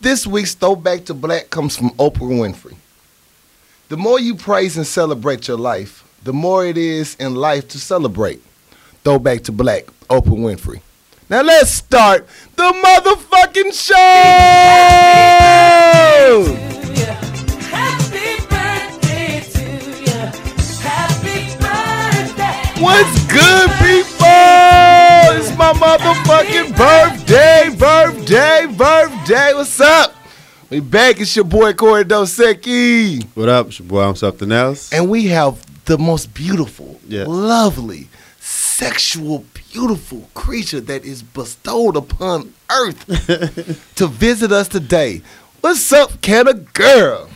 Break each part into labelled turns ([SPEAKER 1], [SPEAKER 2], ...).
[SPEAKER 1] This week's Throwback to Black comes from Oprah Winfrey. The more you praise and celebrate your life, the more it is in life to celebrate. Throwback to Black, Oprah Winfrey. Now let's start the motherfucking show! What's good, people? It's my motherfucking birthday, birthday, birthday. What's up? We back. It's your boy Corey Dosecki,
[SPEAKER 2] What up? It's your boy, I'm something else.
[SPEAKER 1] and we have the most beautiful,
[SPEAKER 2] Yeah.
[SPEAKER 1] lovely, sexual, beautiful creature that is bestowed upon Earth to visit us today. What's up, Kenna girl?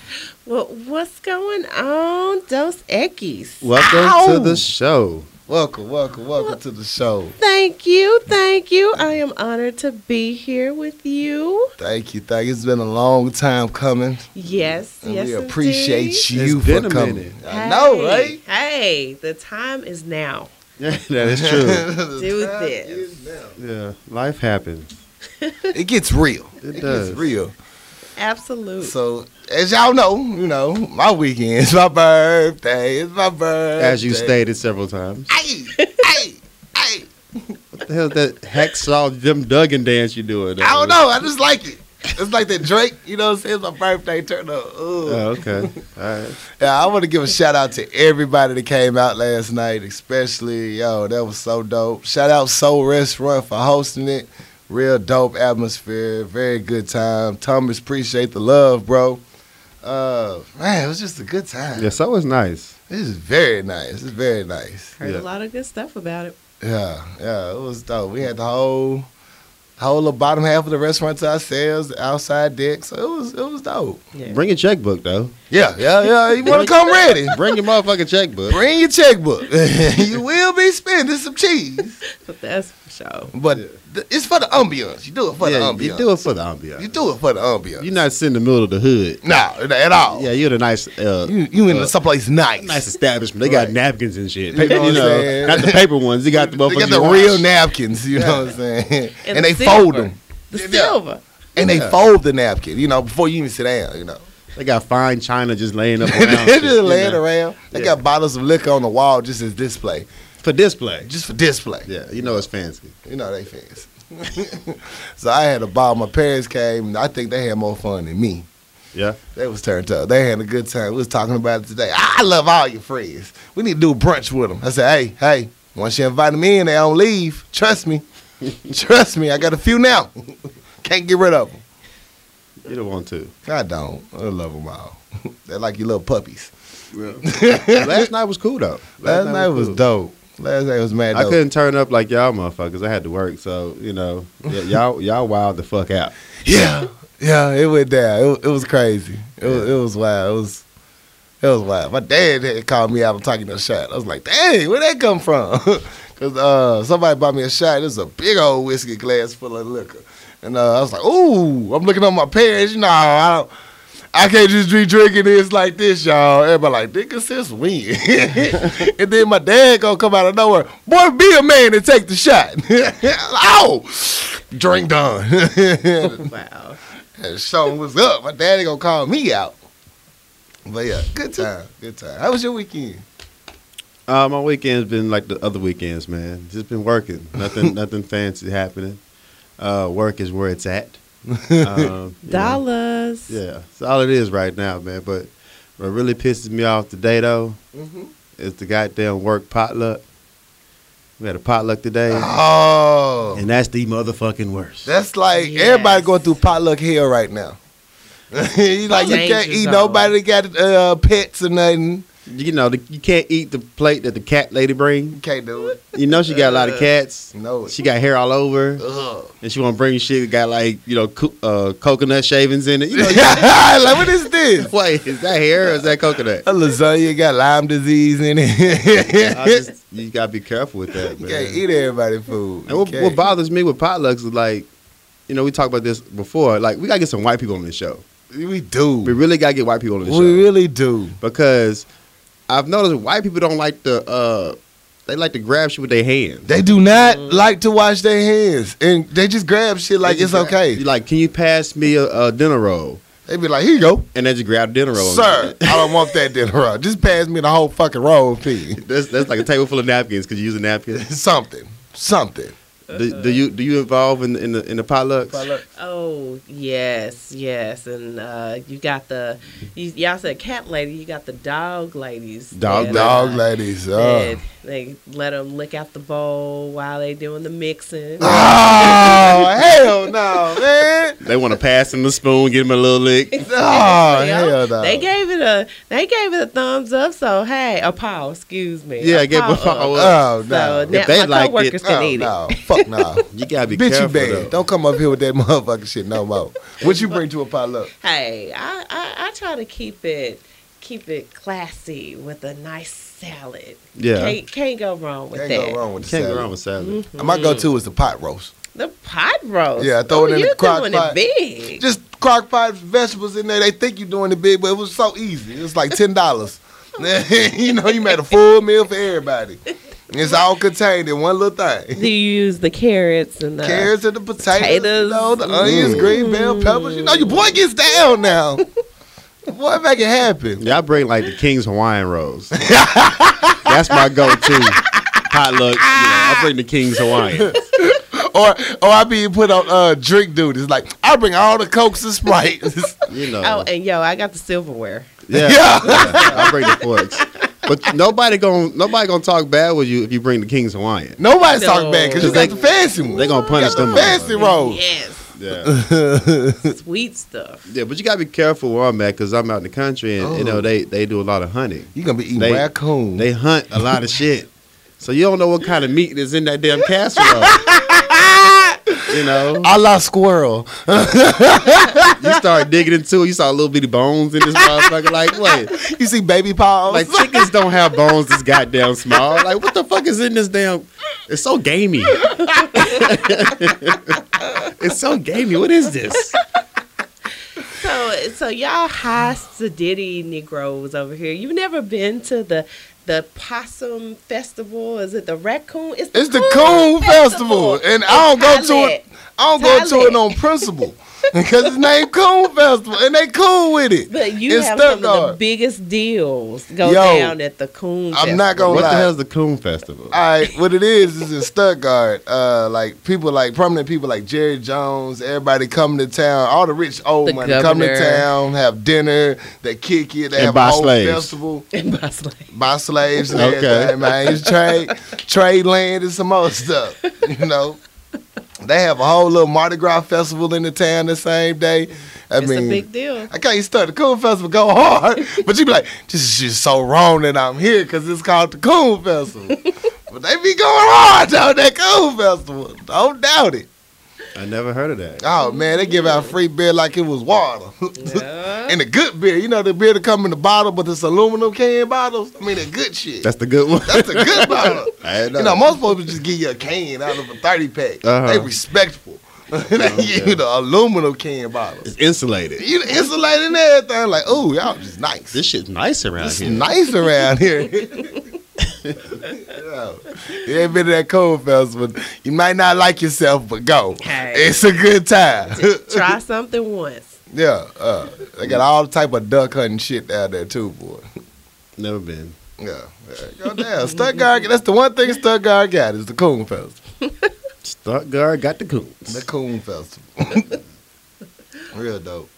[SPEAKER 3] Well, what's going on, Dos Equis?
[SPEAKER 2] Welcome
[SPEAKER 1] Ow.
[SPEAKER 2] to the show.
[SPEAKER 1] Welcome, welcome, welcome to the show.
[SPEAKER 3] Thank you, thank you. I am honored to be here with you.
[SPEAKER 1] Thank you, thank you. It's been a long time coming.
[SPEAKER 3] Yes,
[SPEAKER 1] And
[SPEAKER 3] yes,
[SPEAKER 1] we appreciate
[SPEAKER 3] indeed.
[SPEAKER 1] you
[SPEAKER 2] It's
[SPEAKER 1] for
[SPEAKER 2] been a
[SPEAKER 1] coming.
[SPEAKER 2] minute.
[SPEAKER 1] I know,
[SPEAKER 3] Hey,
[SPEAKER 1] right?
[SPEAKER 3] Hey, the time is now.
[SPEAKER 2] Yeah, that is true.
[SPEAKER 3] Do this.
[SPEAKER 2] yeah, life happens.
[SPEAKER 1] It gets real.
[SPEAKER 2] It
[SPEAKER 1] It
[SPEAKER 2] does.
[SPEAKER 1] gets real.
[SPEAKER 3] Absolutely.
[SPEAKER 1] So as y'all know, you know, my weekend is my birthday. It's my birthday.
[SPEAKER 2] As you stated several times.
[SPEAKER 1] Hey, hey, hey.
[SPEAKER 2] What the hell is that hacksaw Jim Duggan dance you doing?
[SPEAKER 1] I don't know. I just like it. It's like that Drake, you know what I'm saying? It's my birthday turn up. Ooh.
[SPEAKER 2] Oh, okay. All right.
[SPEAKER 1] Yeah, I want to give a shout out to everybody that came out last night, especially yo, that was so dope. Shout out Soul Restaurant for hosting it. Real dope atmosphere, very good time. Thomas, appreciate the love, bro. Uh, man, it was just a good time.
[SPEAKER 2] Yeah, so it's nice.
[SPEAKER 1] This is very nice. It's very nice.
[SPEAKER 3] Heard
[SPEAKER 2] yeah.
[SPEAKER 3] a lot of good stuff about it.
[SPEAKER 1] Yeah, yeah, it was dope. We had the whole, whole little bottom half of the restaurant to ourselves, the outside deck. So it was, it was dope.
[SPEAKER 3] Yeah.
[SPEAKER 2] Bring your checkbook, though.
[SPEAKER 1] Yeah, yeah, yeah. You want to come ready?
[SPEAKER 2] Bring your motherfucking checkbook.
[SPEAKER 1] Bring your checkbook. you will be spending some cheese,
[SPEAKER 3] But that's for sure.
[SPEAKER 1] but th- it's for the ambiance. You do it for the
[SPEAKER 2] yeah,
[SPEAKER 1] ambiance.
[SPEAKER 2] you do it for the ambiance.
[SPEAKER 1] You do it for the ambiance.
[SPEAKER 2] You're not sitting in the middle of the hood.
[SPEAKER 1] no, not at all.
[SPEAKER 2] Yeah, you're the nice. Uh,
[SPEAKER 1] you you in
[SPEAKER 2] uh,
[SPEAKER 1] someplace nice.
[SPEAKER 2] Nice establishment. They got
[SPEAKER 1] Right.
[SPEAKER 2] napkins and shit.
[SPEAKER 1] You know what
[SPEAKER 2] you
[SPEAKER 1] I'm
[SPEAKER 2] know,
[SPEAKER 1] saying?
[SPEAKER 2] not the paper ones. They got the
[SPEAKER 1] They got
[SPEAKER 2] motherfuckers
[SPEAKER 1] the
[SPEAKER 2] you
[SPEAKER 1] real
[SPEAKER 2] wash.
[SPEAKER 1] napkins. You know what I'm saying? And,
[SPEAKER 3] the
[SPEAKER 1] they
[SPEAKER 3] silver.
[SPEAKER 1] fold them,
[SPEAKER 3] The
[SPEAKER 1] Yeah.
[SPEAKER 3] silver.
[SPEAKER 1] and
[SPEAKER 2] Yeah.
[SPEAKER 1] they fold the napkin. You know, before you even sit down. You know.
[SPEAKER 2] They got fine china just laying up
[SPEAKER 1] They
[SPEAKER 2] around. shit,
[SPEAKER 1] just
[SPEAKER 2] you
[SPEAKER 1] laying
[SPEAKER 2] know,
[SPEAKER 1] around. They
[SPEAKER 2] Yeah.
[SPEAKER 1] got bottles of liquor on the wall just as display,
[SPEAKER 2] for display.
[SPEAKER 1] just for display.
[SPEAKER 2] Yeah, you know it's fancy.
[SPEAKER 1] You know they fans. so I had a ball. My parents came. and I think they had more fun than me.
[SPEAKER 2] Yeah.
[SPEAKER 1] They was turned up. They had a good time. We was talking about it today. I love all your friends. We need to do brunch with them. I said, hey, hey. Once you invite them in, they don't leave. Trust me. Trust me. I got a few now. Can't get rid of them.
[SPEAKER 2] You don't want to.
[SPEAKER 1] I don't. I love them all. They're like your little puppies.
[SPEAKER 2] Last night was cool though.
[SPEAKER 1] Last, night was
[SPEAKER 2] cool.
[SPEAKER 1] dope. Last night was mad
[SPEAKER 2] I
[SPEAKER 1] dope.
[SPEAKER 2] couldn't turn up like y'all motherfuckers. I had to work, so you know, y- y'all y'all wild the fuck out.
[SPEAKER 1] Yeah, yeah, it went down. It, wa- it was crazy. It, was, it was wild. It was it was wild. My dad had called me out on talking to shot. I was like, dang, where that come from? Cause uh, somebody bought me a shot. It was a big old whiskey glass full of liquor, and uh, I was like, ooh, I'm looking on my parents. You know, I don't. I can't just be drinking this like this, y'all. Everybody like, nigga, since when? and then my dad gonna come out of nowhere, boy, be a man and take the shot. oh, drink done.
[SPEAKER 3] Wow.
[SPEAKER 1] And something was up. My daddy gonna call me out. But yeah, good time, good time. How was your weekend?
[SPEAKER 2] Uh, my weekend's been like the other weekends, man. Just been working. Nothing nothing fancy happening. Uh, work is where it's at. Um, you know.
[SPEAKER 3] Dollars.
[SPEAKER 2] Yeah, that's all it is right now, man. But what really pisses me off today, though,
[SPEAKER 1] Mhm.
[SPEAKER 2] is the goddamn work potluck. We had a potluck today,
[SPEAKER 1] Oh,
[SPEAKER 2] and that's the motherfucking worst.
[SPEAKER 1] that's like
[SPEAKER 3] Yes.
[SPEAKER 1] everybody going through potluck hell right now. you like you can't
[SPEAKER 3] Danger
[SPEAKER 1] eat
[SPEAKER 3] zone.
[SPEAKER 1] nobody that got uh, pets or nothing.
[SPEAKER 2] You know, the, you can't eat the plate that the cat lady bring.
[SPEAKER 1] You can't do it.
[SPEAKER 2] You know, she got a lot of cats.
[SPEAKER 1] No,
[SPEAKER 2] She got hair all over,
[SPEAKER 1] Ugh.
[SPEAKER 2] and she want to bring shit that got like you know co- uh, coconut shavings in it. You know,
[SPEAKER 1] like what is this?
[SPEAKER 2] wait, is that hair or is that coconut?
[SPEAKER 1] A lasagna got Lyme disease in it.
[SPEAKER 2] I just, you gotta be careful with that,
[SPEAKER 1] you
[SPEAKER 2] man.
[SPEAKER 1] can't eat everybody food.
[SPEAKER 2] And
[SPEAKER 1] You
[SPEAKER 2] what,
[SPEAKER 1] can't.
[SPEAKER 2] what bothers me with potlucks is like, you know, we talked about this before. Like, we gotta get some white people on this show.
[SPEAKER 1] we do.
[SPEAKER 2] We really gotta get white people on this
[SPEAKER 1] we
[SPEAKER 2] show
[SPEAKER 1] really do.
[SPEAKER 2] because I've noticed white people don't like the uh, They like to grab shit with their hands.
[SPEAKER 1] They do not like to wash their hands, and they just grab shit like
[SPEAKER 2] Mm-hmm. They
[SPEAKER 1] it's
[SPEAKER 2] just grab-
[SPEAKER 1] okay.
[SPEAKER 2] you Like, can you pass me a, a dinner roll?
[SPEAKER 1] They be like, "Here you go,
[SPEAKER 2] And they just grab dinner roll.
[SPEAKER 1] sir. I don't want that dinner roll. Just pass me the whole fucking roll, please.
[SPEAKER 2] That's, that's like a table full of napkins. Could you use a napkin?
[SPEAKER 1] Something, something."
[SPEAKER 2] Do, do you do you involve in in the, in the potlucks?
[SPEAKER 3] Oh yes, yes, and uh, you got the you, y'all said cat lady. You got the dog ladies.
[SPEAKER 2] Dog-
[SPEAKER 3] that,
[SPEAKER 1] Dog
[SPEAKER 3] uh,
[SPEAKER 1] ladies, uh.
[SPEAKER 3] that They let them lick out the bowl while they doing the mixing.
[SPEAKER 1] oh hell no, man.
[SPEAKER 2] They want to pass him the spoon, give him a little lick.
[SPEAKER 1] Oh
[SPEAKER 3] Yep.
[SPEAKER 1] hell no.
[SPEAKER 3] They gave it a they gave it a thumbs up. So hey, a paw. Excuse me.
[SPEAKER 2] Yeah,
[SPEAKER 3] a
[SPEAKER 2] give
[SPEAKER 3] paw
[SPEAKER 2] a paw
[SPEAKER 3] up.
[SPEAKER 2] up.
[SPEAKER 1] Oh
[SPEAKER 3] So
[SPEAKER 1] no.
[SPEAKER 3] now
[SPEAKER 2] they
[SPEAKER 3] my
[SPEAKER 2] liked it,
[SPEAKER 3] coworkers
[SPEAKER 1] Oh
[SPEAKER 3] can eat it.
[SPEAKER 1] no. Fuck no.
[SPEAKER 2] You gotta be
[SPEAKER 1] Bitch, you
[SPEAKER 2] careful.
[SPEAKER 1] bad.
[SPEAKER 2] though.
[SPEAKER 1] Don't come up here with that motherfucking shit no more. What you bring to a potluck?
[SPEAKER 3] Hey, I, I I try to keep it keep it classy with a nice salad.
[SPEAKER 2] Yeah.
[SPEAKER 3] can't, can't go wrong with
[SPEAKER 1] Can't
[SPEAKER 3] that.
[SPEAKER 1] go wrong with the
[SPEAKER 2] Can't go
[SPEAKER 1] salad.
[SPEAKER 2] wrong with Mm. salad.
[SPEAKER 1] My go-to is the pot roast.
[SPEAKER 3] The pot roast.
[SPEAKER 1] Yeah, throw it in
[SPEAKER 3] Oh,
[SPEAKER 1] the
[SPEAKER 3] you
[SPEAKER 1] crock
[SPEAKER 3] doing
[SPEAKER 1] pot.
[SPEAKER 3] it big.
[SPEAKER 1] Just crock pot vegetables in there. They think you're doing it big, but it was so easy. It was like ten dollars. you know, you made a full meal for everybody. It's all contained in one little thing.
[SPEAKER 3] Do you use the carrots and the
[SPEAKER 1] Carrots and the potatoes,
[SPEAKER 3] potatoes.
[SPEAKER 1] you know, the onions,
[SPEAKER 2] Mm.
[SPEAKER 1] green bell peppers. You know, your boy gets down now. boy, make it happen.
[SPEAKER 2] Y'all bring like the King's Hawaiian rolls. That's my go-to potluck. You know, I bring the King's Hawaiian.
[SPEAKER 1] Or, or I be put on uh, drink duties. Like I bring all the cokes and sprites.
[SPEAKER 2] You know,
[SPEAKER 3] Oh, and yo, I got the silverware.
[SPEAKER 2] yeah,
[SPEAKER 1] Yeah.
[SPEAKER 2] yeah, I bring the forks. But nobody gonna nobody gonna talk bad with you if you bring the King's Hawaiian.
[SPEAKER 1] Nobody's
[SPEAKER 3] No.
[SPEAKER 1] talking bad because you got
[SPEAKER 2] They-
[SPEAKER 1] the fancy one.
[SPEAKER 2] They gonna punish
[SPEAKER 1] got the
[SPEAKER 2] them.
[SPEAKER 1] fancy rolls.
[SPEAKER 3] Yes,
[SPEAKER 1] Uh,
[SPEAKER 2] Yeah,
[SPEAKER 3] sweet stuff.
[SPEAKER 2] yeah. But you gotta be careful where I'm at because I'm out in the country and you
[SPEAKER 1] Oh.
[SPEAKER 2] know they they do a lot of hunting.
[SPEAKER 1] You gonna be eating
[SPEAKER 2] They-
[SPEAKER 1] raccoon.
[SPEAKER 2] They hunt a lot of shit. So you don't know what kind of meat is in that damn casserole. you know,
[SPEAKER 1] a la squirrel.
[SPEAKER 2] you start digging into it. You saw little bitty bones in this motherfucker. Like what?
[SPEAKER 1] You see baby paws.
[SPEAKER 2] Like chickens don't have bones this goddamn small. Like what the fuck is in this damn? It's so gamey. it's so gamey. What is this?
[SPEAKER 3] So, so y'all high sedity Negroes over here. You've never been to the the possum festival? Is it the raccoon?
[SPEAKER 1] it's the coon festival, and I don't go to
[SPEAKER 3] Thailand.
[SPEAKER 1] it. I don't go to it on principle because it's named coon festival, and they cool with it.
[SPEAKER 3] But you
[SPEAKER 1] in
[SPEAKER 3] have some of the
[SPEAKER 1] Stuttgart.
[SPEAKER 3] biggest deals go
[SPEAKER 1] Yo,
[SPEAKER 3] down at the coon.
[SPEAKER 1] I'm not gonna
[SPEAKER 2] What the
[SPEAKER 1] lie.
[SPEAKER 2] hell's the coon festival?
[SPEAKER 1] All right, what it is is in Stuttgart. Uh, like people, like prominent people, like Jerry Jones. Everybody coming to town. All the rich old
[SPEAKER 3] The
[SPEAKER 1] money come to
[SPEAKER 3] governor.
[SPEAKER 1] town, have dinner. They kick it. They
[SPEAKER 2] And
[SPEAKER 1] have
[SPEAKER 2] buy
[SPEAKER 1] a whole
[SPEAKER 2] slaves.
[SPEAKER 1] festival.
[SPEAKER 3] gonna like,
[SPEAKER 1] buy slaves and
[SPEAKER 2] Okay.
[SPEAKER 1] everything, man. It's trade, trade land and some other stuff, you know. They have a whole little Mardi Gras festival in the town the same day. I
[SPEAKER 3] It's
[SPEAKER 1] mean,
[SPEAKER 3] a big deal.
[SPEAKER 1] I can't start the Coon Festival go hard, but you be like, this is just so wrong that I'm here because it's called the Coon Festival. but they be going hard on that Coon Festival. Don't doubt it.
[SPEAKER 2] I never heard of that.
[SPEAKER 1] Oh man, they give out free beer like it was water.
[SPEAKER 3] Yeah.
[SPEAKER 1] and the good beer, you know, the beer that come in the bottle, but this aluminum can bottles. I mean, the good shit.
[SPEAKER 2] That's the good one.
[SPEAKER 1] That's a good bottle.
[SPEAKER 2] I didn't
[SPEAKER 1] You know, most folks would just give you a can out of a 30 pack.
[SPEAKER 2] Uh-huh.
[SPEAKER 1] They respectful. they give you the aluminum can bottles.
[SPEAKER 2] it's insulated.
[SPEAKER 1] You insulating everything. Like, oh, y'all just nice.
[SPEAKER 2] This shit's nice around
[SPEAKER 1] It's
[SPEAKER 2] here.
[SPEAKER 1] nice around here. Yeah. You ain't been to that cold festival. You might not like yourself, but go.
[SPEAKER 3] Hey.
[SPEAKER 1] It's a good time.
[SPEAKER 3] Try something once.
[SPEAKER 1] yeah. Uh, they got all type of duck hunting shit down there too, boy.
[SPEAKER 2] Never been.
[SPEAKER 1] Yeah. yeah. Go down. Stuttgart, that's the one thing Stuttgart got is the coon festival.
[SPEAKER 2] Stuttgart got the coons.
[SPEAKER 1] The Coon Festival. Real dope.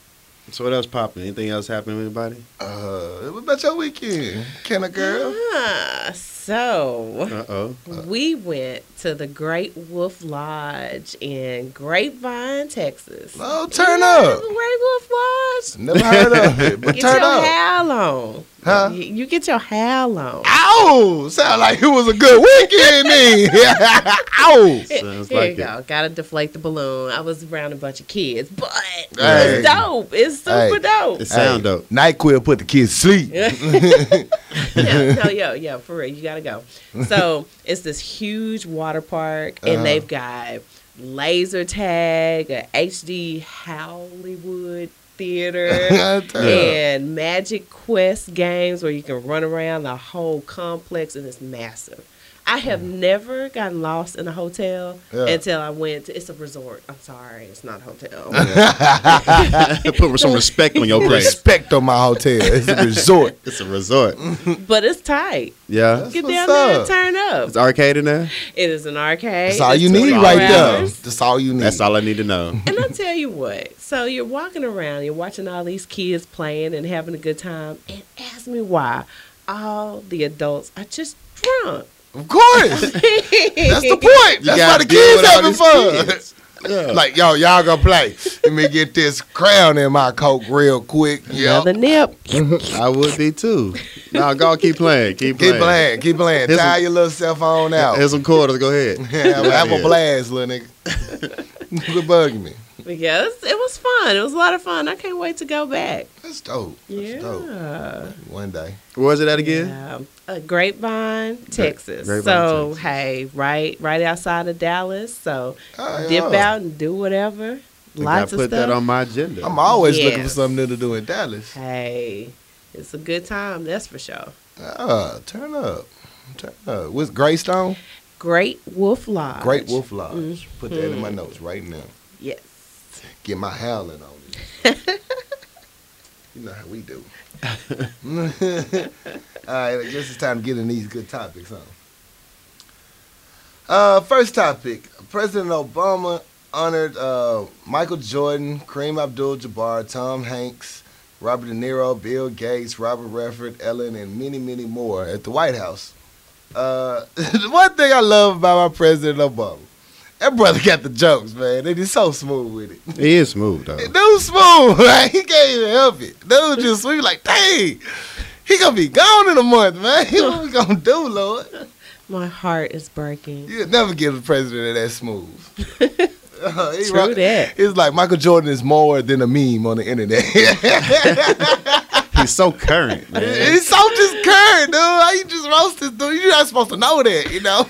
[SPEAKER 2] So what else popping? Anything else happening with anybody?
[SPEAKER 1] Uh, what about your weekend, Can a girl?
[SPEAKER 3] Ah, so
[SPEAKER 2] Uh oh.
[SPEAKER 3] we went to the Great Wolf Lodge in Grapevine, Texas.
[SPEAKER 1] Oh, turn
[SPEAKER 3] You know
[SPEAKER 1] up.
[SPEAKER 3] the Great Wolf Lodge.
[SPEAKER 1] Never heard of it, but
[SPEAKER 3] Get
[SPEAKER 1] turn
[SPEAKER 3] your
[SPEAKER 1] up.
[SPEAKER 3] howl on.
[SPEAKER 1] Huh? Ah,
[SPEAKER 3] You, you get your howl on.
[SPEAKER 1] Ow! Sound like it was a good weekend, then. Ow!
[SPEAKER 2] Sounds
[SPEAKER 3] Here
[SPEAKER 2] like
[SPEAKER 3] you
[SPEAKER 2] it.
[SPEAKER 3] go. Gotta deflate the balloon. I was around a bunch of kids, but
[SPEAKER 1] Hey.
[SPEAKER 3] it's dope. It's super
[SPEAKER 1] Hey.
[SPEAKER 3] dope.
[SPEAKER 2] It sound
[SPEAKER 1] Hey,
[SPEAKER 2] dope.
[SPEAKER 1] NyQuil put the kids to sleep.
[SPEAKER 3] yeah, no, yo, yeah, for real, you gotta go. So it's this huge water park, and
[SPEAKER 1] Uh-huh.
[SPEAKER 3] they've got laser tag, a HD Hollywood theater,
[SPEAKER 1] Turn up.
[SPEAKER 3] and Magic Quest games where you can run around the whole complex, and it's massive. I have never gotten lost in a hotel
[SPEAKER 1] Mm. Yeah.
[SPEAKER 3] until I went. To, it's a resort. I'm sorry, it's not a hotel.
[SPEAKER 2] Put some respect on your place.
[SPEAKER 1] Respect on my hotel. It's a resort.
[SPEAKER 2] It's a resort.
[SPEAKER 3] but it's tight.
[SPEAKER 2] Yeah.
[SPEAKER 1] That's
[SPEAKER 3] Get
[SPEAKER 1] what's
[SPEAKER 3] down there and
[SPEAKER 1] up.
[SPEAKER 3] turn up.
[SPEAKER 2] It's arcade in there.
[SPEAKER 3] It is an arcade.
[SPEAKER 1] That's all
[SPEAKER 3] It's
[SPEAKER 1] you need
[SPEAKER 3] 24
[SPEAKER 1] right there.
[SPEAKER 3] hours.
[SPEAKER 1] That's all you need.
[SPEAKER 2] That's all I need to know.
[SPEAKER 3] And I'll tell you what. So you're walking around, you're watching all these kids playing and having a good time, and ask me why all the adults are just drunk.
[SPEAKER 1] Of course. That's the point. That's why
[SPEAKER 2] gotta
[SPEAKER 1] the
[SPEAKER 2] deal with
[SPEAKER 1] kids
[SPEAKER 2] all
[SPEAKER 1] having
[SPEAKER 2] these
[SPEAKER 1] fun.
[SPEAKER 2] kids. Yeah.
[SPEAKER 1] Like, yo, y'all gonna play. Let me get this crown in my coke real quick. Yeah.
[SPEAKER 3] Another nip.
[SPEAKER 2] I would be too. Nah, go keep playing. Keep playing.
[SPEAKER 1] Keep playing. Keep playing.
[SPEAKER 2] Here's
[SPEAKER 1] Tie
[SPEAKER 2] a-
[SPEAKER 1] your little cell phone out.
[SPEAKER 2] Here's some quarters. Go ahead.
[SPEAKER 1] have, have a
[SPEAKER 2] Yeah.
[SPEAKER 1] blast, little nigga. Quit bugging me.
[SPEAKER 3] Because it was fun. It was a lot of fun. I can't wait to go back.
[SPEAKER 1] That's dope. That's dope.
[SPEAKER 3] Yeah.
[SPEAKER 1] One day.
[SPEAKER 2] Where's it at again?
[SPEAKER 3] yeah. Uh, Grapevine, Texas.
[SPEAKER 2] Grapevine,
[SPEAKER 3] so
[SPEAKER 2] Texas.
[SPEAKER 3] hey, right right outside of Dallas. So
[SPEAKER 1] Oh,
[SPEAKER 3] dip
[SPEAKER 1] yeah.
[SPEAKER 3] out and do whatever.
[SPEAKER 2] Think
[SPEAKER 3] Lots
[SPEAKER 2] I
[SPEAKER 3] of
[SPEAKER 2] put
[SPEAKER 3] stuff.
[SPEAKER 2] that on my agenda.
[SPEAKER 1] I'm always looking for
[SPEAKER 3] Yes.
[SPEAKER 1] something new to do in Dallas.
[SPEAKER 3] hey, it's a good time, that's for sure.
[SPEAKER 1] Ah, turn up. Turn up. What's Greystone?
[SPEAKER 3] Great Wolf Lodge.
[SPEAKER 1] Great Wolf Lodge. Put that
[SPEAKER 3] Mm-hmm.
[SPEAKER 1] in my notes right now.
[SPEAKER 3] Yes.
[SPEAKER 1] Get my howling on it. you know how we do. All right, I guess it's time to get in these good topics, huh? Uh, first topic President Obama honored uh, Michael Jordan, Kareem Abdul Jabbar, Tom Hanks, Robert De Niro, Bill Gates, Robert Redford, Ellen, and many, many more at the White House. Uh, the one thing I love about my President Obama, that brother got the jokes, man. They just so smooth with it.
[SPEAKER 2] He is smooth though.
[SPEAKER 1] Dude smooth, right? He can't even help it. Dude just we like, dang, he gonna be gone in a month, man. What we gonna do, Lord?
[SPEAKER 3] My heart is breaking.
[SPEAKER 1] You'll never get a president that smooth. Uh, he
[SPEAKER 3] True that.
[SPEAKER 1] It's like Michael Jordan is more than a meme on the internet.
[SPEAKER 2] He's so current, man.
[SPEAKER 1] it's so just current, dude. How you just roast this dude? You're not supposed to know that, you know?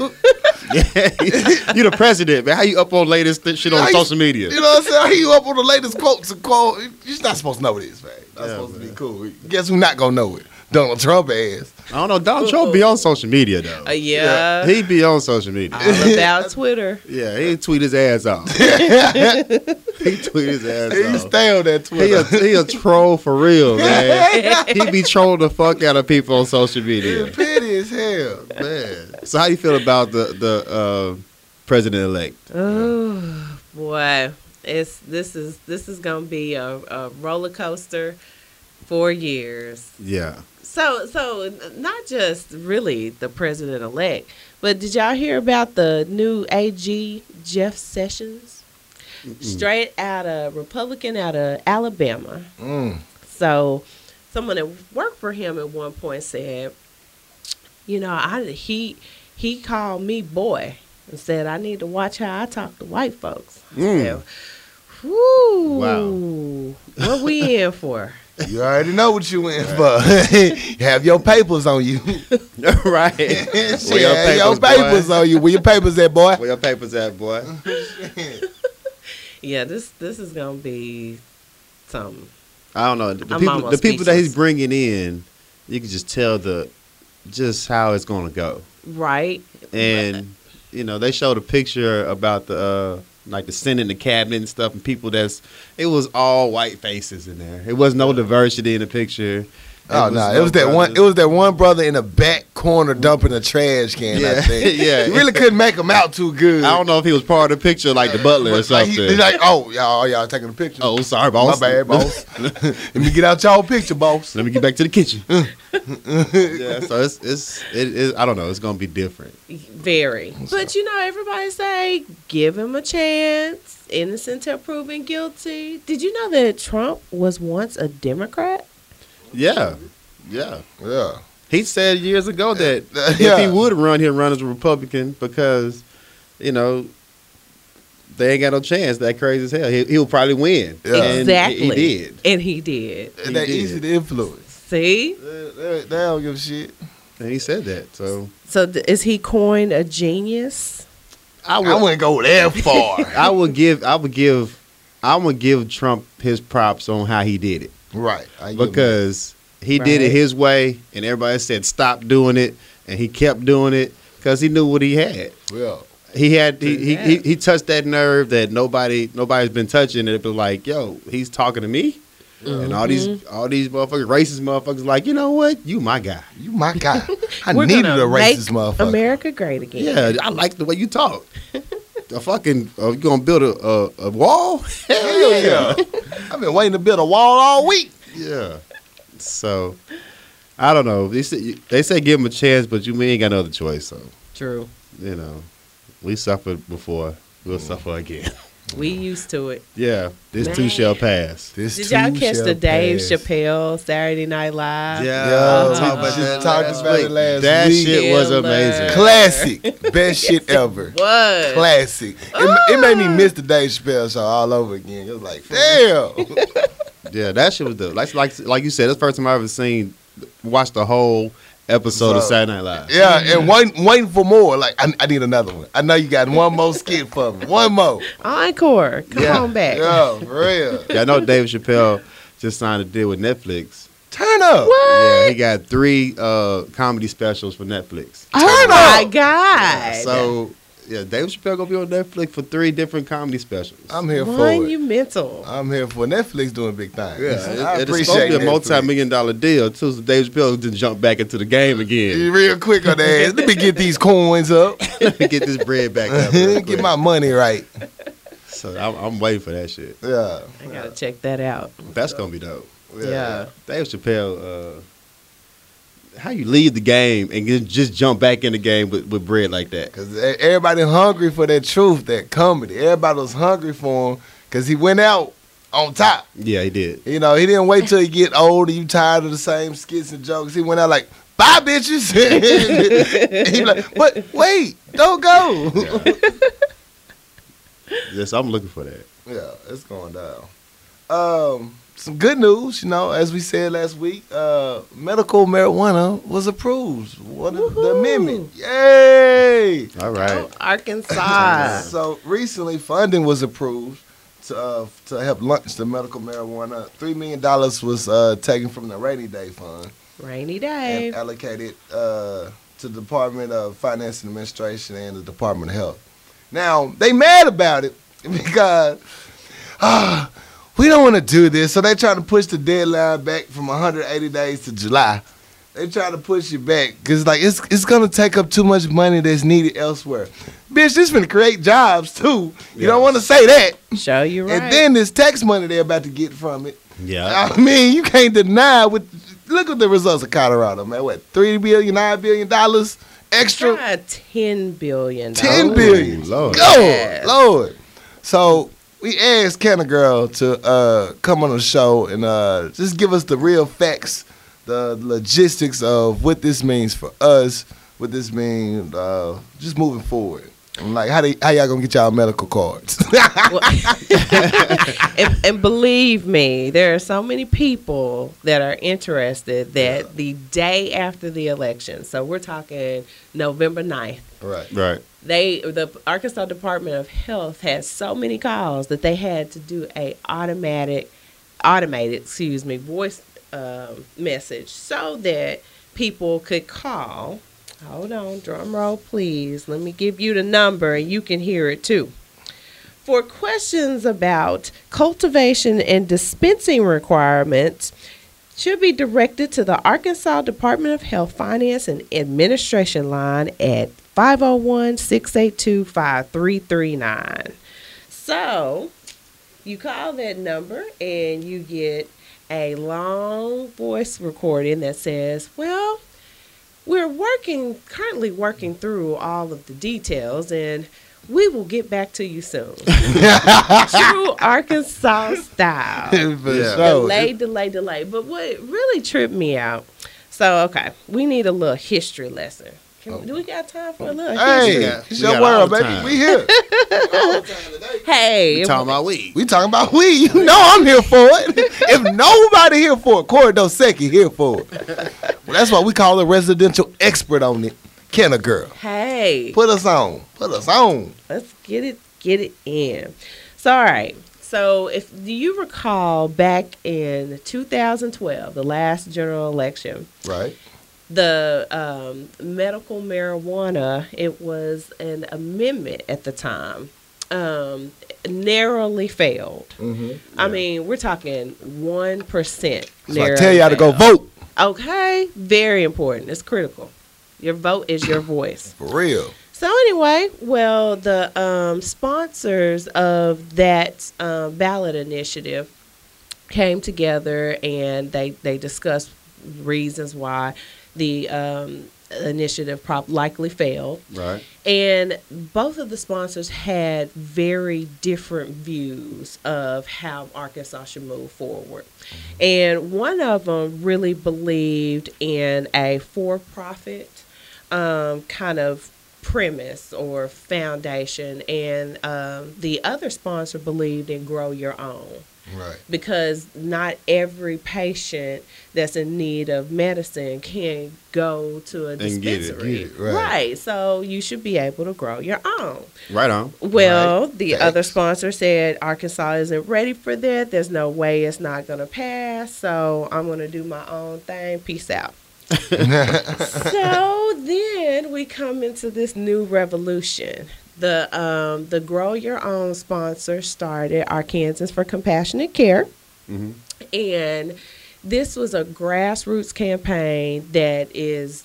[SPEAKER 2] you the president, man. How you up on latest th- shit on
[SPEAKER 1] How you-
[SPEAKER 2] social media?
[SPEAKER 1] You know what I'm saying? How you up on the latest quotes and quote? You're not supposed to know this, man. Not
[SPEAKER 2] Yeah,
[SPEAKER 1] supposed to
[SPEAKER 2] man.
[SPEAKER 1] be cool. Guess who not gonna know it? Donald Trump ass.
[SPEAKER 2] I don't know. Donald Trump be on social media though.
[SPEAKER 3] Uh, yeah.
[SPEAKER 2] He be on social media.
[SPEAKER 3] All about Twitter.
[SPEAKER 2] Yeah, he tweet his ass off. he tweet his
[SPEAKER 1] He
[SPEAKER 2] ass off.
[SPEAKER 1] stay on that Twitter.
[SPEAKER 2] He a, he a troll for real, man. he be trolling the fuck out of people on social media,
[SPEAKER 1] It's petty as hell.
[SPEAKER 2] man. So how you feel about the the uh, president elect?
[SPEAKER 3] Oh boy, it's this is this is gonna be a, a roller coaster for years.
[SPEAKER 2] Yeah,
[SPEAKER 3] So so n- not just really the president elect, but did y'all hear about the new AG Jeff Sessions? Straight out of Republican out of Alabama.
[SPEAKER 1] Mm.
[SPEAKER 3] So someone that worked for him at one point said, you know, I he he called me boy and said I need to watch how I talk to white folks. I
[SPEAKER 2] Mm.
[SPEAKER 3] said, Whoo what we in for?
[SPEAKER 1] You already know what you in for. Have your papers on you.
[SPEAKER 2] right.
[SPEAKER 1] Shit, have your papers
[SPEAKER 2] boy?
[SPEAKER 1] on you. Where your papers at, boy?
[SPEAKER 2] Where your papers at, boy?
[SPEAKER 3] Yeah, this this is gonna be something.
[SPEAKER 2] I don't know. The
[SPEAKER 3] I'm
[SPEAKER 2] people, the
[SPEAKER 3] almost
[SPEAKER 2] people that he's
[SPEAKER 3] speechless.
[SPEAKER 2] bringing in, you can just tell the just how it's gonna go.
[SPEAKER 3] Right.
[SPEAKER 2] And you know, they showed a picture about the uh, like the Senate and the cabinet and stuff, and people that's it was all white faces in there. It was no diversity in the picture.
[SPEAKER 1] Oh no, it was that one. It was that one brother in the back corner dumping a trash can. I
[SPEAKER 2] Yeah,
[SPEAKER 1] think.
[SPEAKER 2] yeah.
[SPEAKER 1] You really couldn't make him out too good.
[SPEAKER 2] I don't know if he was part of the picture, like the butler or
[SPEAKER 1] But, like, he-
[SPEAKER 2] something.
[SPEAKER 1] he like, oh y'all, y'all taking a picture.
[SPEAKER 2] oh, sorry,
[SPEAKER 1] my
[SPEAKER 2] boss.
[SPEAKER 1] bad, boss. Let me get out y'all picture, boss.
[SPEAKER 2] Let me get back to the kitchen. yeah, so it's it's it is. I don't know. It's gonna be different.
[SPEAKER 3] Very. But you know, everybody say give him a chance. Innocent till proven guilty. Did you know that Trump was once a Democrat?
[SPEAKER 2] Yeah, yeah.
[SPEAKER 1] Yeah.
[SPEAKER 2] He said years ago that
[SPEAKER 1] Uh,
[SPEAKER 2] if he
[SPEAKER 1] yeah.
[SPEAKER 2] would run, he'd run as a Republican because, you know, they ain't got no chance. That crazy as hell. He, he'll probably win.
[SPEAKER 1] Yeah.
[SPEAKER 2] And
[SPEAKER 3] Exactly.
[SPEAKER 2] He, he did.
[SPEAKER 3] And he did.
[SPEAKER 1] They That
[SPEAKER 2] did.
[SPEAKER 1] easy to influence.
[SPEAKER 3] See?
[SPEAKER 1] They, they- they don't give a shit.
[SPEAKER 2] And he said that. So
[SPEAKER 3] So th- is he coined a genius?
[SPEAKER 2] I
[SPEAKER 1] I
[SPEAKER 2] would,
[SPEAKER 1] wouldn't go that far.
[SPEAKER 2] I would give, I would give, I would give Trump his props on how he did it
[SPEAKER 1] right. I give 'em that.
[SPEAKER 2] because he did it
[SPEAKER 3] Right.
[SPEAKER 2] his way, and everybody said stop doing it, and he kept doing it. because he knew what he had.
[SPEAKER 1] Yeah.
[SPEAKER 2] He had he, he,
[SPEAKER 3] Yeah.
[SPEAKER 2] he, he touched that nerve that nobody nobody's been touching. And it was like, yo, he's talking to me, and all these all these motherfuckers, racist motherfuckers, like, you know what, you my guy.
[SPEAKER 1] You my guy. I
[SPEAKER 3] We're
[SPEAKER 1] needed
[SPEAKER 3] gonna
[SPEAKER 1] a racist
[SPEAKER 3] make
[SPEAKER 1] motherfucker.
[SPEAKER 3] America great again.
[SPEAKER 2] Yeah, I like the way you talk. a fucking, uh, you gonna build a, a, a wall?
[SPEAKER 1] Hell yeah. I've been waiting to build a wall all week.
[SPEAKER 2] yeah. So, I don't know. They say, they say give him a chance, but you we ain't got no other choice. So,
[SPEAKER 3] True.
[SPEAKER 2] you know, we suffered before, we'll suffer again.
[SPEAKER 3] We used to it.
[SPEAKER 2] Yeah, this too
[SPEAKER 3] Man.
[SPEAKER 2] shall pass.
[SPEAKER 1] This
[SPEAKER 3] Did y'all
[SPEAKER 1] too
[SPEAKER 3] catch
[SPEAKER 1] shall
[SPEAKER 3] the Dave
[SPEAKER 1] pass.
[SPEAKER 3] Chappelle Saturday Night Live?
[SPEAKER 1] Yeah,
[SPEAKER 3] we just
[SPEAKER 1] talked about it last
[SPEAKER 2] that
[SPEAKER 1] week.
[SPEAKER 2] shit was
[SPEAKER 3] Killer.
[SPEAKER 2] amazing.
[SPEAKER 1] Classic. Best shit ever.
[SPEAKER 3] What? Ah.
[SPEAKER 1] Classic. It, it made me miss the Dave Chappelle show all over again. It was like, damn.
[SPEAKER 2] Yeah, that shit was dope. Like like like you said, that's the first time I ever seen watched the whole episode of
[SPEAKER 1] So-
[SPEAKER 2] Saturday Night Live.
[SPEAKER 1] yeah, and waiting, waiting for more. Like, I, I need another one. I know you got one more skit for me. One more.
[SPEAKER 3] Encore. Come
[SPEAKER 2] Yeah.
[SPEAKER 3] on back.
[SPEAKER 1] Yeah, for real.
[SPEAKER 2] Yeah, I know David Chappelle just signed a deal with Netflix.
[SPEAKER 1] Turn up.
[SPEAKER 2] Yeah, he got three uh, comedy specials for Netflix.
[SPEAKER 3] Oh my God.
[SPEAKER 2] So yeah, David Chappelle gonna be on Netflix for three different comedy specials.
[SPEAKER 1] I'm here for
[SPEAKER 3] One,
[SPEAKER 1] it.
[SPEAKER 3] you mental.
[SPEAKER 1] I'm here for Netflix doing big things. I
[SPEAKER 2] yeah, it, it's supposed
[SPEAKER 1] appreciate
[SPEAKER 2] to be a
[SPEAKER 1] Netflix.
[SPEAKER 2] multi-million dollar deal too. So Dave Chappelle didn't jump back into the game again.
[SPEAKER 1] You Real quick on the ass. Let me get these coins up.
[SPEAKER 2] Get this bread back up. real
[SPEAKER 1] get
[SPEAKER 2] quick.
[SPEAKER 1] my money right.
[SPEAKER 2] So I'm, I'm waiting for that shit.
[SPEAKER 1] Yeah.
[SPEAKER 3] I gotta check that out.
[SPEAKER 2] That's gonna be dope.
[SPEAKER 3] Yeah.
[SPEAKER 2] Dave Chappelle, uh, how you leave the game and then just jump back in the game with, with bread like that?
[SPEAKER 1] Cause e- everybody hungry for that truth, that comedy. Everybody was hungry for him because he went out on top.
[SPEAKER 2] Yeah, he did.
[SPEAKER 1] You know, he didn't wait till he get old and you tired of the same skits and jokes. He went out like, bye bitches. he be like, but wait, don't go.
[SPEAKER 2] Yes, I'm looking for that.
[SPEAKER 1] Yeah, it's going down. Um, some good news, you know, as we said last week, uh, medical marijuana was approved. What is the
[SPEAKER 3] Woohoo.
[SPEAKER 1] amendment? Yay!
[SPEAKER 2] All right.
[SPEAKER 3] Oh, Arkansas.
[SPEAKER 1] So recently, funding was approved to uh, to help launch the medical marijuana. Three million dollars was uh, taken from the rainy day fund
[SPEAKER 3] Rainy
[SPEAKER 1] and
[SPEAKER 3] day.
[SPEAKER 1] allocated uh, to the Department of Finance and Administration and the Department of Health. Now they mad about it because ah, we don't want to do this, so they trying to push the deadline back from 180 days to July. They trying to push it back because like it's it's gonna take up too much money that's needed elsewhere. Bitch, this gonna create jobs too. You don't
[SPEAKER 2] Yes.
[SPEAKER 1] want to say that.
[SPEAKER 3] Show you right.
[SPEAKER 1] And then this tax money they're about to get from it.
[SPEAKER 2] Yeah.
[SPEAKER 1] I mean, you can't deny what. Look at the results of Colorado, man. What three billion, nine billion dollars extra?
[SPEAKER 3] Try ten billion.
[SPEAKER 1] Ten
[SPEAKER 3] dollars.
[SPEAKER 1] billion.
[SPEAKER 2] Oh,
[SPEAKER 1] Lord,
[SPEAKER 2] Lord.
[SPEAKER 3] Yes.
[SPEAKER 1] Lord. So we asked Canna Girl to uh, come on the show and uh, just give us the real facts, the logistics of what this means for us, what this means, uh, just moving forward. And like, how, do, how y'all gonna get y'all medical cards?
[SPEAKER 3] Well, and, and believe me, there are so many people that are interested that the day after the election, so we're talking November 9th,
[SPEAKER 1] right.
[SPEAKER 2] Right.
[SPEAKER 3] they the Arkansas Department of Health had so many calls that they had to do a automatic automated, excuse me, voice um message so that people could call. Hold on, drum roll, please. Let me give you the number and you can hear it too. For questions about cultivation and dispensing requirements, should be directed to the Arkansas Department of Health Finance and Administration line at 501 682 5339. So you call that number and you get a long voice recording that says, Well, we're working, currently working through all of the details and we will get back to you soon. True Arkansas style
[SPEAKER 1] For
[SPEAKER 2] Yeah.
[SPEAKER 1] sure.
[SPEAKER 3] delay, delay, delay. But what really tripped me out. So okay, we need a little history lesson. Can, Do we got time for a little history?
[SPEAKER 1] Oh. Hey,
[SPEAKER 2] got-
[SPEAKER 1] it's
[SPEAKER 2] we
[SPEAKER 1] your
[SPEAKER 2] got all
[SPEAKER 1] world,
[SPEAKER 2] the
[SPEAKER 1] baby.
[SPEAKER 2] time.
[SPEAKER 1] We here.
[SPEAKER 3] Hey,
[SPEAKER 2] You
[SPEAKER 3] if-
[SPEAKER 2] talking about weed?
[SPEAKER 1] We talking about we. You know I'm here for it. if nobody here for it, Corey Dosecki here for it. Well, that's why we call a residential expert on it. Kenna girl.
[SPEAKER 3] hey,
[SPEAKER 1] Put us on. Put us on.
[SPEAKER 3] let's get it, get it in. So all right. So if do you recall back in 2012, the last general election,
[SPEAKER 1] Right.
[SPEAKER 3] the um, medical marijuana, it was an amendment at the time, um, narrowly failed.
[SPEAKER 1] Mm-hmm.
[SPEAKER 3] I mean, we're talking 1%.
[SPEAKER 1] So I
[SPEAKER 3] narrowly
[SPEAKER 1] tell y'all to go
[SPEAKER 3] failed.
[SPEAKER 1] vote
[SPEAKER 3] Okay, very important. It's critical. Your vote is your voice.
[SPEAKER 1] for real.
[SPEAKER 3] So anyway, well, the um, sponsors of that um, ballot initiative came together and they they discussed reasons why the um, initiative prob- likely failed.
[SPEAKER 2] Right.
[SPEAKER 3] And both of the sponsors had very different views of how Arkansas should move forward. And one of them really believed in a for profit um, kind of premise or foundation, and um, the other sponsor believed in grow your own
[SPEAKER 1] Right.
[SPEAKER 3] because not every patient that's in need of medicine can go to a
[SPEAKER 2] get it,
[SPEAKER 3] dispensary.
[SPEAKER 1] get it, right.
[SPEAKER 3] So you should be able to grow your own.
[SPEAKER 2] Right on.
[SPEAKER 3] Well, the
[SPEAKER 1] Thanks.
[SPEAKER 3] other sponsor said Arkansas isn't ready for that. There's no way it's not going to pass. So I'm going to do my own thing. Peace out. so then we come into this new revolution. The um, the Grow Your Own sponsor started Arkansans for Compassionate Care.
[SPEAKER 2] hmm
[SPEAKER 3] And this was a grassroots campaign that is,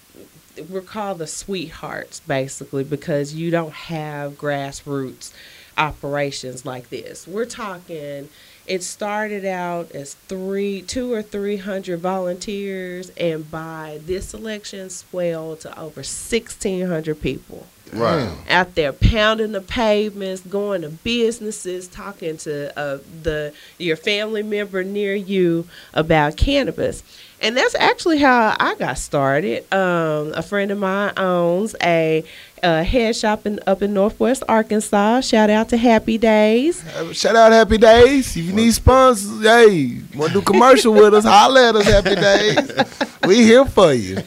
[SPEAKER 3] we're called the sweethearts basically because you don't have grassroots operations like this. We're talking, it started out as three, two or three hundred volunteers, and by this election swelled to over 1,600 people
[SPEAKER 2] Right.
[SPEAKER 3] out there pounding the pavements, going to businesses, talking to uh, the your family member near you about cannabis. And that's actually how I got started. Um, a friend of mine owns a, uh head shop in, up in Northwest Arkansas. Shout out to Happy Days.
[SPEAKER 1] Damn. Shout out Happy Days. If you need sponsors, hey, want to do commercial with us, holler at us, Happy Days. We here for you.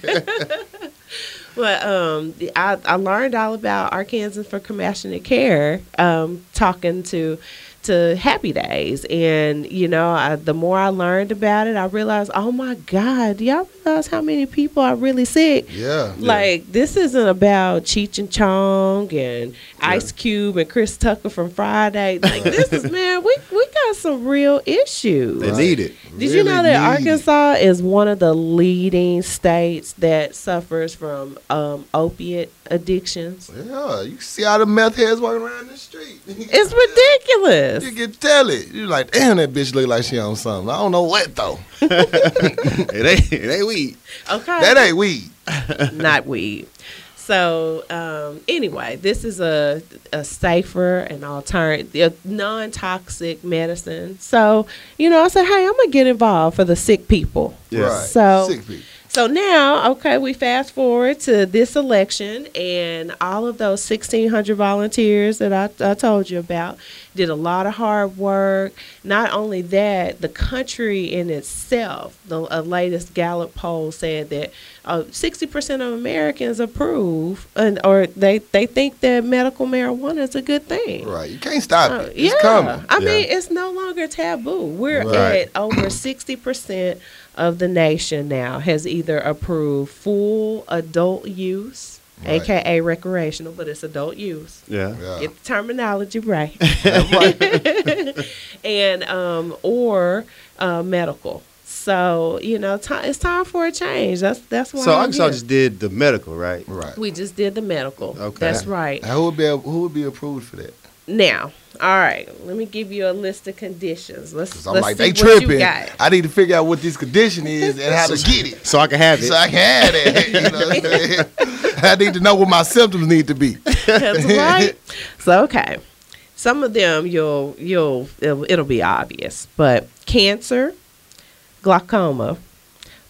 [SPEAKER 3] But um, the- I, I learned all about Arkansans for Compassionate Care um, talking to to Happy Days, and you know, I, the more I learned about it, I realized, oh my God, do y'all realize how many people are really sick?
[SPEAKER 1] Yeah.
[SPEAKER 3] Like this isn't about Cheech and Chong and Ice Cube and Chris Tucker from Friday. Like this is man, we we got some real issues.
[SPEAKER 2] They need it.
[SPEAKER 3] Did you know
[SPEAKER 1] Really
[SPEAKER 3] that
[SPEAKER 1] need it.
[SPEAKER 3] Arkansas is one of the leading states that suffers from um, opiate addictions?
[SPEAKER 1] Yeah, you see all the meth heads walking around the street.
[SPEAKER 3] It's ridiculous.
[SPEAKER 1] You can tell it. You're like, damn, that bitch look like she on something. I don't know what though.
[SPEAKER 2] it ain't. It ain't weed.
[SPEAKER 3] Okay,
[SPEAKER 1] That ain't weed.
[SPEAKER 3] not weed. So um, anyway, this is a a safer and alternative, non toxic medicine. So you know, I said, hey, I'm gonna get involved for the sick people.
[SPEAKER 2] Yeah.
[SPEAKER 1] Right.
[SPEAKER 3] So-
[SPEAKER 1] Sick people.
[SPEAKER 3] So now, okay, we fast forward to this election, and all of those 1,600 volunteers that I, I told you about did a lot of hard work. Not only that, the country in itself, the uh, latest Gallup poll said that uh, 60% of Americans approve and or they, they think that medical marijuana is a good thing.
[SPEAKER 1] Right. You can't stop
[SPEAKER 3] Uh,
[SPEAKER 1] it.
[SPEAKER 3] yeah,
[SPEAKER 1] It's coming.
[SPEAKER 2] Yeah.
[SPEAKER 3] I mean, it's no longer taboo. We're
[SPEAKER 2] Right.
[SPEAKER 3] at over 60% of the nation now has either approved full adult use,
[SPEAKER 1] Right.
[SPEAKER 3] aka recreational, but it's adult use.
[SPEAKER 2] Yeah.
[SPEAKER 1] Yeah.
[SPEAKER 3] Get the terminology right.
[SPEAKER 1] That's right.
[SPEAKER 3] and um, or uh, medical. So, you know, ti it's time for a change. That's that's why
[SPEAKER 2] So
[SPEAKER 3] I'm
[SPEAKER 2] Arkansas
[SPEAKER 3] here.
[SPEAKER 2] just did the medical, right?
[SPEAKER 1] right.
[SPEAKER 3] we just did the medical.
[SPEAKER 2] Okay.
[SPEAKER 3] That's right.
[SPEAKER 1] Now, who would be who would be approved for that?
[SPEAKER 3] Now, all right, let me give you a list of conditions. Let's,
[SPEAKER 1] Cause I'm
[SPEAKER 3] let's
[SPEAKER 1] like
[SPEAKER 3] see
[SPEAKER 1] they
[SPEAKER 3] what you
[SPEAKER 1] tripping.
[SPEAKER 3] got.
[SPEAKER 1] I need to figure out what this condition is and how to get it.
[SPEAKER 2] So I can have it.
[SPEAKER 1] So I can have that. You know what I'm saying? I need to know what my symptoms need to be.
[SPEAKER 3] That's right. So okay, some of them you'll you'll it'll, it'll be obvious, but cancer, glaucoma,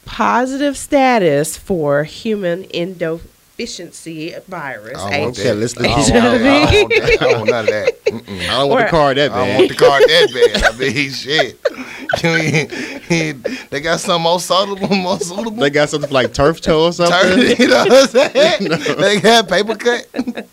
[SPEAKER 3] positive status for human endodeficiency virus.
[SPEAKER 1] I want
[SPEAKER 3] H-
[SPEAKER 2] Okay, let's-
[SPEAKER 1] I don't want that. I don't want that. I don't want none of that. Mm-mm.
[SPEAKER 2] I don't want
[SPEAKER 3] Or-
[SPEAKER 2] the card that
[SPEAKER 1] I don't
[SPEAKER 2] bad.
[SPEAKER 1] want the card that bad. I mean, shit. You ain't- they got some more suitable, more suitable.
[SPEAKER 2] They got something like turf toe or
[SPEAKER 1] turn,
[SPEAKER 2] something.
[SPEAKER 1] you know what I'm saying? They got paper cut.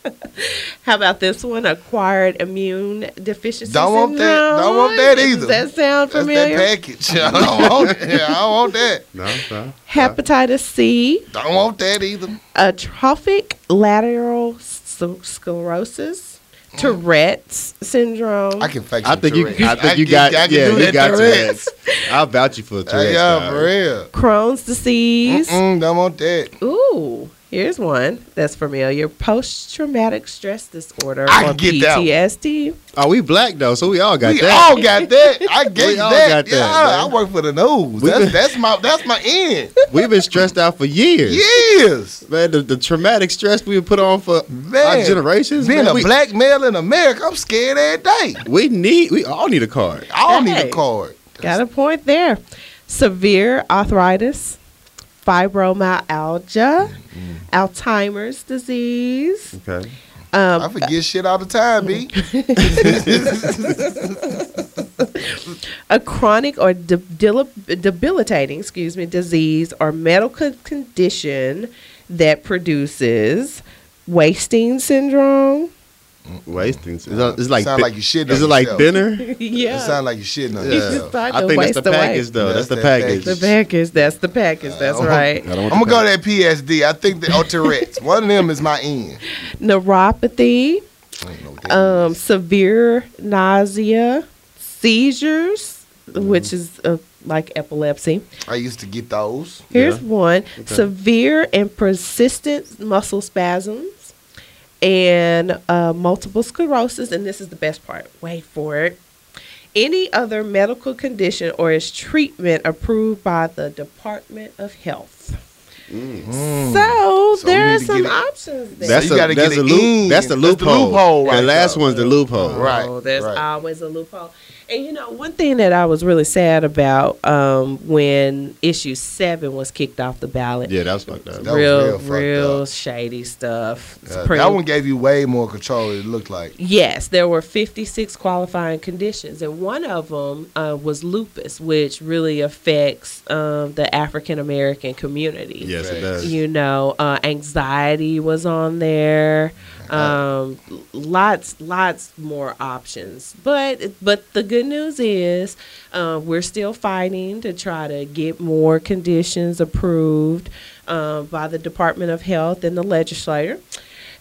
[SPEAKER 3] How about this one? Acquired immune deficiency.
[SPEAKER 1] Don't want that. Don't want
[SPEAKER 3] syndrome?
[SPEAKER 1] that either.
[SPEAKER 3] Does that sound
[SPEAKER 1] That's
[SPEAKER 3] familiar?
[SPEAKER 1] that package. I don't want that. I don't want that.
[SPEAKER 2] No, no.
[SPEAKER 3] Hepatitis C,
[SPEAKER 1] Don't want that either.
[SPEAKER 3] atrophic lateral s- sclerosis, Tourette's syndrome.
[SPEAKER 1] Mm. I can fix
[SPEAKER 2] I
[SPEAKER 1] some
[SPEAKER 2] think you.
[SPEAKER 1] Tourette's.
[SPEAKER 2] I think you
[SPEAKER 1] can-
[SPEAKER 2] got.
[SPEAKER 1] I can
[SPEAKER 2] yeah,
[SPEAKER 1] do
[SPEAKER 2] you
[SPEAKER 1] that
[SPEAKER 2] got
[SPEAKER 1] Tourette's.
[SPEAKER 2] Tourette's. I'll vouch you for a Tourette's.
[SPEAKER 1] Hey, yeah,
[SPEAKER 2] dog.
[SPEAKER 1] for real.
[SPEAKER 3] Crohn's disease.
[SPEAKER 1] Mm-mm, don't want that.
[SPEAKER 3] Ooh, here's one that's familiar: post-traumatic stress disorder,
[SPEAKER 1] I
[SPEAKER 3] or
[SPEAKER 1] can get that one.
[SPEAKER 3] PTSD.
[SPEAKER 2] Oh, we black though, so we all got
[SPEAKER 1] we
[SPEAKER 2] that.
[SPEAKER 1] all got that. I gave
[SPEAKER 2] all
[SPEAKER 1] that.
[SPEAKER 2] got that,
[SPEAKER 1] yeah, I
[SPEAKER 2] man.
[SPEAKER 1] work for the news.
[SPEAKER 2] We
[SPEAKER 1] That's,
[SPEAKER 2] been-
[SPEAKER 1] that's my that's my end.
[SPEAKER 2] We've been stressed out for years.
[SPEAKER 1] Years.
[SPEAKER 2] Man, the, the traumatic stress we put on for
[SPEAKER 1] Man,
[SPEAKER 2] our generations.
[SPEAKER 1] Being
[SPEAKER 2] man,
[SPEAKER 1] a
[SPEAKER 2] we,
[SPEAKER 1] black male in America, I'm scared every day.
[SPEAKER 2] we need. We all need a card.
[SPEAKER 1] I don't need
[SPEAKER 3] Hey.
[SPEAKER 1] a card.
[SPEAKER 3] Got a point there. Severe arthritis, fibromyalgia,
[SPEAKER 1] Mm-hmm.
[SPEAKER 3] Alzheimer's disease.
[SPEAKER 2] Okay.
[SPEAKER 1] I forget shit all the time, B.
[SPEAKER 3] a chronic or de- deli- debilitating, excuse me, disease or medical condition that produces wasting syndrome.
[SPEAKER 2] Wasting. It's, it's like
[SPEAKER 1] Sound
[SPEAKER 2] thi-
[SPEAKER 1] like you shitting
[SPEAKER 2] Is
[SPEAKER 1] on
[SPEAKER 2] it like
[SPEAKER 1] yourself.
[SPEAKER 2] dinner?
[SPEAKER 1] It
[SPEAKER 3] yeah,
[SPEAKER 1] sounds like you shitting on
[SPEAKER 2] Yeah.
[SPEAKER 1] yourself.
[SPEAKER 3] thought
[SPEAKER 2] uh, I
[SPEAKER 3] the
[SPEAKER 2] think that's the
[SPEAKER 3] waste away.
[SPEAKER 2] package though.
[SPEAKER 1] Yeah,
[SPEAKER 2] that's,
[SPEAKER 1] that's
[SPEAKER 2] the
[SPEAKER 1] that
[SPEAKER 2] package.
[SPEAKER 3] the package. That's the package. That's
[SPEAKER 1] Uh,
[SPEAKER 3] right.
[SPEAKER 2] I don't
[SPEAKER 1] I'm
[SPEAKER 2] want
[SPEAKER 1] gonna go
[SPEAKER 2] the package.
[SPEAKER 1] that PSD. I think the or Tourette's. One of them is my end.
[SPEAKER 3] Neuropathy,
[SPEAKER 1] I don't know what that
[SPEAKER 3] um,
[SPEAKER 1] is.
[SPEAKER 3] severe nausea, seizures,
[SPEAKER 2] Mm-hmm.
[SPEAKER 3] which is uh, like epilepsy.
[SPEAKER 1] I used to get those.
[SPEAKER 3] Here's
[SPEAKER 2] Yeah.
[SPEAKER 3] one
[SPEAKER 2] Okay.
[SPEAKER 3] severe and persistent muscle spasms and uh, multiple sclerosis. And this is the best part. Wait for it. Any other medical condition or its treatment approved by the Department of Health. Mm. So,
[SPEAKER 1] Mm. So we
[SPEAKER 3] there
[SPEAKER 1] need
[SPEAKER 3] are
[SPEAKER 1] to
[SPEAKER 3] some
[SPEAKER 1] get it.
[SPEAKER 3] options there.
[SPEAKER 2] That's
[SPEAKER 1] So you
[SPEAKER 2] a,
[SPEAKER 1] gotta
[SPEAKER 2] that's
[SPEAKER 1] get
[SPEAKER 2] a
[SPEAKER 1] it
[SPEAKER 2] loop.
[SPEAKER 1] in.
[SPEAKER 2] That's the
[SPEAKER 1] That's the
[SPEAKER 2] loophole.
[SPEAKER 1] loophole right
[SPEAKER 2] the last
[SPEAKER 1] there.
[SPEAKER 2] one's the loophole.
[SPEAKER 1] Right.
[SPEAKER 3] Oh, there's
[SPEAKER 1] right.
[SPEAKER 3] always a loophole. And you know, one thing that I was really sad about um, when issue seven was kicked off the ballot.
[SPEAKER 2] Yeah, that was fucked up.
[SPEAKER 1] That was
[SPEAKER 3] real,
[SPEAKER 1] real fucked
[SPEAKER 3] real
[SPEAKER 1] up.
[SPEAKER 3] shady stuff.
[SPEAKER 1] Uh,
[SPEAKER 3] Pretty-
[SPEAKER 1] that one gave you way more control. It looked like.
[SPEAKER 3] Yes, there were 56 qualifying conditions, and one of them uh, was lupus, which really affects um, the African American community.
[SPEAKER 2] Yes,
[SPEAKER 1] Right.
[SPEAKER 2] it does.
[SPEAKER 3] You know, uh, anxiety was on there. Um, lots, lots more options. But but the good news is uh, we're still fighting to try to get more conditions approved uh, by the Department of Health and the legislature.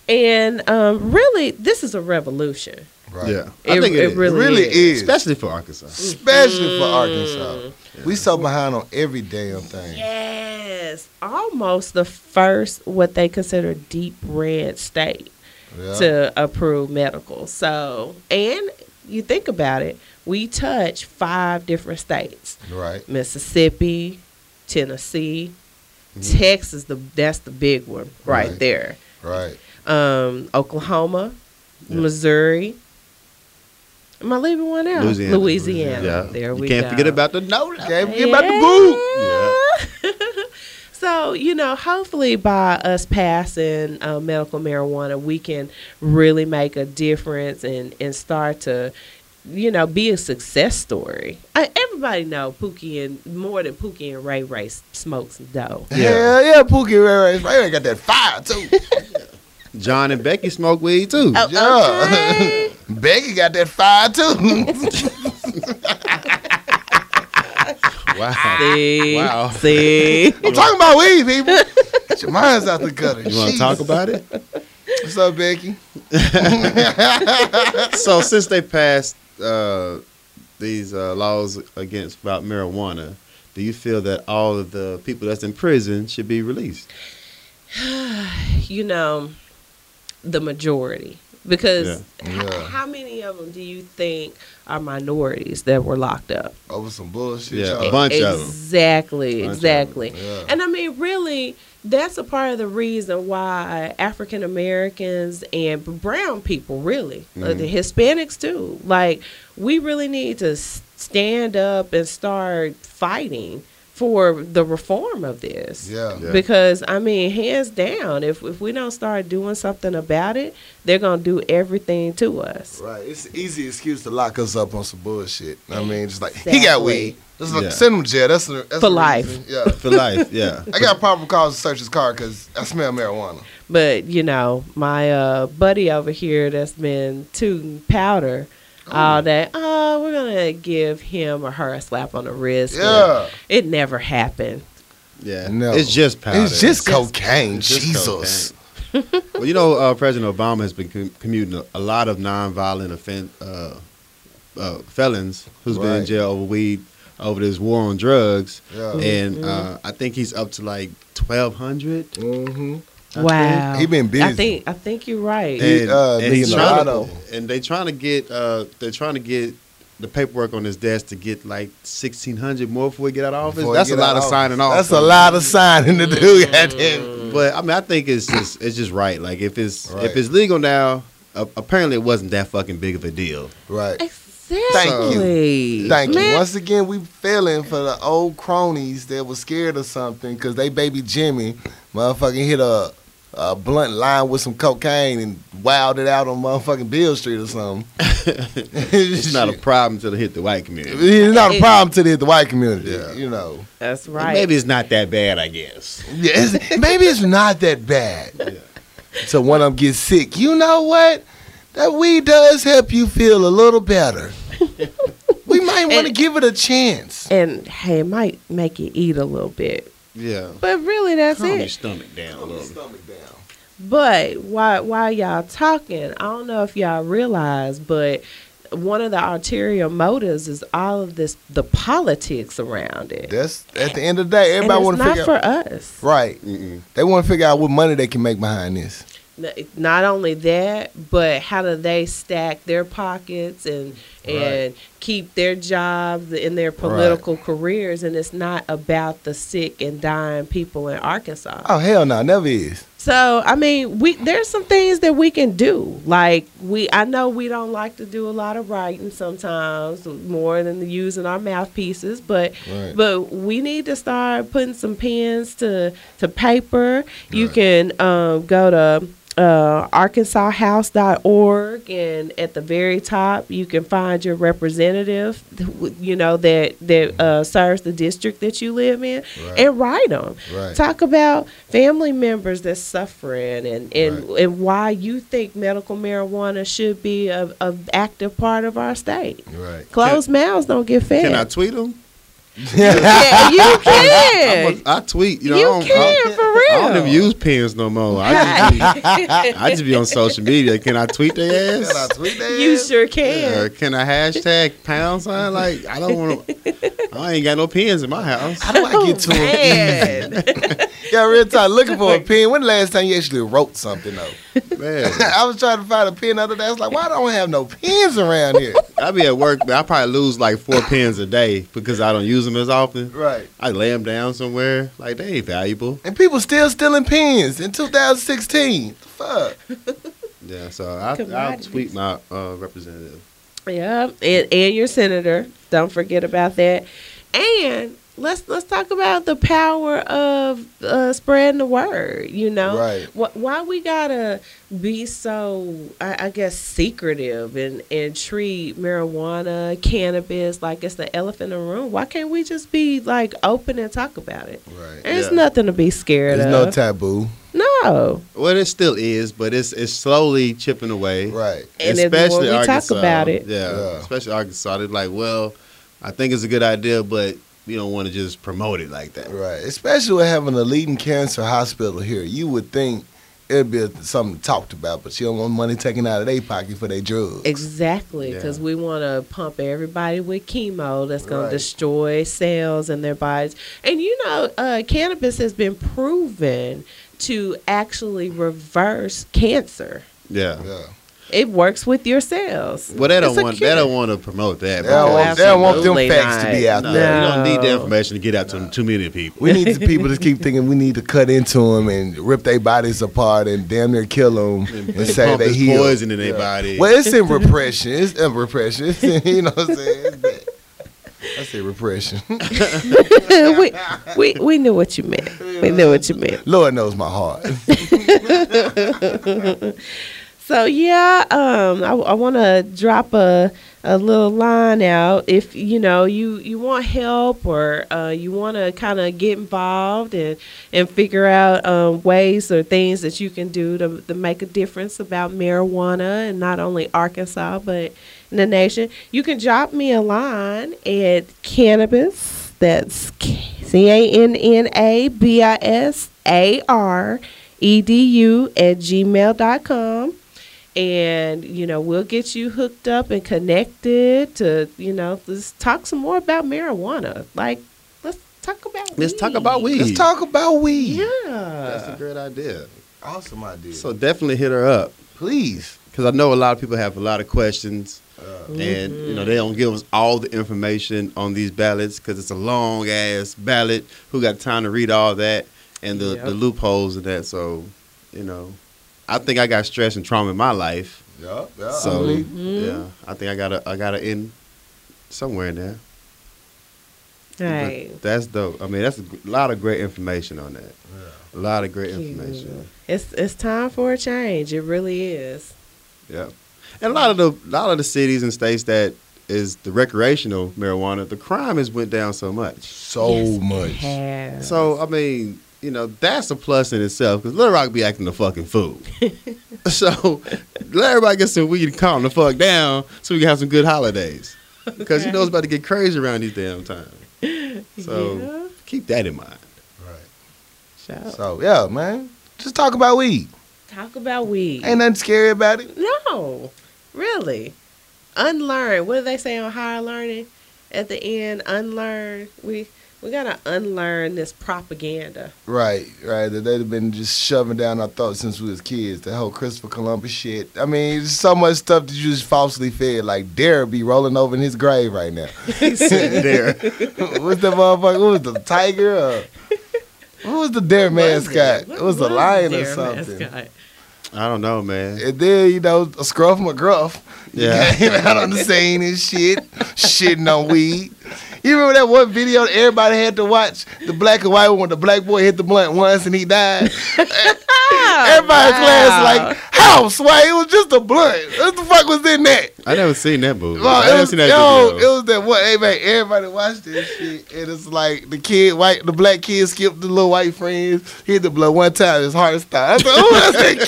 [SPEAKER 3] And um, really, this is a revolution.
[SPEAKER 1] Right.
[SPEAKER 2] Yeah,
[SPEAKER 3] It, it
[SPEAKER 2] is.
[SPEAKER 3] really,
[SPEAKER 1] It really
[SPEAKER 3] is.
[SPEAKER 1] is.
[SPEAKER 2] especially for Arkansas.
[SPEAKER 1] especially for
[SPEAKER 3] Mm-hmm.
[SPEAKER 1] Arkansas. We so behind on every damn thing.
[SPEAKER 3] Yes, almost the first what they consider deep red state.
[SPEAKER 1] Yeah.
[SPEAKER 3] to approve medical. So, and you think about it, we touch five different states:
[SPEAKER 1] right.
[SPEAKER 3] Mississippi, Tennessee, Texas. The that's the big one right,
[SPEAKER 1] Right.
[SPEAKER 3] there.
[SPEAKER 1] Right.
[SPEAKER 3] Um, Oklahoma,
[SPEAKER 2] Yeah.
[SPEAKER 3] Missouri. Am I leaving one out?
[SPEAKER 2] Louisiana.
[SPEAKER 3] Louisiana.
[SPEAKER 2] Yeah,
[SPEAKER 3] There
[SPEAKER 2] you
[SPEAKER 3] we
[SPEAKER 2] can't
[SPEAKER 3] go.
[SPEAKER 2] forget about the no.
[SPEAKER 1] Can't forget about the boo.
[SPEAKER 3] So, you know, hopefully by us passing uh, medical marijuana, we can really make a difference and, and start to, you know, be a success story. I, everybody know Pookie and more than Pookie and Ray Ray s- smokes dough.
[SPEAKER 2] Yeah.
[SPEAKER 1] Hell yeah, Pookie Ray Ray. Ray Ray got that fire too.
[SPEAKER 2] John and Becky smoke weed too.
[SPEAKER 3] Oh,
[SPEAKER 1] Yeah.
[SPEAKER 3] okay.
[SPEAKER 1] Becky got that fire too.
[SPEAKER 2] Wow.
[SPEAKER 3] See,
[SPEAKER 2] Wow.
[SPEAKER 3] see.
[SPEAKER 1] I'm talking about weed, people. Get your minds out the gutter.
[SPEAKER 2] You want to
[SPEAKER 1] Jeez.
[SPEAKER 2] talk about it?
[SPEAKER 1] What's up, Becky?
[SPEAKER 2] so since they passed uh, these uh, laws against about marijuana, do you feel that all of the people that's in prison should be released?
[SPEAKER 3] you know, the majority. Because h-
[SPEAKER 1] Yeah.
[SPEAKER 3] how many of them do you think are minorities that were locked up?
[SPEAKER 1] Over some bullshit.
[SPEAKER 2] Yeah,
[SPEAKER 1] y'all.
[SPEAKER 2] a bunch of 'em. Bunch
[SPEAKER 3] exactly,
[SPEAKER 2] of 'em,
[SPEAKER 3] exactly.
[SPEAKER 1] yeah.
[SPEAKER 3] And I mean, really, that's a part of the reason why African Americans and brown people, really,
[SPEAKER 2] Mm-hmm.
[SPEAKER 3] uh, the Hispanics too, like we really need to s- stand up and start fighting for the reform of this.
[SPEAKER 1] Yeah.
[SPEAKER 2] Yeah.
[SPEAKER 3] Because I mean, hands down, if if we don't start doing something about it, they're gonna do everything to us.
[SPEAKER 1] Right. It's an easy excuse to lock us up on some bullshit. I mean, just like he got
[SPEAKER 3] Exactly.
[SPEAKER 1] weed. Just like
[SPEAKER 2] Yeah.
[SPEAKER 1] send him to jail. That's, the- that's
[SPEAKER 3] For
[SPEAKER 1] the
[SPEAKER 3] life.
[SPEAKER 1] reason. Yeah.
[SPEAKER 2] for life. Yeah.
[SPEAKER 1] I got a problem calls to search his car because I smell marijuana.
[SPEAKER 3] But you know, my uh, buddy over here that's been tooting powder all day. Oh, we're gonna give him or her a slap on the wrist.
[SPEAKER 1] Yeah.
[SPEAKER 3] It never happened.
[SPEAKER 2] Yeah.
[SPEAKER 1] No.
[SPEAKER 2] It's just powder.
[SPEAKER 1] It's just cocaine.
[SPEAKER 2] It's just
[SPEAKER 1] Jesus.
[SPEAKER 2] cocaine. well, you know, uh, President Obama has been com- commuting a, a lot of nonviolent offense uh, uh, felons who's been in
[SPEAKER 1] Right.
[SPEAKER 2] jail over weed, over this war on drugs,
[SPEAKER 1] Yeah.
[SPEAKER 2] and uh, I think he's up to like twelve hundred.
[SPEAKER 1] Mm-hmm.
[SPEAKER 3] wow.
[SPEAKER 1] He been busy.
[SPEAKER 3] I think I think you're right.
[SPEAKER 1] He, uh,
[SPEAKER 2] he's
[SPEAKER 1] being a
[SPEAKER 2] trying
[SPEAKER 1] lotto.
[SPEAKER 2] to, and they trying to get uh, they're trying to get the paperwork on his desk to get like sixteen hundred more before he get out of office.
[SPEAKER 1] Before
[SPEAKER 2] That's
[SPEAKER 1] you
[SPEAKER 2] a
[SPEAKER 1] get out
[SPEAKER 2] lot of
[SPEAKER 1] office.
[SPEAKER 2] signing off.
[SPEAKER 1] That's
[SPEAKER 2] on
[SPEAKER 1] a
[SPEAKER 2] it.
[SPEAKER 1] lot of signing to do.
[SPEAKER 3] Mm.
[SPEAKER 1] Goddamn.
[SPEAKER 2] But I mean, I think it's just it's just right. Like if it's
[SPEAKER 1] Right.
[SPEAKER 2] if it's legal now, uh, apparently it wasn't that fucking big of a deal.
[SPEAKER 1] Right.
[SPEAKER 3] Exactly.
[SPEAKER 1] Thank you.
[SPEAKER 3] Man,
[SPEAKER 1] Once again, we failing for the old cronies that was scared of something because they baby Jimmy motherfucking hit a, a blunt line with some cocaine and wowed it out on motherfucking Bill Street or something.
[SPEAKER 2] It's not a problem till it hit the white community.
[SPEAKER 1] It's not a problem to the, the white community, you know.
[SPEAKER 3] That's right.
[SPEAKER 2] Maybe it's not that bad, I guess.
[SPEAKER 1] Yeah, it's, maybe it's not that bad. So one of them gets sick. You know what? That weed does help you feel a little better. we might want to
[SPEAKER 3] And-
[SPEAKER 1] give it a chance.
[SPEAKER 3] and hey, it might make you eat a little bit.
[SPEAKER 2] Yeah.
[SPEAKER 3] But really, that's
[SPEAKER 2] Calm your
[SPEAKER 3] it.
[SPEAKER 2] stomach down a little bit.
[SPEAKER 3] But while while y'all talking, I don't know if y'all realize, but one of the ulterior motives is all of this the politics around it.
[SPEAKER 1] That's at the end of the day,
[SPEAKER 3] and
[SPEAKER 1] everybody
[SPEAKER 3] it's
[SPEAKER 1] want to
[SPEAKER 3] not
[SPEAKER 1] figure
[SPEAKER 3] for
[SPEAKER 1] out.
[SPEAKER 3] us.
[SPEAKER 1] Right.
[SPEAKER 2] Mm-mm.
[SPEAKER 1] They want to figure out what money they can make behind this.
[SPEAKER 3] N- Not only that, but how do they stack their pockets and and keep their jobs and their political careers? And it's not about the sick and dying people in Arkansas.
[SPEAKER 1] Oh hell no, never is.
[SPEAKER 3] So I mean, we there's some things that we can do. Like we, I know we don't like to do a lot of writing sometimes, more than the using our mouthpieces. But
[SPEAKER 1] Right.
[SPEAKER 3] but we need to start putting some pens to to paper. You can um, go to uh, arkansashouse.org and at the very top you can find your representative you know that that uh, serves the district that you live in
[SPEAKER 1] Right.
[SPEAKER 3] and write them
[SPEAKER 1] Right.
[SPEAKER 3] talk about family members that's suffering and and, and why you think medical marijuana should be a, a active part of our state
[SPEAKER 1] Right.
[SPEAKER 3] closed mouths don't get fed
[SPEAKER 2] Can I tweet him?
[SPEAKER 3] yeah, you
[SPEAKER 2] I'm
[SPEAKER 3] can
[SPEAKER 2] a- I tweet. You know,
[SPEAKER 3] you
[SPEAKER 2] I don't, I,
[SPEAKER 3] can
[SPEAKER 2] don't-
[SPEAKER 3] for
[SPEAKER 2] I
[SPEAKER 3] real
[SPEAKER 2] don't even use pens no more. I just, be, I just be on social media. Can I tweet their ass?
[SPEAKER 1] Can I tweet that?
[SPEAKER 3] you sure can
[SPEAKER 2] Yeah, can I hashtag pound sign? Like I don't want to. I ain't got no pens in my house.
[SPEAKER 1] How do I get
[SPEAKER 3] Oh,
[SPEAKER 1] to it? yeah, real time. Looking for a pen. When the last time you actually wrote something though?
[SPEAKER 2] Man,
[SPEAKER 1] I was trying to find a pen the other day. I was like, why don't I have no pens around here?
[SPEAKER 2] I be at work, but I probably lose like four pens a day because I don't use them as often.
[SPEAKER 1] right.
[SPEAKER 2] I lay them down somewhere. Like they ain't valuable.
[SPEAKER 1] And people still stealing pens in 2016. Fuck.
[SPEAKER 2] Yeah, so I, I'll
[SPEAKER 3] Commodities.
[SPEAKER 2] tweet my uh, representative.
[SPEAKER 3] Yeah, and, and your senator. Don't forget about that. And let's let's talk about the power of uh, spreading the word. You know,
[SPEAKER 1] Right.
[SPEAKER 3] Wh- why we gotta be so, I, I guess, secretive and and treat marijuana, cannabis like it's the elephant in the room. Why can't we just be like open and talk about it?
[SPEAKER 1] Right.
[SPEAKER 3] There's
[SPEAKER 2] Yeah.
[SPEAKER 3] nothing to be scared
[SPEAKER 1] There's no
[SPEAKER 3] of.
[SPEAKER 1] taboo.
[SPEAKER 3] no,
[SPEAKER 2] Well, it still is, but it's it's slowly chipping away.
[SPEAKER 1] Right.
[SPEAKER 3] and then the more we talk about it,
[SPEAKER 2] Yeah,
[SPEAKER 1] Yeah.
[SPEAKER 2] especially Arkansas. They're like, well, I think it's a good idea, but we don't want to just promote it like that.
[SPEAKER 1] Right. Especially with having a leading cancer hospital here. You would think it'd be something talked about, but you don't want money taken out of their pocket for their drugs.
[SPEAKER 3] Exactly, because
[SPEAKER 2] Yeah.
[SPEAKER 3] we want to pump everybody with chemo that's going
[SPEAKER 1] Right.
[SPEAKER 3] to destroy cells in their bodies. And you know, uh, cannabis has been proven to actually reverse cancer.
[SPEAKER 2] Yeah.
[SPEAKER 1] Yeah.
[SPEAKER 3] It works with your cells.
[SPEAKER 2] Well, they don't
[SPEAKER 3] It's a
[SPEAKER 2] want
[SPEAKER 3] cure.
[SPEAKER 2] they don't want to promote that.
[SPEAKER 1] They don't, want, they don't want them
[SPEAKER 3] Absolutely
[SPEAKER 1] facts to be
[SPEAKER 3] not.
[SPEAKER 1] out
[SPEAKER 2] No,
[SPEAKER 1] there.
[SPEAKER 2] You don't need that
[SPEAKER 3] No.
[SPEAKER 2] information to get out to too many people.
[SPEAKER 1] We need the people to keep thinking we need to cut into them and rip their bodies apart and damn near kill them and, say
[SPEAKER 2] pump
[SPEAKER 1] they
[SPEAKER 2] this
[SPEAKER 1] heal.
[SPEAKER 2] poison in their body.
[SPEAKER 1] Well, it's in repression. It's in repression. It's in, you know what I'm saying? It's bad. I say repression.
[SPEAKER 3] we, we we knew what you meant. We knew what you meant.
[SPEAKER 1] Lord knows my heart.
[SPEAKER 3] So yeah, um, I, I want to drop a a little line out. If you know you you want help or uh, you want to kind of get involved and and figure out um, ways or things that you can do to to make a difference about marijuana and not only Arkansas but in the nation, you can drop me a line at cannabis. That's C A N N A B I S A R E D U at gmail.com and you know we'll get you hooked up and connected to you know let's talk some more about marijuana like let's talk about
[SPEAKER 2] Let's talk about weed.
[SPEAKER 1] Let's talk about weed.
[SPEAKER 2] That's a
[SPEAKER 3] yeah
[SPEAKER 2] great idea.
[SPEAKER 1] Awesome idea.
[SPEAKER 2] So definitely hit her up
[SPEAKER 1] please.
[SPEAKER 2] because I know a lot of people have a lot of questions.
[SPEAKER 1] Uh,
[SPEAKER 2] and you know they don't give us all the information on these ballots because it's a long ass ballot. Who got time to read all that and the,
[SPEAKER 3] Yep.
[SPEAKER 2] the loopholes and that? So, you know, I think I got stress and trauma in my life.
[SPEAKER 1] yeah, yeah, I
[SPEAKER 2] So
[SPEAKER 1] believe-
[SPEAKER 2] yeah, I think I gotta I gotta end somewhere in there. But
[SPEAKER 3] right
[SPEAKER 2] that's dope. I mean, that's a g- lot of great information on that. A lot of great information.
[SPEAKER 3] it's it's time for a change it really is
[SPEAKER 2] Yeah, and a lot of the lot of the cities and states that is the recreational marijuana, the crime has went down so much.
[SPEAKER 1] So
[SPEAKER 3] Yes, it
[SPEAKER 1] much.
[SPEAKER 3] has.
[SPEAKER 2] So I mean, you know, that's a plus in itself because Little Rock be acting the fucking fool. so let everybody get some weed and calm the fuck down so we can have some good holidays because you know it's about to get crazy around these damn times. So
[SPEAKER 3] Yeah.
[SPEAKER 2] keep that in mind.
[SPEAKER 1] Right.
[SPEAKER 3] So,
[SPEAKER 1] So yeah, man. Just talk about weed.
[SPEAKER 3] uh, talk about weed
[SPEAKER 1] Ain't nothing scary about it.
[SPEAKER 3] no really unlearn what do they say on higher learning at the end unlearn we we gotta unlearn this propaganda
[SPEAKER 1] Right, right. That they'd have been just shoving down our throats since we was kids. The whole Christopher Columbus shit. I mean, there's so much stuff that you just falsely fed. Like Dare be rolling over in his grave right now.
[SPEAKER 2] Sitting there.
[SPEAKER 1] What's that motherfucker? What was the tiger? Or, what was the Dare
[SPEAKER 3] was
[SPEAKER 1] mascot?
[SPEAKER 3] it?
[SPEAKER 1] It
[SPEAKER 3] What
[SPEAKER 1] was a
[SPEAKER 3] the
[SPEAKER 1] lion or
[SPEAKER 3] deer
[SPEAKER 1] something.
[SPEAKER 3] mascot?
[SPEAKER 2] I don't know, man.
[SPEAKER 1] And then, you know, a scruff McGruff
[SPEAKER 2] Yeah.
[SPEAKER 1] came out on the scene and shit, shitting on weed. You remember that one video that everybody had to watch? The black and white one, when the black boy hit the blunt once and he died. Everybody in class like, how, Sway? It was just a blunt. What the fuck was in that?
[SPEAKER 2] I never seen that movie.
[SPEAKER 1] Well,
[SPEAKER 2] I
[SPEAKER 1] it
[SPEAKER 2] never
[SPEAKER 1] was,
[SPEAKER 2] seen that
[SPEAKER 1] yo,
[SPEAKER 2] video.
[SPEAKER 1] it was that one. Hey, man, everybody watched this shit, and it's like the kid, white, the black kid skipped the little white friends, hit the blood one time, his heart stopped. I was like, oh, that's that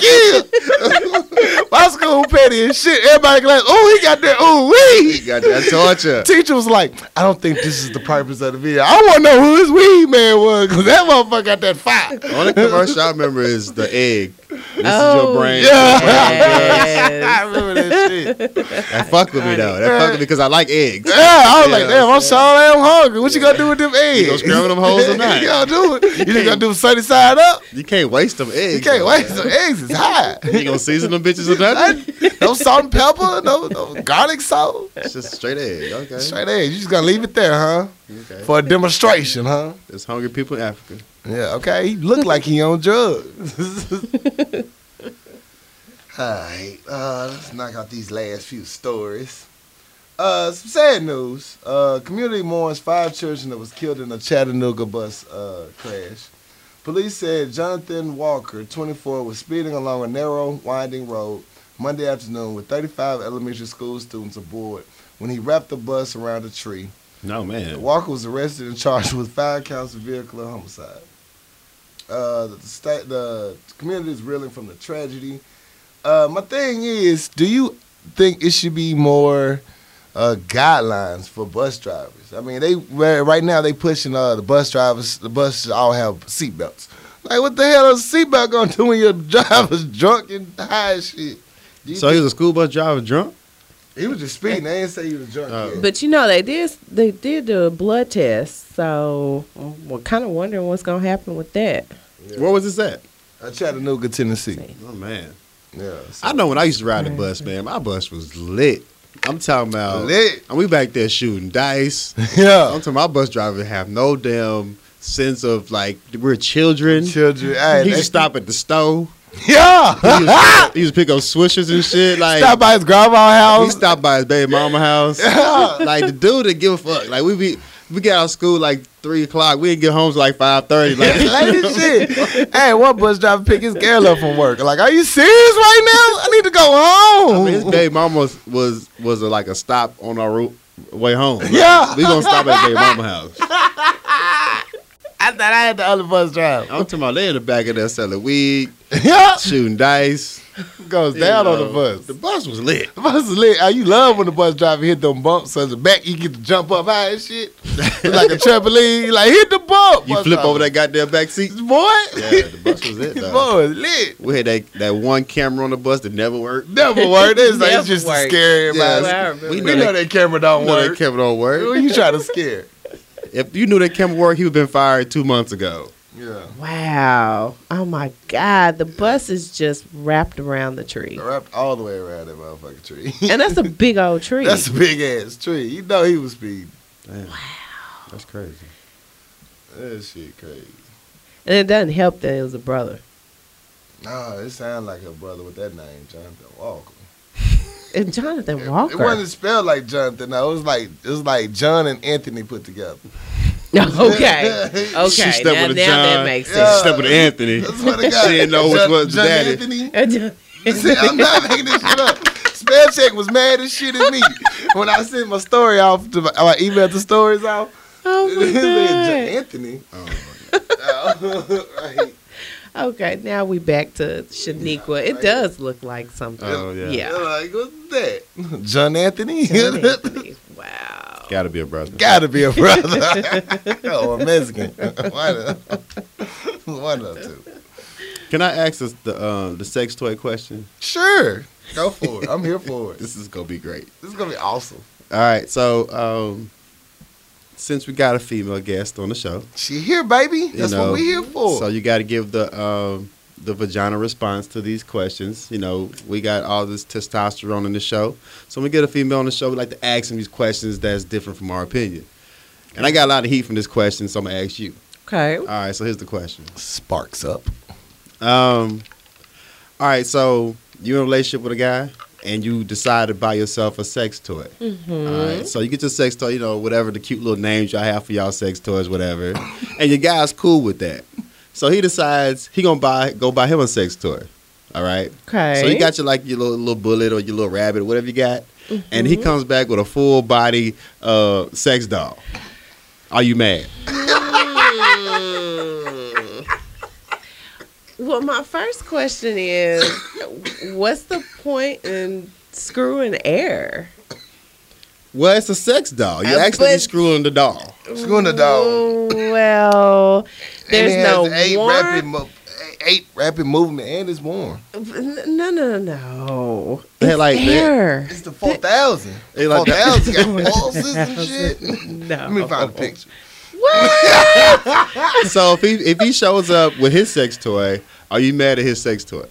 [SPEAKER 1] kid. My school petty and shit. Everybody like, oh, he got that, oh,
[SPEAKER 2] He
[SPEAKER 1] we.
[SPEAKER 2] got that torture.
[SPEAKER 1] Teacher was like, I don't think this is the purpose of the video. I want to know who this weed man was, because that motherfucker got that fire.
[SPEAKER 2] Only commercial I remember is the egg. This is
[SPEAKER 3] Oh,
[SPEAKER 2] your brain.
[SPEAKER 1] I remember that shit.
[SPEAKER 2] That fuck with me though. That fuck with me because I like eggs.
[SPEAKER 1] Yeah, I was
[SPEAKER 2] Yeah,
[SPEAKER 1] like, damn, I'm sure I am hungry. What you gonna do with them eggs?
[SPEAKER 2] You gonna scramble them hoes or not?
[SPEAKER 1] you gonna do it. You just gonna do them sunny side up?
[SPEAKER 2] You can't waste them eggs.
[SPEAKER 1] You can't
[SPEAKER 2] though,
[SPEAKER 1] wait.
[SPEAKER 2] man.
[SPEAKER 1] Some eggs is hot.
[SPEAKER 2] You gonna season them bitches or nothing?
[SPEAKER 1] no salt and pepper, no, no garlic salt.
[SPEAKER 2] It's just straight egg. Okay.
[SPEAKER 1] Straight eggs. You just gonna leave it there, huh?
[SPEAKER 2] okay.
[SPEAKER 1] For a demonstration, huh?
[SPEAKER 2] There's hungry people in Africa.
[SPEAKER 1] Yeah, okay. He looked like he on drugs. Alright, uh, let's knock out these last few stories. Uh, some sad news. Uh, community mourns five children that was killed in a Chattanooga bus uh, crash. Police said Jonathan Walker, 24, was speeding along a narrow, winding road Monday afternoon with 35 elementary school students aboard when he wrapped the bus around a tree.
[SPEAKER 2] No man.
[SPEAKER 1] Walker was arrested and charged with five counts of vehicular homicide. Uh, the, sta the community is reeling from the tragedy. Uh, my thing is, do you think it should be more uh, guidelines for bus drivers? I mean, they right right now they pushing uh, the bus drivers. The buses all have seatbelts. Like, what the hell is a seatbelt gonna do when your driver's drunk and high as shit? Do you
[SPEAKER 2] So he was a school bus driver drunk.
[SPEAKER 1] think- he was just speeding. They didn't say he was drunk.
[SPEAKER 2] Oh.
[SPEAKER 1] yet.
[SPEAKER 3] But you know they did they did the blood test, so we're kind of wondering what's gonna happen with that.
[SPEAKER 2] Where was this at?
[SPEAKER 1] Uh, Chattanooga, Tennessee.
[SPEAKER 3] See.
[SPEAKER 2] Oh man.
[SPEAKER 1] Yeah, so-
[SPEAKER 2] I know when I used to ride the bus, man. My bus was lit. I'm talking about
[SPEAKER 1] Lit.
[SPEAKER 2] And we back there shooting dice.
[SPEAKER 1] yeah.
[SPEAKER 2] I'm talking my bus driver have no damn sense of like we're children.
[SPEAKER 1] children. Hey,
[SPEAKER 2] he
[SPEAKER 1] they-
[SPEAKER 2] just stop at the stove. He
[SPEAKER 1] Yeah.
[SPEAKER 2] used, he used to pick up swishers and shit. Like
[SPEAKER 1] Stop by his grandma's
[SPEAKER 2] He
[SPEAKER 1] house.
[SPEAKER 2] stopped by his baby mama house. like the dude didn't give a fuck. Like we be we got out of school like three o'clock. We didn't get home till like five thirty. Like
[SPEAKER 1] Like this shit. Hey, one bus driver pick his girl up from work. Like, are you serious right now? I need to go home.
[SPEAKER 2] his baby mama was was, was a, like a stop on our route way home. Like,
[SPEAKER 1] Yeah.
[SPEAKER 2] we gonna stop at baby mama house.
[SPEAKER 1] I thought I had the other bus driver.
[SPEAKER 2] I'm talking about they in the back of there selling weed,
[SPEAKER 1] Yeah,
[SPEAKER 2] shooting dice.
[SPEAKER 1] goes
[SPEAKER 2] You
[SPEAKER 1] down on
[SPEAKER 2] know,
[SPEAKER 1] the bus.
[SPEAKER 2] The bus was lit.
[SPEAKER 1] The bus is lit. Oh, you love when the bus driver hit them bumps so the back you get to jump up high and shit. It's like a trampoline. You like hit the bump.
[SPEAKER 2] You
[SPEAKER 1] bus
[SPEAKER 2] flip
[SPEAKER 1] driver.
[SPEAKER 2] over that goddamn back seat.
[SPEAKER 1] boy.
[SPEAKER 2] Yeah, the bus was lit
[SPEAKER 1] This
[SPEAKER 2] though.
[SPEAKER 1] boy is lit.
[SPEAKER 2] We had that, that one camera on the bus that never worked.
[SPEAKER 1] Never worked. It's, like, it's
[SPEAKER 3] Never
[SPEAKER 1] just to
[SPEAKER 3] worked.
[SPEAKER 1] scare
[SPEAKER 2] Yeah,
[SPEAKER 1] everybody.
[SPEAKER 3] Wow,
[SPEAKER 2] we
[SPEAKER 1] We,
[SPEAKER 2] know,
[SPEAKER 1] know
[SPEAKER 2] that,
[SPEAKER 1] that camera don't
[SPEAKER 2] we know that
[SPEAKER 1] work.
[SPEAKER 2] camera don't work.
[SPEAKER 1] Who you trying to scare?
[SPEAKER 2] If you knew that Kevin Ward, he would have been fired two months ago.
[SPEAKER 1] Yeah.
[SPEAKER 3] Wow. Oh my God. The bus is just wrapped around the tree.
[SPEAKER 1] Wrapped all the way around that motherfucking tree.
[SPEAKER 3] And that's a big old tree.
[SPEAKER 1] That's a big ass tree. You know he was speeding.
[SPEAKER 2] Wow. That's crazy.
[SPEAKER 1] That shit crazy.
[SPEAKER 3] and it doesn't help that it was a brother.
[SPEAKER 1] Nah, it sounded like her brother with that name, Jonathan Walker.
[SPEAKER 3] And Jonathan
[SPEAKER 1] It
[SPEAKER 3] Walker.
[SPEAKER 1] wasn't spelled like Jonathan. No, it was like it was like John and Anthony put together.
[SPEAKER 3] okay. Okay. Now,
[SPEAKER 2] She stepped
[SPEAKER 3] now
[SPEAKER 2] with a
[SPEAKER 3] that
[SPEAKER 2] John.
[SPEAKER 3] makes
[SPEAKER 1] Yeah.
[SPEAKER 3] sense.
[SPEAKER 2] She stepped with Anthony.
[SPEAKER 1] That's what I got.
[SPEAKER 2] She didn't know which
[SPEAKER 1] John-
[SPEAKER 2] was the
[SPEAKER 1] John
[SPEAKER 2] daddy.
[SPEAKER 1] Anthony.
[SPEAKER 3] It's
[SPEAKER 1] See, I'm not making this shit up. Spell check was mad as shit at me when I sent my story off to my, I emailed the stories off.
[SPEAKER 3] Oh
[SPEAKER 1] It said
[SPEAKER 3] my God.
[SPEAKER 1] John Anthony. Oh, right.
[SPEAKER 3] Okay, now we back to Shaniqua. It does look like something.
[SPEAKER 2] Oh, yeah.
[SPEAKER 1] They're
[SPEAKER 3] yeah.
[SPEAKER 1] Like, what's that? John Anthony?
[SPEAKER 3] Anthony. Wow.
[SPEAKER 2] Gotta be a brother.
[SPEAKER 1] Gotta be a brother. or a Mexican. One of One of two.
[SPEAKER 2] Can I ask us the uh, the sex toy question?
[SPEAKER 1] Sure. Go for it. I'm here for it. This
[SPEAKER 2] This is gonna be great.
[SPEAKER 1] is gonna be awesome.
[SPEAKER 2] All right, so um, since we got a female guest on the show,
[SPEAKER 1] She here, baby. That's
[SPEAKER 2] know,
[SPEAKER 1] what we here for.
[SPEAKER 2] so you got to give the um, the vagina response to these questions. You know, we got all this testosterone in the show, so when we get a female on the show, we like to ask them these questions that's different from our opinion. And I got a lot of heat from this question, so I'm gonna ask you.
[SPEAKER 3] Okay.
[SPEAKER 2] All right, so here's the question.
[SPEAKER 1] Sparks up.
[SPEAKER 2] Um, all right, so you're in a relationship with a guy, and you decide to buy yourself a sex toy. All right, so you get your sex toy, you know, whatever the cute little names y'all have for y'all sex toys, whatever, and your guy's cool with that. So he decides he gonna buy, go buy him a sex toy. All right.
[SPEAKER 3] Okay.
[SPEAKER 2] So you got your like your little, little bullet or your little rabbit or whatever you got, and he comes back with a full body uh, sex doll. Are you mad?
[SPEAKER 3] Well, my first question is, what's the point in screwing air?
[SPEAKER 2] Well, it's a sex doll. You're
[SPEAKER 3] Uh,
[SPEAKER 2] actually
[SPEAKER 3] but-
[SPEAKER 2] screwing the doll.
[SPEAKER 1] Screwing the dog.
[SPEAKER 3] Well,
[SPEAKER 1] And
[SPEAKER 3] there's
[SPEAKER 1] it
[SPEAKER 3] no
[SPEAKER 1] has eight rapid,
[SPEAKER 3] warrant.
[SPEAKER 1] mo- eight rapid movement, and it's warm.
[SPEAKER 3] No, no, no.
[SPEAKER 2] They
[SPEAKER 3] It's
[SPEAKER 2] like- they-
[SPEAKER 3] air.
[SPEAKER 1] It's the four thousand.
[SPEAKER 2] They
[SPEAKER 1] Four
[SPEAKER 2] like that.
[SPEAKER 1] thousand got pulses and shit.
[SPEAKER 3] No.
[SPEAKER 1] Let me find a picture.
[SPEAKER 2] So if he if he shows up with his sex toy, are you mad at his sex toy?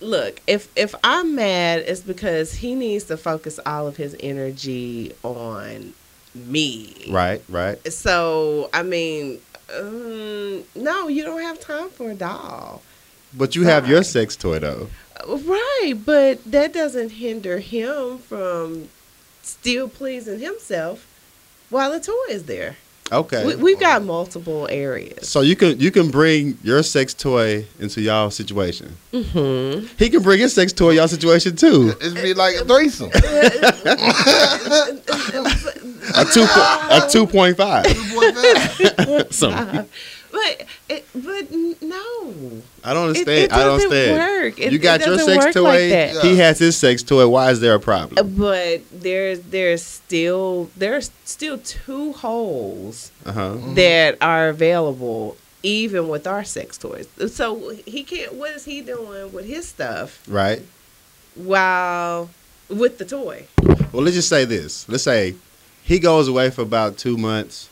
[SPEAKER 3] Look, if if I'm mad, it's because he needs to focus all of his energy on me.
[SPEAKER 2] Right, right.
[SPEAKER 3] So, I mean, um, no, you don't have time for a doll.
[SPEAKER 2] But you have your sex toy though.
[SPEAKER 3] Right, but that doesn't hinder him from still pleasing himself while the toy is there.
[SPEAKER 2] Okay.
[SPEAKER 3] We, we've got multiple areas.
[SPEAKER 2] so you can you can bring your sex toy into y'all situation.
[SPEAKER 3] Mm-hmm.
[SPEAKER 2] He can bring his sex toy y'all situation too.
[SPEAKER 1] It's be like a threesome.
[SPEAKER 2] A two a two point five.
[SPEAKER 3] Uh-huh.
[SPEAKER 2] Some,
[SPEAKER 3] But it, but n- no,
[SPEAKER 2] I don't
[SPEAKER 3] it,
[SPEAKER 2] understand.
[SPEAKER 3] it doesn't
[SPEAKER 2] I don't understand.
[SPEAKER 3] work. It,
[SPEAKER 2] you got
[SPEAKER 3] it
[SPEAKER 2] your
[SPEAKER 3] doesn't
[SPEAKER 2] sex
[SPEAKER 3] work
[SPEAKER 2] toy.
[SPEAKER 3] like that.
[SPEAKER 1] Yeah.
[SPEAKER 2] He has his sex toy. Why is there a problem?
[SPEAKER 3] But there's there's still there's still two holes
[SPEAKER 2] Uh huh.
[SPEAKER 3] that are available even with our sex toys. So he can't. What is he doing with his stuff
[SPEAKER 2] Right.
[SPEAKER 3] while with the toy?
[SPEAKER 2] Well, let's just say this. Let's say he goes away for about two months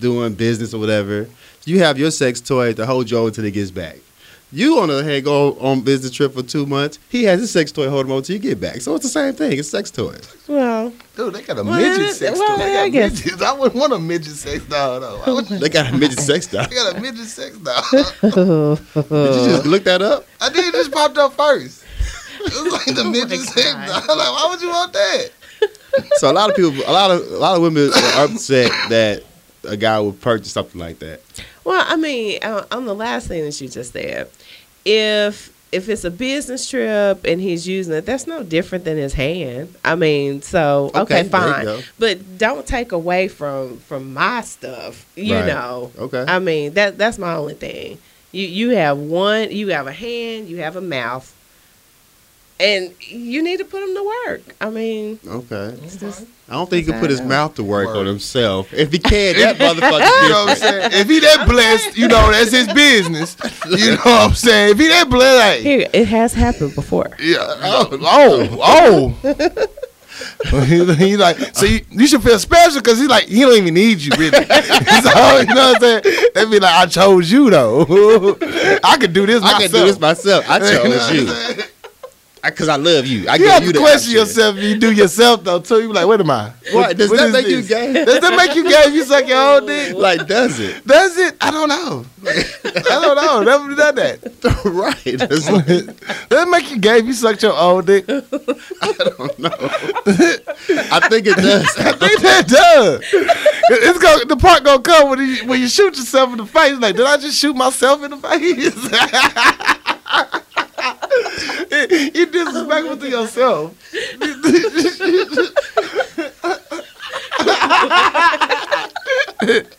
[SPEAKER 2] doing business or whatever. You have your sex toy to hold you over till he gets back. You, on the other hand, go on business trip for two months. He has his sex toy hold him over till you get back. So it's the same thing. It's sex toy.
[SPEAKER 3] Well,
[SPEAKER 1] Dude, they got a
[SPEAKER 3] Well, it
[SPEAKER 1] midget
[SPEAKER 3] is-
[SPEAKER 1] sex
[SPEAKER 3] well,
[SPEAKER 1] doll. They
[SPEAKER 3] I
[SPEAKER 1] got
[SPEAKER 3] guess.
[SPEAKER 1] midgets. I wouldn't want a midget sex doll though. I would,
[SPEAKER 2] They got a midget sex doll.
[SPEAKER 1] they got a midget sex doll. Uh.
[SPEAKER 2] Did you just look that up?
[SPEAKER 1] I think it just popped up first. It was like the midget sex doll.
[SPEAKER 3] Oh God.
[SPEAKER 1] Like, why would you want that?
[SPEAKER 2] So a lot of people, a lot of a lot of women are upset that a guy would purchase something like that.
[SPEAKER 3] Well, I mean, uh, on the last thing that you just said, if if it's a business trip and he's using it, that's no different than his hand. I mean, so okay,
[SPEAKER 2] Okay, there you go.
[SPEAKER 3] fine, but don't take away from from my stuff. You
[SPEAKER 2] Right.
[SPEAKER 3] know,
[SPEAKER 2] Okay.
[SPEAKER 3] I mean that that's my only thing. You you have one, you have a hand, you have a mouth, and you need to put them to work. I mean,
[SPEAKER 2] Okay.
[SPEAKER 3] it's just
[SPEAKER 2] I don't think he can put his
[SPEAKER 3] Exactly.
[SPEAKER 2] mouth to work
[SPEAKER 1] Word.
[SPEAKER 2] on himself. If he can, that motherfucker.
[SPEAKER 1] You know what I'm saying? If he that blessed, you know that's his business. You know what I'm saying? If he that blessed, hey,
[SPEAKER 3] here it has happened before.
[SPEAKER 1] yeah, oh, oh, oh. He- he like, so you, you should feel special because he like he don't even need you really. so, you know what I'm saying? They be like, I chose you though. I could do this.
[SPEAKER 2] I can do this myself. I
[SPEAKER 1] You know
[SPEAKER 2] chose
[SPEAKER 1] what I'm
[SPEAKER 2] you
[SPEAKER 1] saying?
[SPEAKER 2] because I love you. I
[SPEAKER 1] You
[SPEAKER 2] give
[SPEAKER 1] have
[SPEAKER 2] you
[SPEAKER 1] to
[SPEAKER 2] the
[SPEAKER 1] question
[SPEAKER 2] option.
[SPEAKER 1] yourself. if You do yourself though too. You be like, what am I?
[SPEAKER 2] What, does
[SPEAKER 1] What
[SPEAKER 2] that
[SPEAKER 1] is
[SPEAKER 2] make you
[SPEAKER 1] this?
[SPEAKER 2] gay?
[SPEAKER 1] Does that make you gay? If you suck your own dick?
[SPEAKER 2] Like, does it?
[SPEAKER 1] Does it? I don't know. I don't know. Never done that.
[SPEAKER 2] right. It's like,
[SPEAKER 1] Does it make you gay if you sucked your own dick? I
[SPEAKER 2] I think it does.
[SPEAKER 1] think that does. It's going the part gonna come when you when you shoot yourself in the face. Like, did I just shoot myself in the face? you disrespectful to yourself.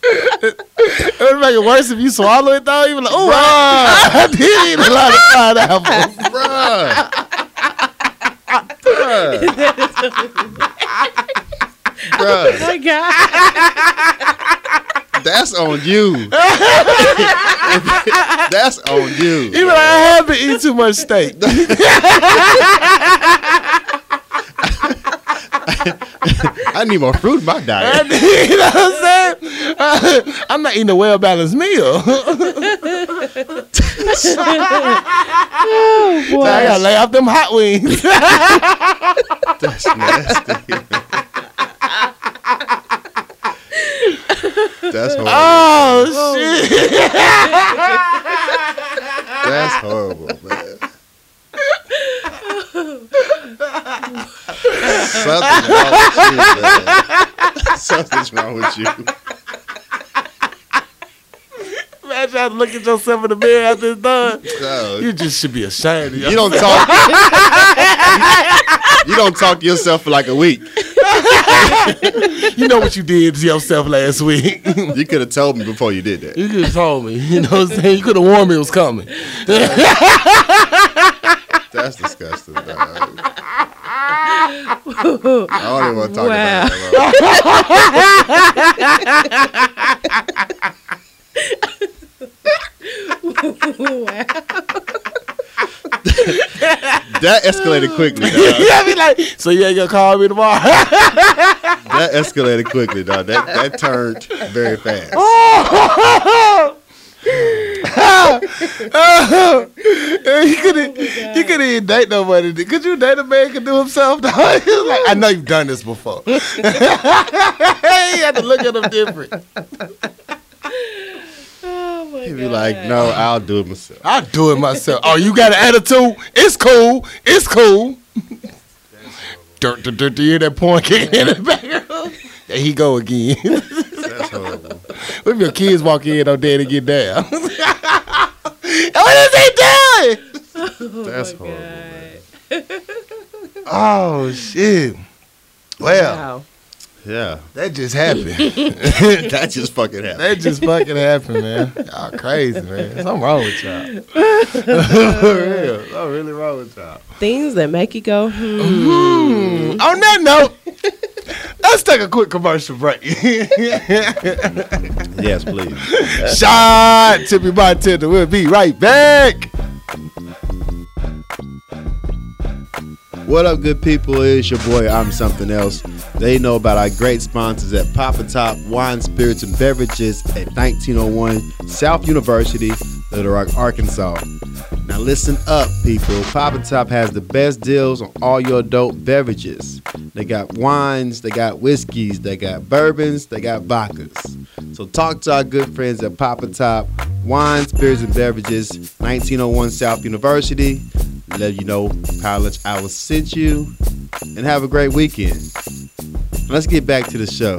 [SPEAKER 1] it would make it worse if you swallow it though. You be like, oh, I did eat a lot of fried apples.
[SPEAKER 2] Bruh. Bruh.
[SPEAKER 3] My God,
[SPEAKER 2] Bruh. That's on you. That's on
[SPEAKER 1] You be
[SPEAKER 2] you.
[SPEAKER 1] like, I haven't eaten too much steak.
[SPEAKER 2] I need more fruit in my diet.
[SPEAKER 1] And, you know what I'm saying? Uh, I'm not eating a well balanced meal. Oh, I gotta lay off them hot wings.
[SPEAKER 2] That's nasty. That's horrible.
[SPEAKER 1] oh, shit.
[SPEAKER 2] That's horrible, man. Something's wrong with you, man. Something's wrong with you.
[SPEAKER 1] Imagine trying to look at yourself in the mirror after it's done.
[SPEAKER 2] No,
[SPEAKER 1] You just should be ashamed of
[SPEAKER 2] you
[SPEAKER 1] yourself.
[SPEAKER 2] don't talk. You don't talk to yourself for like a week.
[SPEAKER 1] You, know what you did to yourself last week.
[SPEAKER 2] You could have told me before you did that.
[SPEAKER 1] you could have told me. You know what I'm saying? You could have warned me it was coming.
[SPEAKER 2] That's disgusting. Dog. I don't even want to talk
[SPEAKER 3] Wow.
[SPEAKER 2] about it.
[SPEAKER 3] wow.
[SPEAKER 2] That escalated quickly.
[SPEAKER 1] you
[SPEAKER 2] Dog.
[SPEAKER 1] know, be like, so you ain't gonna call me tomorrow?
[SPEAKER 2] That escalated quickly, dog. That that turned very fast.
[SPEAKER 3] Oh
[SPEAKER 1] Oh! you couldn't, you couldn't even date nobody. Could you date a man could do himself? Though? He was like, I know you've done this before. you had to look at him different.
[SPEAKER 3] Oh my
[SPEAKER 2] He'd
[SPEAKER 3] God.
[SPEAKER 2] be like, "No, I'll do it myself."
[SPEAKER 1] I do it myself. Oh, you got an attitude? It's cool. It's cool. Dirt, dirt, dirt. You hear that porn kicking in the background? There he go again.
[SPEAKER 2] That's
[SPEAKER 3] Oh
[SPEAKER 2] horrible.
[SPEAKER 1] What if your kids walk in on daddy get down? what is he doing?
[SPEAKER 2] That's
[SPEAKER 3] my
[SPEAKER 2] horrible.
[SPEAKER 3] God.
[SPEAKER 2] Man.
[SPEAKER 1] Oh shit. Well,
[SPEAKER 3] Wow.
[SPEAKER 2] Yeah,
[SPEAKER 1] that just happened.
[SPEAKER 2] that just fucking happened.
[SPEAKER 1] that just fucking happened, man. Y'all crazy, man. Something wrong with y'all. For real. Something really wrong with y'all.
[SPEAKER 3] Things that make you go, hmm.
[SPEAKER 1] On that note, let's take a quick commercial break.
[SPEAKER 2] Yes, please.
[SPEAKER 1] Shot Tippy Bartender. We'll be right back.
[SPEAKER 2] What up, good people? It's your boy, I'm Something Else. They know about our great sponsors at Papa Top Wine, Spirits, and Beverages at 1901 South University, Little Rock, Arkansas. Now, listen up, people. Papa Top has the best deals on all your adult beverages. They got wines, they got whiskeys, they got bourbons, they got vodkas. So talk to our good friends at Papa Top Wine, Spirits, and Beverages, 1901 South University. Let you know how much I will send you, and have a great weekend. Let's get back to the show.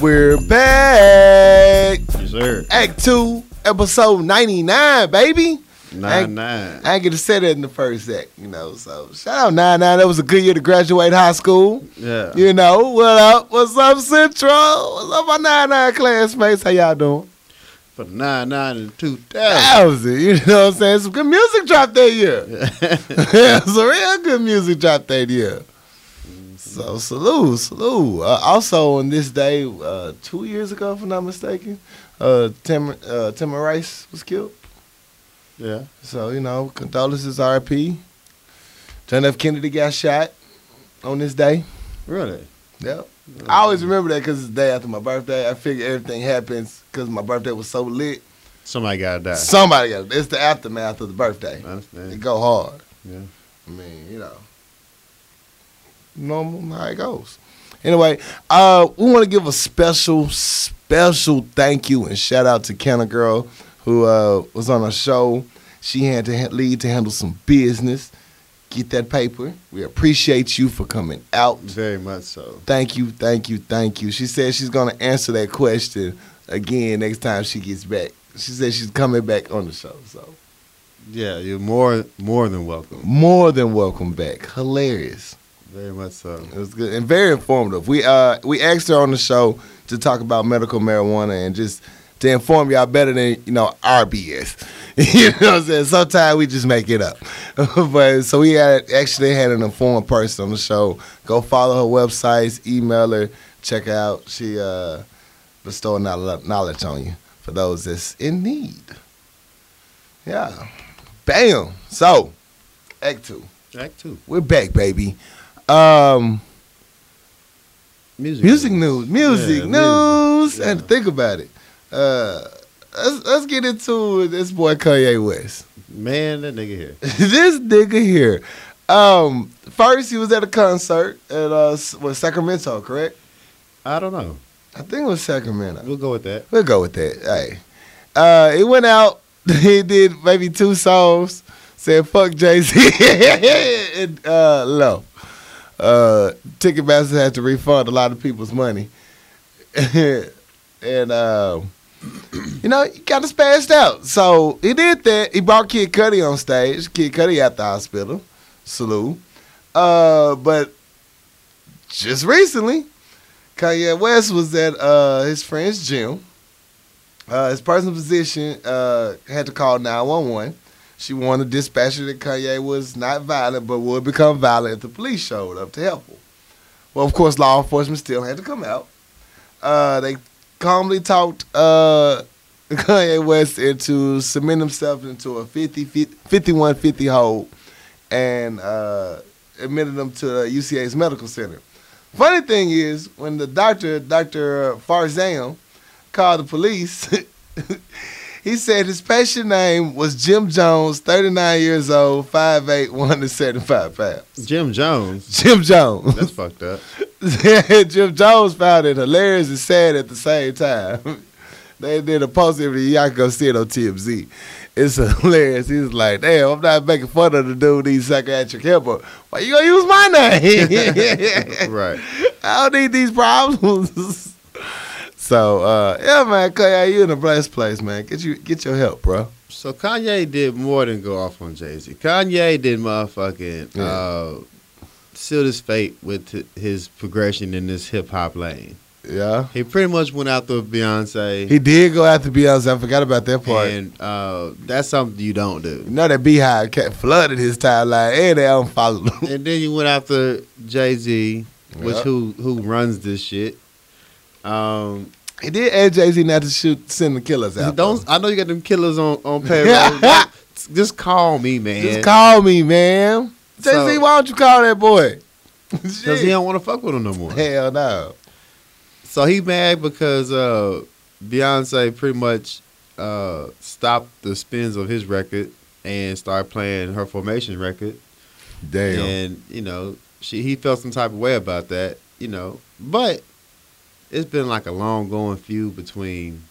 [SPEAKER 1] We're back.
[SPEAKER 2] Yes, sir.
[SPEAKER 1] Act two, episode ninety nine, baby.
[SPEAKER 2] Nine nine.
[SPEAKER 1] I didn't get to say that in the first act, you know. So shout out nine nine. That was a good year to graduate high school.
[SPEAKER 2] Yeah.
[SPEAKER 1] You know what up? What's up, Central? What's up, my nine nine classmates? How y'all doing?
[SPEAKER 2] For nine nine and two thousand.
[SPEAKER 1] That was it. You know what I'm saying? Some good music dropped that year. yeah, some real good music dropped that year. So salute, salute. Uh, also on this day, uh, two years ago, if I'm not mistaken, uh, Tim uh, Tim Rice was killed.
[SPEAKER 2] yeah.
[SPEAKER 1] So you know, condolences, RP. John F. Kennedy got shot on this day.
[SPEAKER 2] Really?
[SPEAKER 1] Yep. I always remember that because it's the day after my birthday. I figure everything happens because my birthday was so lit.
[SPEAKER 2] Somebody gotta die.
[SPEAKER 1] Somebody got it. It's the aftermath of the birthday.
[SPEAKER 2] I
[SPEAKER 1] It
[SPEAKER 2] understand.
[SPEAKER 1] go hard.
[SPEAKER 2] Yeah.
[SPEAKER 1] I mean, you know, normal how it goes. Anyway, uh, we want to give a special, special thank you and shout out to Kenna Girl who uh, was on our show. She had to ha- lead to handle some business. Get that paper. We appreciate you for coming out.
[SPEAKER 2] Very much so.
[SPEAKER 1] Thank you, thank you, thank you. She said she's gonna answer that question again next time she gets back. She said she's coming back on the show, so
[SPEAKER 2] Yeah, you're more more than welcome.
[SPEAKER 1] more than welcome back. Hilarious.
[SPEAKER 2] Very much so.
[SPEAKER 1] It was good and very informative. We uh we asked her on the show to talk about medical marijuana and just to inform y'all better than you know our BS. you know what I'm saying? Sometimes we just make it up. but so we had actually had an informed person on the show. Go follow her websites, email her, check her out. She uh bestowing knowledge on you for those that's in need. Yeah. Bam. So, Act Two.
[SPEAKER 2] Act two.
[SPEAKER 1] We're back, baby. Um
[SPEAKER 2] Music.
[SPEAKER 1] Music news, music
[SPEAKER 2] Yeah,
[SPEAKER 1] news,
[SPEAKER 2] music.
[SPEAKER 1] and think about it. Uh, let's let's get into this boy Kanye West.
[SPEAKER 2] Man, that nigga here.
[SPEAKER 1] this nigga here. Um, first he was at a concert at uh was Sacramento, correct?
[SPEAKER 2] I don't know.
[SPEAKER 1] I think it was Sacramento.
[SPEAKER 2] We'll go with that.
[SPEAKER 1] We'll go with that. Hey, uh, he went out. He did maybe two songs. Said fuck Jay Z and uh, low. Uh, Ticketmaster had to refund a lot of people's money, and um, you know he kind of spashed out. So he did that. He brought Kid Cudi on stage. Kid Cudi at the hospital. Salute. Uh, but just recently, Kanye West was at uh, his friend's gym. Uh, his personal physician uh, had to call 911. She warned the dispatcher that Kanye was not violent, but would become violent if the police showed up to help him. Well, of course, law enforcement still had to come out. Uh, they calmly talked uh, Kanye West into cementing himself into a 50, 51 50 hold and uh, admitted him to the UCA's medical center. Funny thing is, when the doctor, Dr. Farzam, called the police, he said his patient name was Jim Jones, 39 years old, 5'8, 175 pounds.
[SPEAKER 2] Jim Jones.
[SPEAKER 1] Jim Jones.
[SPEAKER 2] That's fucked up.
[SPEAKER 1] Jim Jones found it hilarious and sad at the same time. they did a post every year. Y'all can go see it on TMZ. It's hilarious. He's like, damn, I'm not making fun of the dude these psychiatric help. but Why you gonna use my name?
[SPEAKER 2] Right.
[SPEAKER 1] I don't need these problems. so uh, yeah, man, Kanye, you in a blessed place, man. Get you get your help, bro.
[SPEAKER 2] So Kanye did more than go off on Jay Z. Kanye did motherfucking uh, sealed his fate with t- his progression in this hip hop lane.
[SPEAKER 1] Yeah,
[SPEAKER 2] He pretty much went out with Beyonce.
[SPEAKER 1] he did go after Beyonce. I forgot about that part.
[SPEAKER 2] and uh, that's something you don't
[SPEAKER 1] you
[SPEAKER 2] do.
[SPEAKER 1] know that Beehive cat flooded his timeline, and they unfollowed him.
[SPEAKER 2] And then you went after Jay Z, which
[SPEAKER 1] Yeah.
[SPEAKER 2] who who runs this shit. Um,
[SPEAKER 1] He did ask Jay Z not to shoot, send the killers out.
[SPEAKER 2] don't
[SPEAKER 1] though.
[SPEAKER 2] I know you got them killers on on payroll. Just call me, man.
[SPEAKER 1] just call me, man. Jay Z,
[SPEAKER 2] So-
[SPEAKER 1] why don't you call that boy?
[SPEAKER 2] Cause he
[SPEAKER 1] Shit.
[SPEAKER 2] don't want to fuck with him no more.
[SPEAKER 1] Hell no.
[SPEAKER 2] So he mad because uh, Beyonce pretty much uh, stopped the spins of his record and started playing her formation record.
[SPEAKER 1] Damn.
[SPEAKER 2] and you know she he felt some type of way about that you know but it's been like a long going feud between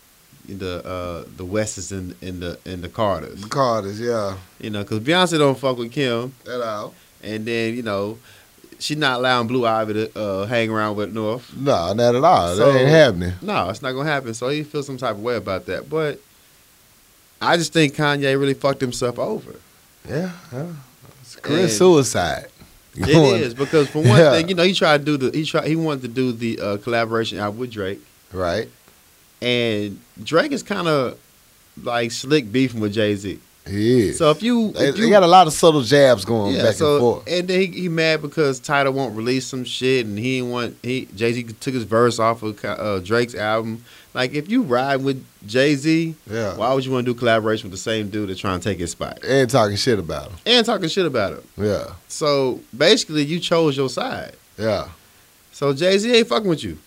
[SPEAKER 2] the uh the wests and, and the and the carters
[SPEAKER 1] Carters, yeah.
[SPEAKER 2] you know because beyonce don't fuck with kim
[SPEAKER 1] That out.
[SPEAKER 2] and then you know she's not allowing blue ivy to uh hang around with north
[SPEAKER 1] No, not at all.
[SPEAKER 2] So-
[SPEAKER 1] that ain't happening.
[SPEAKER 2] no, it's not gonna happen. So he feels some type of way about that. But I just think Kanye really fucked himself over.
[SPEAKER 1] Yeah, yeah. It's career
[SPEAKER 2] And-
[SPEAKER 1] suicide.
[SPEAKER 2] It is because for one
[SPEAKER 1] Yeah.
[SPEAKER 2] thing, you know, he tried to do the he tried he wanted to do the uh, collaboration out with Drake,
[SPEAKER 1] Right.
[SPEAKER 2] and Drake is kind of like slick beefing with Jay Z.
[SPEAKER 1] He is.
[SPEAKER 2] So if you,
[SPEAKER 1] they,
[SPEAKER 2] if
[SPEAKER 1] they
[SPEAKER 2] you
[SPEAKER 1] got a lot of subtle jabs going back
[SPEAKER 2] so,
[SPEAKER 1] and forth.
[SPEAKER 2] And then he, he mad because Tyler won't release some shit, and he didn't want he Jay Z took his verse off of Ka- uh, Drake's album. Like if you ride with Jay Z,
[SPEAKER 1] Yeah.
[SPEAKER 2] why would you want to do collaboration with the same dude that's trying to take his spot
[SPEAKER 1] And talking shit about him.
[SPEAKER 2] and talking shit about him?
[SPEAKER 1] Yeah,
[SPEAKER 2] So basically, you chose your side.
[SPEAKER 1] yeah.
[SPEAKER 2] So Jay Z ain't fucking with you.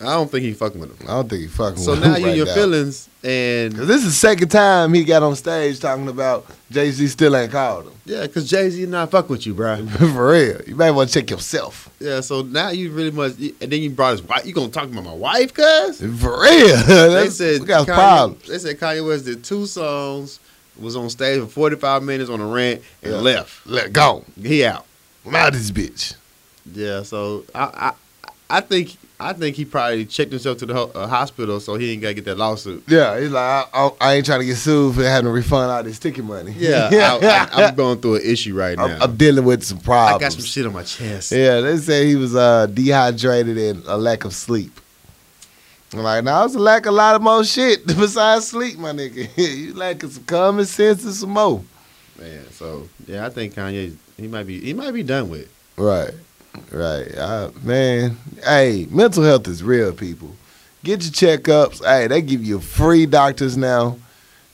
[SPEAKER 2] I don't think he fucking with him.
[SPEAKER 1] I don't think he fucking.
[SPEAKER 2] So
[SPEAKER 1] with
[SPEAKER 2] now
[SPEAKER 1] him
[SPEAKER 2] you
[SPEAKER 1] right
[SPEAKER 2] in your
[SPEAKER 1] now.
[SPEAKER 2] feelings, and
[SPEAKER 1] Cause this is the second time he got on stage talking about Jay Z still ain't called him.
[SPEAKER 2] yeah, because Jay Z not fucking with you, bro.
[SPEAKER 1] For real, you might want to check yourself.
[SPEAKER 2] Yeah, so now you really must. And then you brought his wife. You gonna talk about my wife, cuz?
[SPEAKER 1] For real,
[SPEAKER 2] they
[SPEAKER 1] That's-
[SPEAKER 2] said
[SPEAKER 1] we got
[SPEAKER 2] Kanye,
[SPEAKER 1] problems.
[SPEAKER 2] They said Kanye West did two songs, was on stage for forty five minutes on a rant and
[SPEAKER 1] Yeah.
[SPEAKER 2] left.
[SPEAKER 1] Let go.
[SPEAKER 2] He out.
[SPEAKER 1] I'm out of this bitch.
[SPEAKER 2] Yeah, so I I, I think I think he probably checked himself to the ho- uh, hospital, so he ain't gotta get that lawsuit.
[SPEAKER 1] Yeah, he's like, I, I, I ain't trying to get sued for having to refund all this ticket money.
[SPEAKER 2] Yeah, I, I, I'm going through an issue right now.
[SPEAKER 1] I'm, I'm dealing with some
[SPEAKER 2] I
[SPEAKER 1] problems.
[SPEAKER 2] got some shit on my chest.
[SPEAKER 1] Yeah, they say he was uh, dehydrated and a lack of sleep. I'm like, no, it's a lack of a lot of more shit besides sleep, my nigga. you lacking some common sense and some more.
[SPEAKER 2] Man, so yeah, I think Kanye he might be he might be done with. it.
[SPEAKER 1] Right, right. Uh, man, hey, mental health is real, people. Get your checkups. Hey, they give you free doctors now.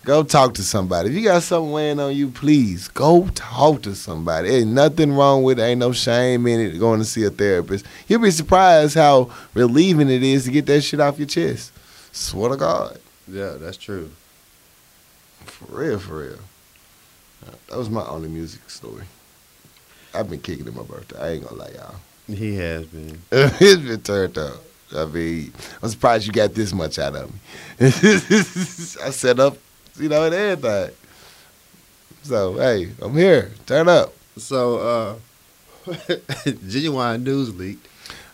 [SPEAKER 1] Go talk to somebody. If you got something weighing on you, please go talk to somebody. Ain't nothing wrong with it. Ain't no shame in it going to see a therapist. You'll be surprised how relieving it is to get that shit off your chest. Swear to God.
[SPEAKER 2] Yeah, that's true.
[SPEAKER 1] For real, for real. That was my only music story. I've been kicking it my birthday. I ain't gonna lie, y'all.
[SPEAKER 2] He has been.
[SPEAKER 1] it's been turned up. I mean, I'm surprised you got this much out of me. I set up, you know, and everything. So hey, I'm here. Turn up.
[SPEAKER 2] So uh genuine news leaked.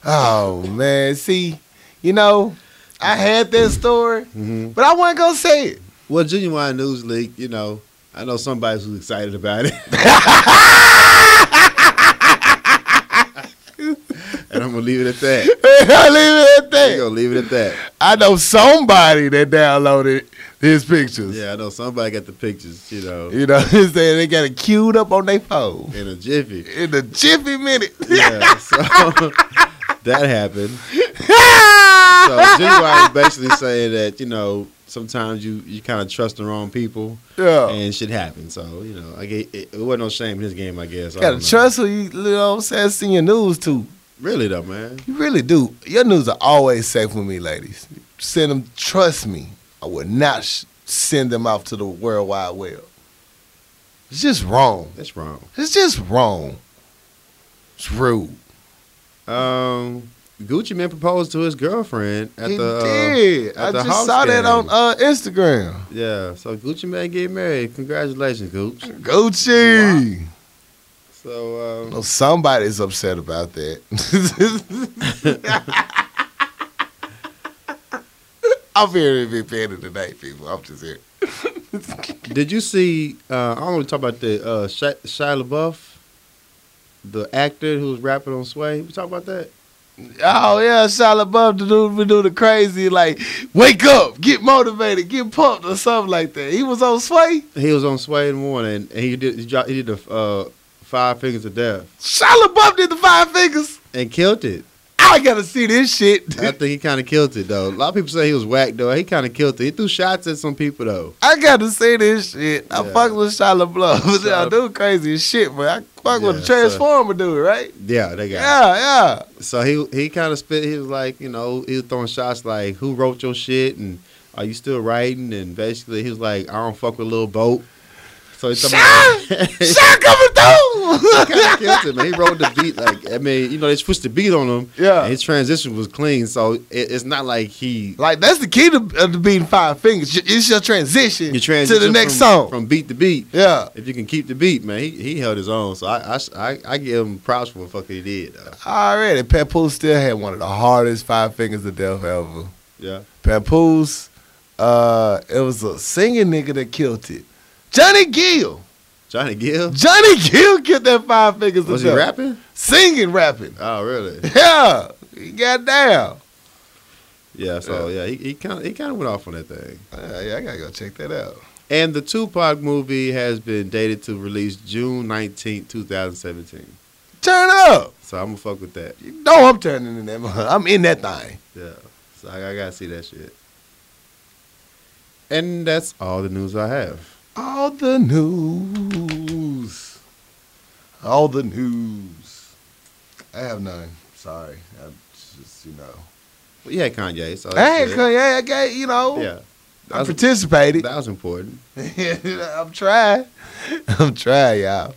[SPEAKER 1] Oh man, see, you know, I had that story,
[SPEAKER 2] Mm-hmm.
[SPEAKER 1] but I wasn't gonna say it.
[SPEAKER 2] Well, genuine news leak. You know, I know somebody who's excited about it, and I'm gonna leave it at that.
[SPEAKER 1] I leave it at
[SPEAKER 2] We're
[SPEAKER 1] that.
[SPEAKER 2] gonna leave it at that.
[SPEAKER 1] I know somebody that downloaded his pictures.
[SPEAKER 2] Yeah, I know somebody got the pictures. You know,
[SPEAKER 1] You know, they they got it queued up on their phone
[SPEAKER 2] in a jiffy.
[SPEAKER 1] in the jiffy minute.
[SPEAKER 2] Yeah, so that happened. So genuine is basically saying that you know sometimes you you kind of trust the wrong people,
[SPEAKER 1] yeah.
[SPEAKER 2] and shit happens. So you know, I get, it, it wasn't no shame in his game. I guess. I
[SPEAKER 1] You
[SPEAKER 2] don't
[SPEAKER 1] gotta
[SPEAKER 2] know.
[SPEAKER 1] trust who you, you know what I'm saying, send your news to.
[SPEAKER 2] Really though, man.
[SPEAKER 1] You really do. Your news are always safe with me, ladies. Send them, trust me. I would not sh- send them out to the world wide web. It's just wrong.
[SPEAKER 2] That's wrong.
[SPEAKER 1] It's just wrong. It's rude.
[SPEAKER 2] Um, Gucci Man proposed to his girlfriend at
[SPEAKER 1] he
[SPEAKER 2] the. uh,
[SPEAKER 1] did.
[SPEAKER 2] at
[SPEAKER 1] I
[SPEAKER 2] the
[SPEAKER 1] just
[SPEAKER 2] house
[SPEAKER 1] saw that
[SPEAKER 2] game.
[SPEAKER 1] on uh, Instagram.
[SPEAKER 2] yeah, so Gucci Man get married. Congratulations, Gucci.
[SPEAKER 1] Gucci.
[SPEAKER 2] So um,
[SPEAKER 1] Well, somebody's upset about that. I'm here to be better tonight, people. I'm just here.
[SPEAKER 2] did you see? Uh, I want to talk about the uh, Shia, Shia LaBeouf, the actor who was rapping on Sway. We talk about that.
[SPEAKER 1] Oh yeah, Shia LaBeouf to do we do the crazy like wake up, get motivated, get pumped or something like that. He was on sway.
[SPEAKER 2] He was on Sway in the morning, and he did he, dropped, he did the uh, Five Fingers of Death
[SPEAKER 1] Shia LaBeouf did the five fingers.
[SPEAKER 2] and killed it.
[SPEAKER 1] I gotta see this shit.
[SPEAKER 2] I think he kind of killed it though. A lot of people say he was whack though. He kind of killed it. He threw shots at some people though.
[SPEAKER 1] I gotta see this shit. I
[SPEAKER 2] Yeah.
[SPEAKER 1] fuck with Shia LaBeouf.
[SPEAKER 2] Shia-
[SPEAKER 1] I do crazy as shit, but I fuck with
[SPEAKER 2] Yeah,
[SPEAKER 1] the
[SPEAKER 2] so-
[SPEAKER 1] Transformer dude, right?
[SPEAKER 2] Yeah, they got.
[SPEAKER 1] Yeah, yeah.
[SPEAKER 2] So he he kind of spit. He was like, you know, he was throwing shots like, "Who wrote your shit?" and "Are you still writing?" And basically, he was like, "I don't fuck with little boat." So he's talking about,
[SPEAKER 1] Shaq coming through.
[SPEAKER 2] He kinda killed it, man. He rolled the beat like I mean, you know, they switched the beat on him.
[SPEAKER 1] Yeah.
[SPEAKER 2] and his transition was clean, so it, it's not like he
[SPEAKER 1] Like that's the key to, of the beating five fingers. It's your transition,
[SPEAKER 2] you transition
[SPEAKER 1] to the next
[SPEAKER 2] from,
[SPEAKER 1] song.
[SPEAKER 2] from beat to beat.
[SPEAKER 1] yeah,
[SPEAKER 2] If you can keep the beat, man, he, he held his own. So I I, I, I give him props for what the fuck he did. Though.
[SPEAKER 1] already Papoose still had one of the hardest five fingers of death ever.
[SPEAKER 2] Yeah,
[SPEAKER 1] Papoose, uh, it was a singing nigga that killed it. Johnny Gill,
[SPEAKER 2] Johnny Gill
[SPEAKER 1] Johnny Gill killed that five fingers
[SPEAKER 2] was
[SPEAKER 1] of
[SPEAKER 2] he
[SPEAKER 1] death.
[SPEAKER 2] rapping?
[SPEAKER 1] Singing, rapping.
[SPEAKER 2] Oh, really?
[SPEAKER 1] Yeah, goddamn.
[SPEAKER 2] Yeah. So yeah, he he kind of he kind of went off on that thing.
[SPEAKER 1] Yeah, Uh, yeah, I gotta go check that out.
[SPEAKER 2] And the Tupac movie has been dated to release June nineteenth, two 2017.
[SPEAKER 1] Turn up.
[SPEAKER 2] So I'm gonna fuck with that.
[SPEAKER 1] You know I'm turning in that. mother- I'm in that thing.
[SPEAKER 2] Yeah. So I, I gotta see that shit. And that's all the news I have.
[SPEAKER 1] All the news. All the news. I have none. Sorry. I just, you know.
[SPEAKER 2] Well, yeah, Kanye. So
[SPEAKER 1] Hey,
[SPEAKER 2] Oh, that's good.
[SPEAKER 1] yeah, I got, you know,
[SPEAKER 2] Yeah. That
[SPEAKER 1] I
[SPEAKER 2] was,
[SPEAKER 1] participated.
[SPEAKER 2] that was important.
[SPEAKER 1] I'm trying. I'm trying, y'all.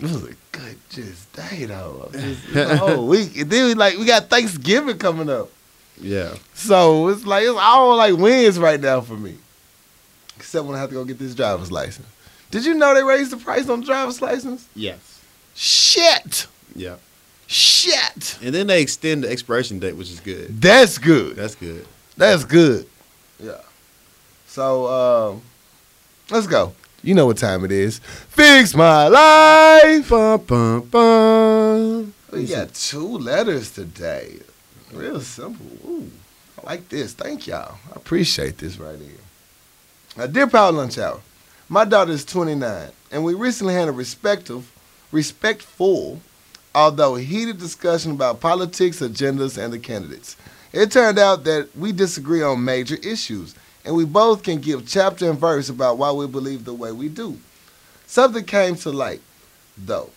[SPEAKER 1] It was a good just day though. Just, it was a whole week. And then we like we got Thanksgiving coming up.
[SPEAKER 2] Yeah.
[SPEAKER 1] So it's like it's all like wins right now for me. Except when I have to go get this driver's license. Did you know they raised the price on driver's license?
[SPEAKER 2] Yes.
[SPEAKER 1] Shit.
[SPEAKER 2] Yeah.
[SPEAKER 1] Shit.
[SPEAKER 2] And then they extend the expiration date, which is good.
[SPEAKER 1] That's good.
[SPEAKER 2] That's good.
[SPEAKER 1] That's good. Yeah. So um let's go. You know what time it is. Fix my life.
[SPEAKER 2] Bum, bum, bum.
[SPEAKER 1] We got two letters today. Real simple. Ooh, I like this. Thank y'all. I appreciate this right here. Now, dear Power Lunch Hour, my daughter is 29, and we recently had a respectful, respectful, although heated discussion about politics, agendas, and the candidates. It turned out that we disagree on major issues, and we both can give chapter and verse about why we believe the way we do. Something came to light, though.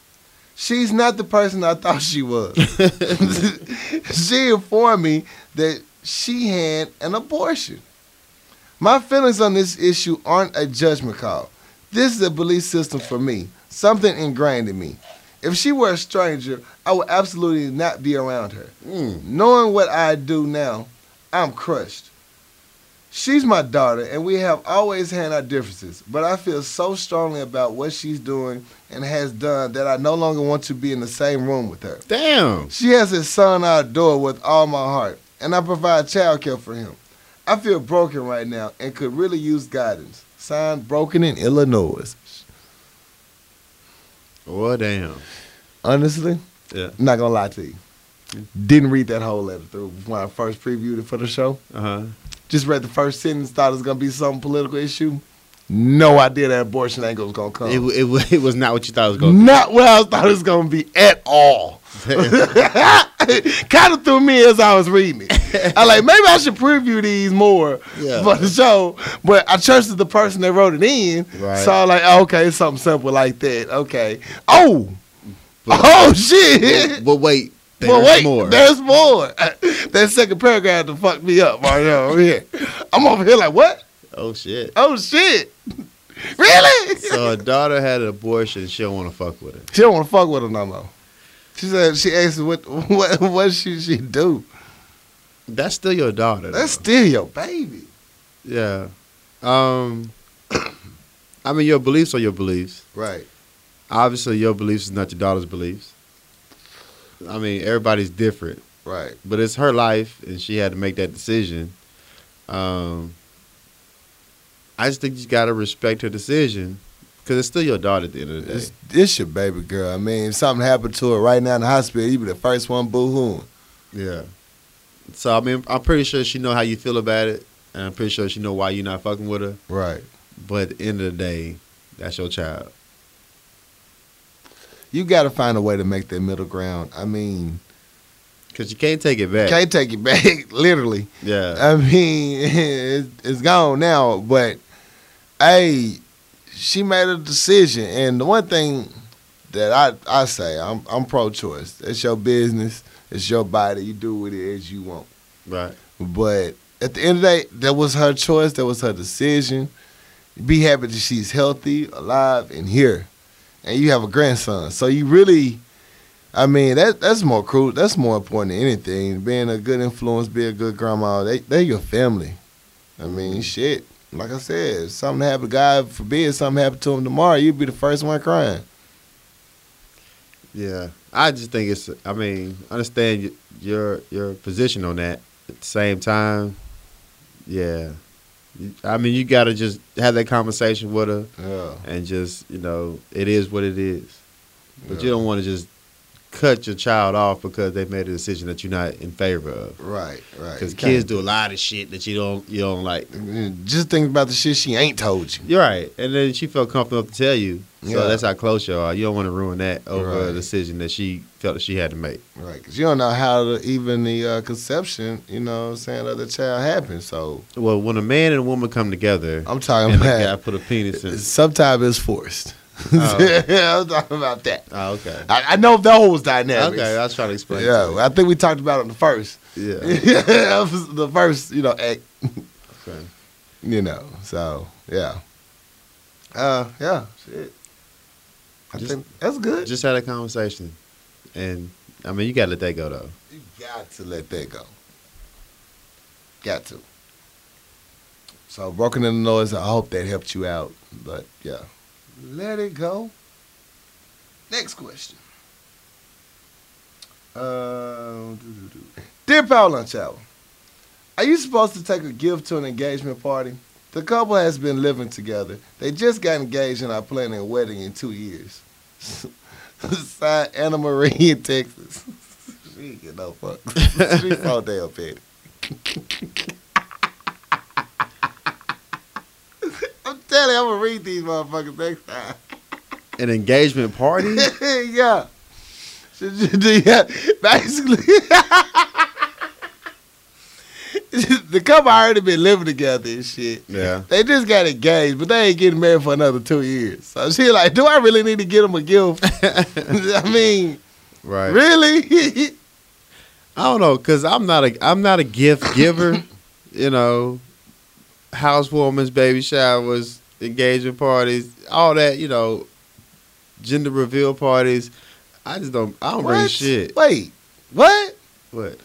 [SPEAKER 1] She's not the person I thought she was. she informed me that she had an abortion. My feelings on this issue aren't a judgment call. This is a belief system for me, something ingrained in me. If she were a stranger, I would absolutely not be around her.
[SPEAKER 2] Mm.
[SPEAKER 1] Knowing what I do now, I'm crushed. She's my daughter, and we have always had our differences, but I feel so strongly about what she's doing and has done that I no longer want to be in the same room with her.
[SPEAKER 2] Damn.
[SPEAKER 1] She has a son I adore with all my heart, and I provide childcare for him. I feel broken right now and could really use guidance. Signed, Broken in Illinois.
[SPEAKER 2] Oh, damn.
[SPEAKER 1] Honestly,
[SPEAKER 2] Yeah.
[SPEAKER 1] I'm not gonna lie to you. Didn't read that whole letter through when I first previewed it for the show.
[SPEAKER 2] Uh huh.
[SPEAKER 1] just read the first sentence, thought it was gonna be some political issue. No idea that abortion angle was gonna come.
[SPEAKER 2] It, wa- it, wa- it was not what you thought it was going to
[SPEAKER 1] Not what I thought it was gonna be at all. kind of threw me as I was reading it. I like maybe I should preview these more
[SPEAKER 2] Yeah.
[SPEAKER 1] for the show, but I trusted the person that wrote it in,
[SPEAKER 2] Right.
[SPEAKER 1] so I'm like, oh, okay, it's something simple like that. Okay, oh,
[SPEAKER 2] But-
[SPEAKER 1] oh shit.
[SPEAKER 2] be. But wait, there's
[SPEAKER 1] but wait,
[SPEAKER 2] more.
[SPEAKER 1] there's more. that second paragraph to fuck me up right now. over here. I'm over here like what?
[SPEAKER 2] oh, shit.
[SPEAKER 1] Oh shit! really?
[SPEAKER 2] So her daughter had an abortion. She don't want to fuck with him.
[SPEAKER 1] she don't want to fuck with him no more. She said she asked what what what should she do.
[SPEAKER 2] That's still your daughter. though.
[SPEAKER 1] That's still your baby.
[SPEAKER 2] yeah. Um, I mean, your beliefs are your beliefs.
[SPEAKER 1] Right.
[SPEAKER 2] Obviously, your beliefs is not your daughter's beliefs. I mean, everybody's different,
[SPEAKER 1] Right.
[SPEAKER 2] but it's her life, and she had to make that decision. Um, I just think you gotta respect her decision because it's still your daughter at the end of the day.
[SPEAKER 1] It's, it's your baby girl. I mean, if something happened to her right now in the hospital, you be the first one boo-hooing.
[SPEAKER 2] Yeah. So I mean, I'm pretty sure she know how you feel about it, and I'm pretty sure she know why you're not fucking with her.
[SPEAKER 1] Right.
[SPEAKER 2] But at the end of the day, that's your child.
[SPEAKER 1] You got to find a way to make that middle ground. I mean,
[SPEAKER 2] Cause you can't take it back.
[SPEAKER 1] can't Uh, take it back, literally.
[SPEAKER 2] Yeah.
[SPEAKER 1] I mean, it, it's gone now, but hey, she made a decision. And the one thing that I, I say, I'm, I'm pro choice. It's your business, it's your body. You do with it as you want.
[SPEAKER 2] Right.
[SPEAKER 1] But at the end of the day, that was her choice, that was her decision. Be happy that she's healthy, alive, and here. and you have a grandson. So you really, I mean, that that's more cruel. That's more important than anything. Being a good influence, be a good grandma. They they your family. I mean, shit. Like I said, if something happened. God forbid something happened to him tomorrow, you'd be the first one crying.
[SPEAKER 2] Yeah, I just think it's. I mean, understand y- your your position on that. At the same time, yeah, You- I mean, you got to just have that conversation with her
[SPEAKER 1] Yeah.
[SPEAKER 2] and just you know, it is what it is. But you
[SPEAKER 1] Yeah.
[SPEAKER 2] don't want to just cut your child off because they made a decision that you're not in favor of.
[SPEAKER 1] Right, right.
[SPEAKER 2] Because
[SPEAKER 1] You
[SPEAKER 2] kids do a lot of shit that you don't you don't like.
[SPEAKER 1] can't- just think about the shit she ain't told you.
[SPEAKER 2] You're right, and then she felt comfortable enough to tell you. So
[SPEAKER 1] Yeah.
[SPEAKER 2] that's how close you all are. You don't want to ruin that over
[SPEAKER 1] Right.
[SPEAKER 2] a decision that she felt that she had to make.
[SPEAKER 1] Right, because you don't know how the, even the uh, conception, you know what I'm saying, of the child happened. So
[SPEAKER 2] Well, when a man and a woman come together,
[SPEAKER 1] I'm talking
[SPEAKER 2] and the guy
[SPEAKER 1] about
[SPEAKER 2] put a penis in.
[SPEAKER 1] sometimes it's forced.
[SPEAKER 2] Oh.
[SPEAKER 1] Yeah, I'm talking about that.
[SPEAKER 2] Oh, okay.
[SPEAKER 1] I, I know those dynamics.
[SPEAKER 2] Okay, I was trying to explain. it
[SPEAKER 1] yeah, I think we talked about it in the first.
[SPEAKER 2] to you. yeah.
[SPEAKER 1] That was the first, you know, act,
[SPEAKER 2] Okay.
[SPEAKER 1] you know. So yeah, uh, yeah, shit. I
[SPEAKER 2] Just-
[SPEAKER 1] think that's good.
[SPEAKER 2] Just had a conversation, and I mean, you got to let that go though.
[SPEAKER 1] You got to let that go. Got to. So broken in the noise. I hope that helped you out. But yeah, let it go. Next question. Um, doo-doo-doo. Dear Power Lunch Hour, are you supposed to take a gift to an engagement party? The couple has been living together. They just got engaged and are planning a wedding in two years. Signed Anna Marie in Texas. She ain't get no fucks. She so damn petty. I'm telling you, I'm gonna read these motherfuckers next time.
[SPEAKER 2] An engagement party.
[SPEAKER 1] yeah. She- she- yeah. Basically, the couple already been living together and shit.
[SPEAKER 2] yeah.
[SPEAKER 1] They just got engaged, but they ain't getting married for another two years. So she like, do I really need to get them a gift? I mean,
[SPEAKER 2] Right.
[SPEAKER 1] really?
[SPEAKER 2] I don't know, cause I'm not a I'm not a gift giver. you know, housewarmings, baby showers, engagement parties, all that. You know, gender reveal parties. I just don't. I don't bring
[SPEAKER 1] What?
[SPEAKER 2] shit.
[SPEAKER 1] Wait, what?
[SPEAKER 2] What?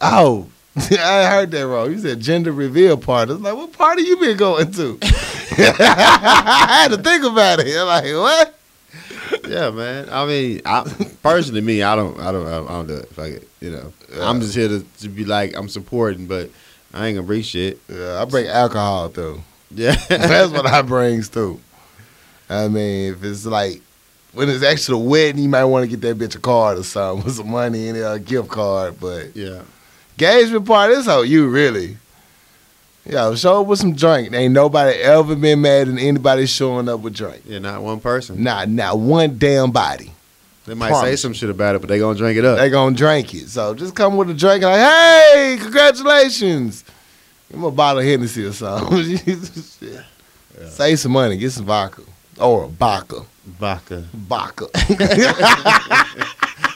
[SPEAKER 1] Oh, I heard that wrong. You said gender reveal party. I was like, what party you been going to? I had to think about it. I'm like, what?
[SPEAKER 2] Yeah, man. I mean, I personally, me, I don't, I don't, I don't, I don't do it. Fuck it. You know, I'm just here to, to be like, I'm supporting, but I ain't gonna bring shit.
[SPEAKER 1] Yeah, I bring alcohol through.
[SPEAKER 2] Yeah,
[SPEAKER 1] That's what I brings through. I mean, if it's like when it's actually a wedding, you might want to get that bitch a card or something with some money in it, or a gift card. But
[SPEAKER 2] yeah.
[SPEAKER 1] engagement party, this how you really. Yo, show up with some drink. Ain't nobody ever been mad at anybody showing up with drink.
[SPEAKER 2] Yeah, not one person.
[SPEAKER 1] Nah, not one damn body.
[SPEAKER 2] They might say
[SPEAKER 1] promise.
[SPEAKER 2] some shit about it, but they gonna drink it up.
[SPEAKER 1] They gonna drink it. So just come with a drink like, hey, congratulations. Give 'em a bottle of Hennessy or something. Shit. Save some money, get some vodka. Or a vodka.
[SPEAKER 2] Vodka.
[SPEAKER 1] Vodka.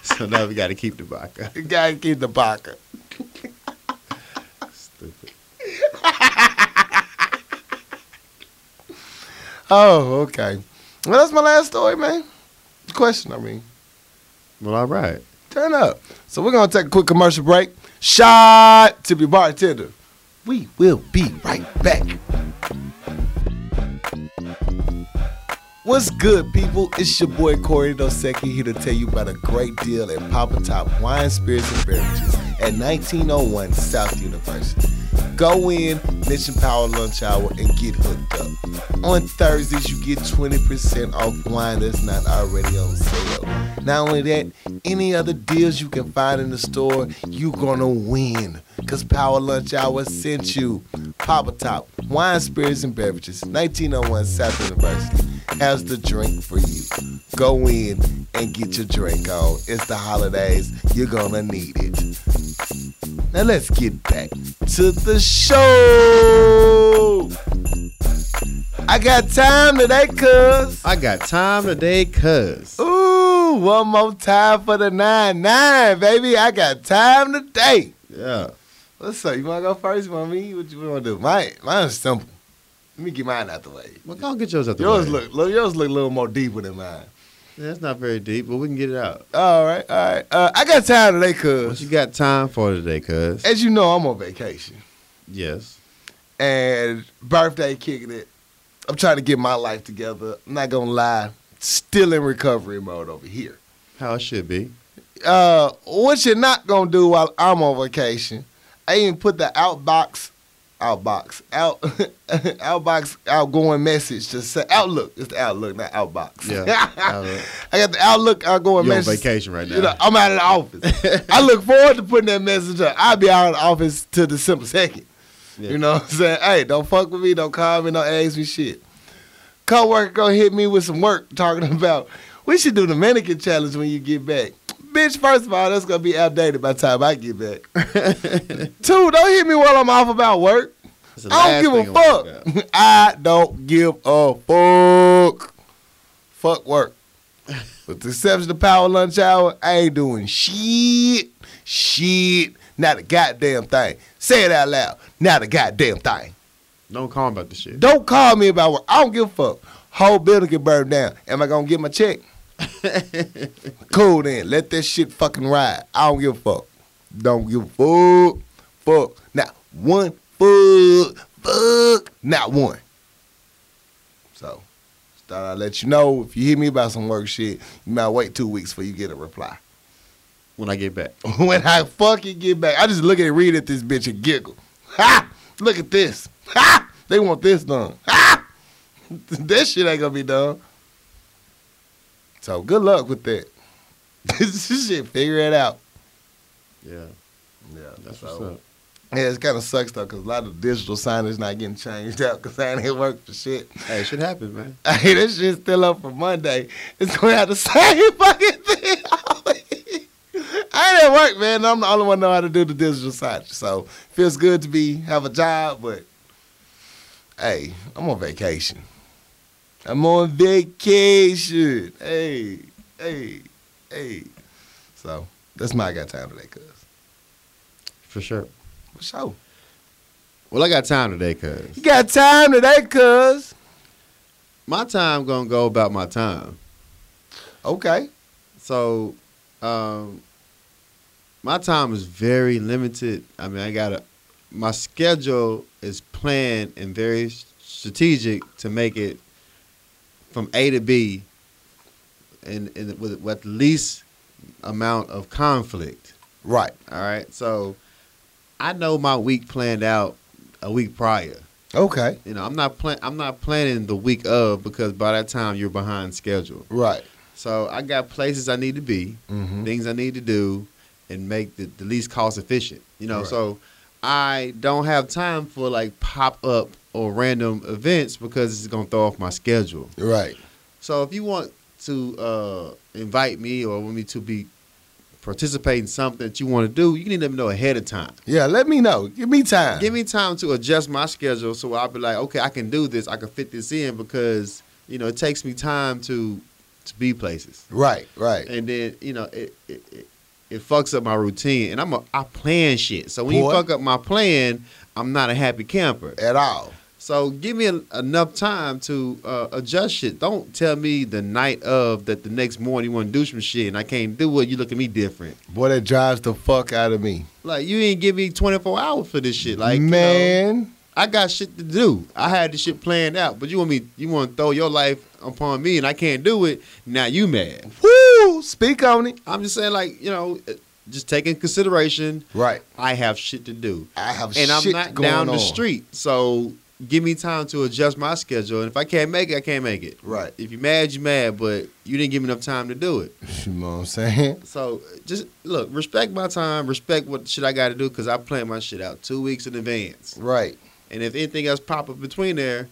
[SPEAKER 2] So now we got to keep the vodka.
[SPEAKER 1] you gotta keep the vodka.
[SPEAKER 2] Stupid.
[SPEAKER 1] Oh, okay. Well, that's my last story, man. Question, I mean.
[SPEAKER 2] Well, all right.
[SPEAKER 1] Turn up. So we're gonna take a quick commercial break. Shot to be bartender. We will be right back. What's good, people? It's your boy Corey Dosecki here to tell you about a great deal at Papa Top Wine, Spirits, and Beverages at 1901 South University. Go in, Mission Power Lunch Hour, and get hooked up. On Thursdays, you get 20% off wine that's not already on sale. Not only that, any other deals you can find in the store, you're gonna win. Cause Power Lunch Hour sent you Papa Top Wine, Spirits, and Beverages, 1901 South University has the drink for you. Go in and get your drink on. It's the holidays. You're gonna need it. Now let's get back to the show. I got time today, cuz.
[SPEAKER 2] I got time today, cuz.
[SPEAKER 1] Ooh, one more time for the nine nine, baby. I got time today.
[SPEAKER 2] Yeah.
[SPEAKER 1] What's up? You wanna go first? You want me? What you wanna do? Mine, mine's simple. Let me get mine out the way.
[SPEAKER 2] Well, go get yours out the
[SPEAKER 1] Yours
[SPEAKER 2] way.
[SPEAKER 1] look, look, yours look a little more deeper than mine.
[SPEAKER 2] That's not very deep, but we can get it out.
[SPEAKER 1] All right, all right. Uh, I got time today,
[SPEAKER 2] What
[SPEAKER 1] cuz.
[SPEAKER 2] you got time for today, cuz?
[SPEAKER 1] As you know, I'm on vacation
[SPEAKER 2] Yes.
[SPEAKER 1] and birthday kicking it. I'm trying to get my life together. I'm not gonna lie, still in recovery mode over here.
[SPEAKER 2] How it should be.
[SPEAKER 1] Uh, what you're not gonna do while I'm on vacation? I even put the outbox, outbox, out, outbox, outgoing message to say Outlook. It's the Outlook, not outbox.
[SPEAKER 2] Yeah. Outlook.
[SPEAKER 1] I got the Outlook outgoing
[SPEAKER 2] You're on
[SPEAKER 1] message.
[SPEAKER 2] vacation right now.
[SPEAKER 1] You know, I'm out of the office. I look forward to putting that message up. I'll be out of the office till December 2nd.
[SPEAKER 2] Yeah.
[SPEAKER 1] You know what I'm saying? Hey, don't fuck with me, don't call me, don't ask me shit. Coworker gonna hit me with some work talking about we should do the mannequin challenge when you get back. Bitch, first of all, that's gonna be outdated by the time I get back. Two, don't hit me while I'm off about work.
[SPEAKER 2] That's the
[SPEAKER 1] I don't give
[SPEAKER 2] last
[SPEAKER 1] a
[SPEAKER 2] thing I wanna talk about.
[SPEAKER 1] fuck. I don't give a fuck. Fuck work. With the exception of power lunch hour, I ain't doing shit. Shit. Not a goddamn thing. Say it out loud. Not a goddamn thing.
[SPEAKER 2] Don't call about the shit.
[SPEAKER 1] Don't call me about work. I don't give a fuck. Whole building get burned down. Am I gonna get my check? cool then. Let that shit fucking ride. I don't give a fuck. Don't give a fuck. Fuck. Not one fuck. Fuck. Not one. So, just thought I'd let you know if you hear me about some work shit, you might wait two weeks before you get a reply.
[SPEAKER 2] When I get back.
[SPEAKER 1] when I fucking get back, I just look at it, read at this bitch and giggle. Ha! Look at this. Ha! They want this done. Ha! that shit ain't gonna be done. So good luck with that. this shit, figure it out.
[SPEAKER 2] Yeah.
[SPEAKER 1] Yeah,
[SPEAKER 2] That's
[SPEAKER 1] so-
[SPEAKER 2] what's up.
[SPEAKER 1] Yeah, it kind of sucks though, cause a lot of digital signage not getting changed out, cause I ain't at work for shit.
[SPEAKER 2] Hey, shit happens, man.
[SPEAKER 1] Hey, this shit's still up for Monday. It's gonna have the same fucking thing. all week. I ain't at work, man. I'm the only one know how to do the digital side. So feels good to be have a job, but hey, I'm on vacation. I'm on vacation. Hey, hey, hey. So that's my I got time today, cuz.
[SPEAKER 2] For sure.
[SPEAKER 1] For sure.
[SPEAKER 2] Well, I got time today, cuz.
[SPEAKER 1] You got time today, cuz.
[SPEAKER 2] my time gonna go about my time.
[SPEAKER 1] Okay.
[SPEAKER 2] So, um, my time is very limited. I mean, I gotta. My schedule is planned and very s- strategic to make it from A to B, and and with, with the least amount of conflict.
[SPEAKER 1] Right.
[SPEAKER 2] All right. So, I know my week planned out a week prior.
[SPEAKER 1] Okay.
[SPEAKER 2] You know, I'm not plan. I'm not planning the week of because by that time you're behind schedule.
[SPEAKER 1] Right.
[SPEAKER 2] So I got places I need to be,
[SPEAKER 1] Mm-hmm.
[SPEAKER 2] things I need to do, and make the, the least cost efficient. You know,
[SPEAKER 1] Right.
[SPEAKER 2] so I don't have time for like pop up or random events because it's gonna throw off my schedule.
[SPEAKER 1] Right.
[SPEAKER 2] So if you want to uh, invite me or want me to be participating in something that you want to do, you need to let me know ahead of time.
[SPEAKER 1] Yeah, let me know. Give me time.
[SPEAKER 2] Give me time to adjust my schedule so I'll be like, okay, I can do this. I can fit this in because you know it takes me time to to be places.
[SPEAKER 1] right, right.
[SPEAKER 2] and then you know it it, it, it fucks up my routine. And I'm a I plan shit. So when
[SPEAKER 1] Boy.
[SPEAKER 2] you fuck up my plan, I'm not a happy camper.
[SPEAKER 1] At all.
[SPEAKER 2] So give me en- enough time to uh, adjust shit. Don't tell me the night of that the next morning you want to do some shit and I can't do it. You look at me different.
[SPEAKER 1] Boy, that drives the fuck out of me.
[SPEAKER 2] Like you ain't give me 24 hours for this shit. Like you know,
[SPEAKER 1] man.
[SPEAKER 2] I got shit to do. I had this shit planned out, but you want me you want to throw your life upon me and I can't do it. Now you mad.
[SPEAKER 1] Woo! Speak on it.
[SPEAKER 2] I'm just saying, like, you know, just taking consideration,
[SPEAKER 1] Right.
[SPEAKER 2] I have shit to do.
[SPEAKER 1] I have
[SPEAKER 2] And I'm
[SPEAKER 1] shit
[SPEAKER 2] not
[SPEAKER 1] going
[SPEAKER 2] down
[SPEAKER 1] on.
[SPEAKER 2] the street. So give me time to adjust my schedule. And if I can't make it, I can't make it.
[SPEAKER 1] Right.
[SPEAKER 2] If you're mad, you're mad, but you didn't give me enough time to do it.
[SPEAKER 1] You know what I'm saying?
[SPEAKER 2] So just look, respect my time, respect what shit I got to do because I plan my shit out two weeks in advance.
[SPEAKER 1] Right.
[SPEAKER 2] And if anything else pop up between there,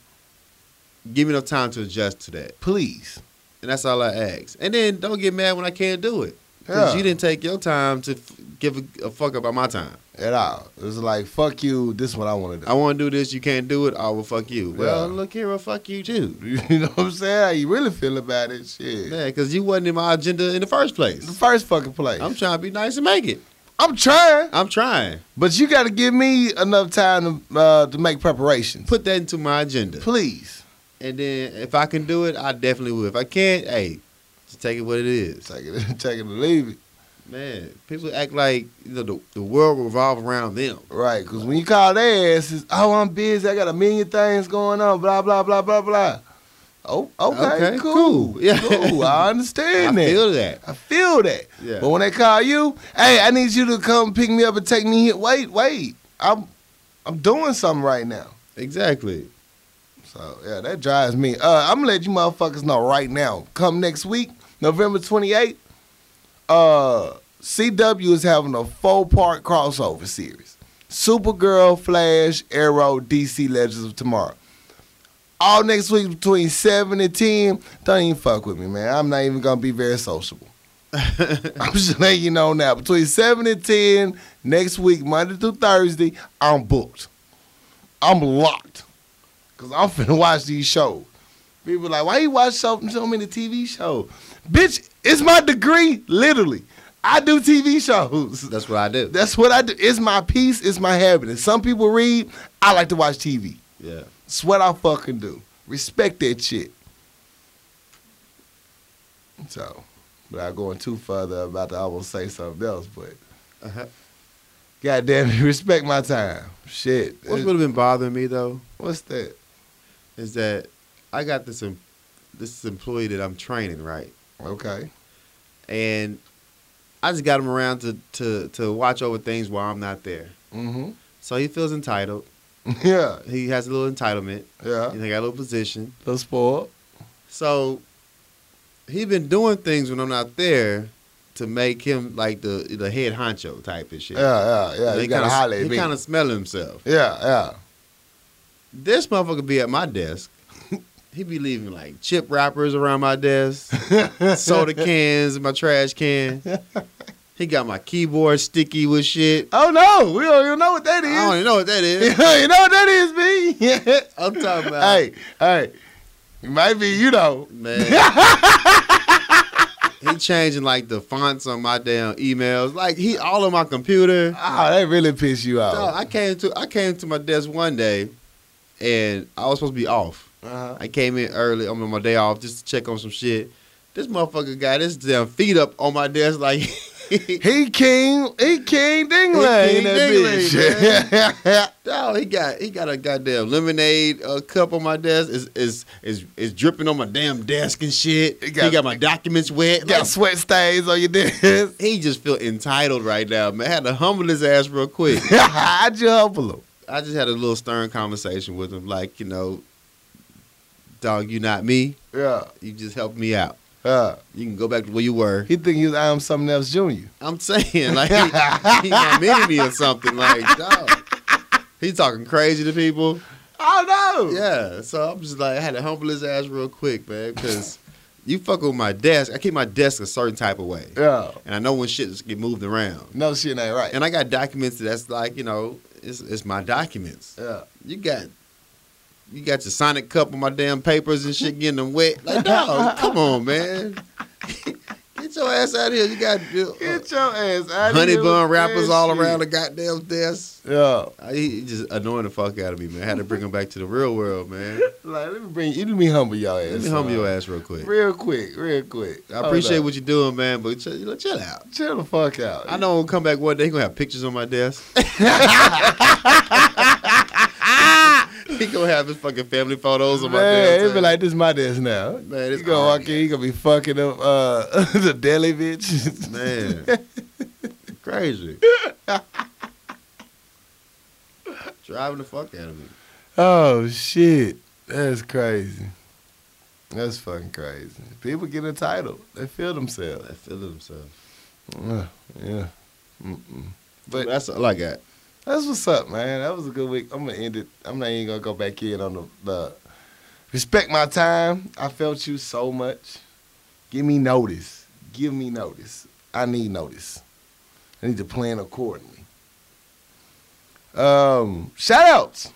[SPEAKER 2] give me enough time to adjust to that.
[SPEAKER 1] Please.
[SPEAKER 2] And that's all I ask. And then don't get mad when I can't do it. Because
[SPEAKER 1] Yeah.
[SPEAKER 2] you didn't take your time to f- give a, a fuck about my time.
[SPEAKER 1] At all. It's like, fuck you. This is what I want to do.
[SPEAKER 2] I want to do this. You can't do it. I will fuck you. Well,
[SPEAKER 1] Yeah.
[SPEAKER 2] look here, I'll fuck you too.
[SPEAKER 1] you know what I'm saying? How you really feel about it? Shit.
[SPEAKER 2] Yeah, because you wasn't in my agenda in the first
[SPEAKER 1] The
[SPEAKER 2] place.
[SPEAKER 1] first fucking place.
[SPEAKER 2] I'm trying to be nice and make it.
[SPEAKER 1] I'm trying,
[SPEAKER 2] I'm trying.
[SPEAKER 1] but you got to give me enough time to, uh, to make preparations.
[SPEAKER 2] Put that into my agenda.
[SPEAKER 1] Please.
[SPEAKER 2] And then if I can do it, I definitely will. If I can't, hey, Just take it what it is.
[SPEAKER 1] Take it, take it and leave it.
[SPEAKER 2] Man, people act like you know the, the world revolve around them.
[SPEAKER 1] Right, because when you call their ass, it's, oh, I'm busy. I got a million things going on, blah, blah, blah, blah, blah. Oh, okay,
[SPEAKER 2] Okay,
[SPEAKER 1] cool.
[SPEAKER 2] cool. Yeah.
[SPEAKER 1] cool. I
[SPEAKER 2] I
[SPEAKER 1] understand that.
[SPEAKER 2] feel that.
[SPEAKER 1] I feel that.
[SPEAKER 2] Yeah.
[SPEAKER 1] But when they call you, hey, I need you to come pick me up and take me here. Wait, wait. I'm I'm doing something right now.
[SPEAKER 2] Exactly.
[SPEAKER 1] So yeah, that drives me. Uh, I'm gonna let you motherfuckers know right now. Come next week, November 28th, uh, CW is having a four-part crossover series: Supergirl, Flash, Arrow, DC Legends of Tomorrow. All next week between seven and ten. Don't even fuck with me, man. I'm not even gonna be very sociable. I'm just letting you know now. Between seven and ten next week, Monday through Thursday, I'm booked. I'm locked. Cause I'm finna watch these shows. People like, why you watch so, so many TV shows? Bitch, it's my degree, literally. I do TV shows.
[SPEAKER 2] That's what I do.
[SPEAKER 1] That's what I do. It's my piece, it's my habit. And some people read, I like to watch TV.
[SPEAKER 2] Yeah.
[SPEAKER 1] It's what I fucking do. Respect that shit. So, without going too further about that, I will say something else, but
[SPEAKER 2] Uh-huh.
[SPEAKER 1] goddamn it, respect my time. Shit.
[SPEAKER 2] What's
[SPEAKER 1] It-
[SPEAKER 2] really been bothering me though
[SPEAKER 1] what's that?
[SPEAKER 2] is that I got this em- this employee that I'm training right,
[SPEAKER 1] Okay.
[SPEAKER 2] and I just got him around to to to watch over things while I'm not there.
[SPEAKER 1] Mm-hmm.
[SPEAKER 2] So he feels entitled.
[SPEAKER 1] Yeah,
[SPEAKER 2] He has a little entitlement.
[SPEAKER 1] yeah.
[SPEAKER 2] He got a little position.
[SPEAKER 1] The sport.
[SPEAKER 2] So he been doing things when I'm not there to make him like the the head honcho type of shit.
[SPEAKER 1] Yeah, yeah, yeah.
[SPEAKER 2] He
[SPEAKER 1] You gotta
[SPEAKER 2] kinda-
[SPEAKER 1] holler at
[SPEAKER 2] He
[SPEAKER 1] me.
[SPEAKER 2] kind of smelling himself.
[SPEAKER 1] yeah, yeah.
[SPEAKER 2] This motherfucker be at my desk. He be leaving like chip wrappers around my desk, soda cans in my trash can. He got my keyboard sticky with shit.
[SPEAKER 1] Oh no, we don't even know what that
[SPEAKER 2] I
[SPEAKER 1] is.
[SPEAKER 2] don't even know what that
[SPEAKER 1] You
[SPEAKER 2] is.
[SPEAKER 1] know what that is, B? Yeah.
[SPEAKER 2] I'm talking about.
[SPEAKER 1] Hey, hey. It might be you though.
[SPEAKER 2] Man. he changing like the fonts on my damn emails. Like he all on my computer.
[SPEAKER 1] Oh, that really pissed you
[SPEAKER 2] Dog,
[SPEAKER 1] off.
[SPEAKER 2] I came to I came to my desk one day and I was supposed to be off.
[SPEAKER 1] Uh-huh.
[SPEAKER 2] I came in early I'm on my day off just to check on some shit. This motherfucker got his damn feet up on my desk like
[SPEAKER 1] He king, he king dingling,
[SPEAKER 2] He king
[SPEAKER 1] in that bitch.
[SPEAKER 2] dog, oh, he got he got a goddamn lemonade uh, cup on my desk. It's is is is dripping on my damn desk and shit.
[SPEAKER 1] He
[SPEAKER 2] He
[SPEAKER 1] got-
[SPEAKER 2] got, my documents wet.
[SPEAKER 1] Got
[SPEAKER 2] Like,
[SPEAKER 1] sweat stains on your dick.
[SPEAKER 2] he just feel entitled right now, man. I had to humble his ass real quick.
[SPEAKER 1] How'd you humble him?
[SPEAKER 2] I just had a little stern conversation with him, like, you know, dog, you not me.
[SPEAKER 1] Yeah,
[SPEAKER 2] You just helped me out.
[SPEAKER 1] yeah.
[SPEAKER 2] You can go back to where you were.
[SPEAKER 1] Uh, He think he was I am something else, Junior.
[SPEAKER 2] I'm saying, like, he, he not meant me or something. Like, dog. He talking crazy to people.
[SPEAKER 1] Oh no.
[SPEAKER 2] Yeah. So I'm just like, I had to humble his ass real quick, man, because you fuck with my desk. I keep my desk a certain type of way.
[SPEAKER 1] yeah.
[SPEAKER 2] And I know when shit just get moved around.
[SPEAKER 1] No shit ain't right.
[SPEAKER 2] And I got documents that's like, you know, it's, it's my documents. Uh,
[SPEAKER 1] Yeah.
[SPEAKER 2] you got you got your Sonic cup on my damn papers and shit getting them wet. Like, dog, come on, man. Get your ass out of here. You got uh,
[SPEAKER 1] Get your ass out
[SPEAKER 2] honey
[SPEAKER 1] of here.
[SPEAKER 2] bun
[SPEAKER 1] with
[SPEAKER 2] wrappers
[SPEAKER 1] that
[SPEAKER 2] all
[SPEAKER 1] shit.
[SPEAKER 2] around the goddamn desk.
[SPEAKER 1] Yeah.
[SPEAKER 2] I- He just annoying the fuck out of me, man. I had to bring him back to the real world, man.
[SPEAKER 1] Like let me bring you let me humble y'all ass.
[SPEAKER 2] Let me humble
[SPEAKER 1] son.
[SPEAKER 2] your ass real quick.
[SPEAKER 1] Real quick, real quick.
[SPEAKER 2] I appreciate
[SPEAKER 1] Hold up.
[SPEAKER 2] what you're doing, man, but chill, chill out.
[SPEAKER 1] chill the fuck out.
[SPEAKER 2] I know I'm gonna come back one day. He gonna have pictures on my desk. he gonna have his fucking family photos on my
[SPEAKER 1] Man,
[SPEAKER 2] desk.
[SPEAKER 1] it'd be like this my desk now.
[SPEAKER 2] Man, it's
[SPEAKER 1] you gonna
[SPEAKER 2] hard,
[SPEAKER 1] walk in, you gonna be fucking up uh, the deli bitch.
[SPEAKER 2] Man. Crazy. Driving the fuck out of me.
[SPEAKER 1] oh shit, that's crazy. That's fucking crazy. People get entitled. They feel themselves.
[SPEAKER 2] I feel themselves.
[SPEAKER 1] Yeah, yeah. Mm-mm.
[SPEAKER 2] But
[SPEAKER 1] But
[SPEAKER 2] that's all I got.
[SPEAKER 1] that's what's up, man. That was a good week. I'm gonna end it. I'm not even gonna go back in on the, the respect my time. I felt you so much. Give me notice. Give me notice. I need notice. I need to plan accordingly. Um, shout outs.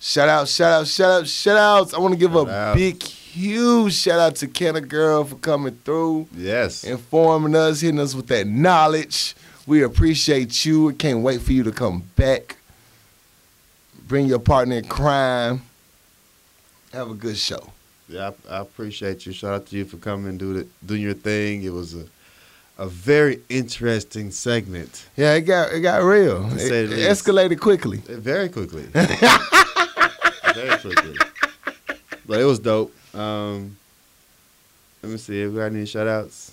[SPEAKER 1] Shout out, shout out, shout out, shout outs. I want to give
[SPEAKER 2] Shout
[SPEAKER 1] a
[SPEAKER 2] outs.
[SPEAKER 1] big, huge shout out to Kenna Girl for coming through
[SPEAKER 2] Yes.
[SPEAKER 1] informing us, hitting us with that knowledge. We appreciate you. We Can't wait for you to come back. Bring your partner in crime. Have a good show.
[SPEAKER 2] Yeah, I, I appreciate you. Shout out to you for coming and do the, doing your thing. It was a a very interesting segment.
[SPEAKER 1] Yeah, it got it got real.
[SPEAKER 2] To
[SPEAKER 1] It,
[SPEAKER 2] say the
[SPEAKER 1] it
[SPEAKER 2] least.
[SPEAKER 1] escalated quickly.
[SPEAKER 2] Uh, Very quickly. very quickly. But it was dope. Um, let me see if we got any shout outs.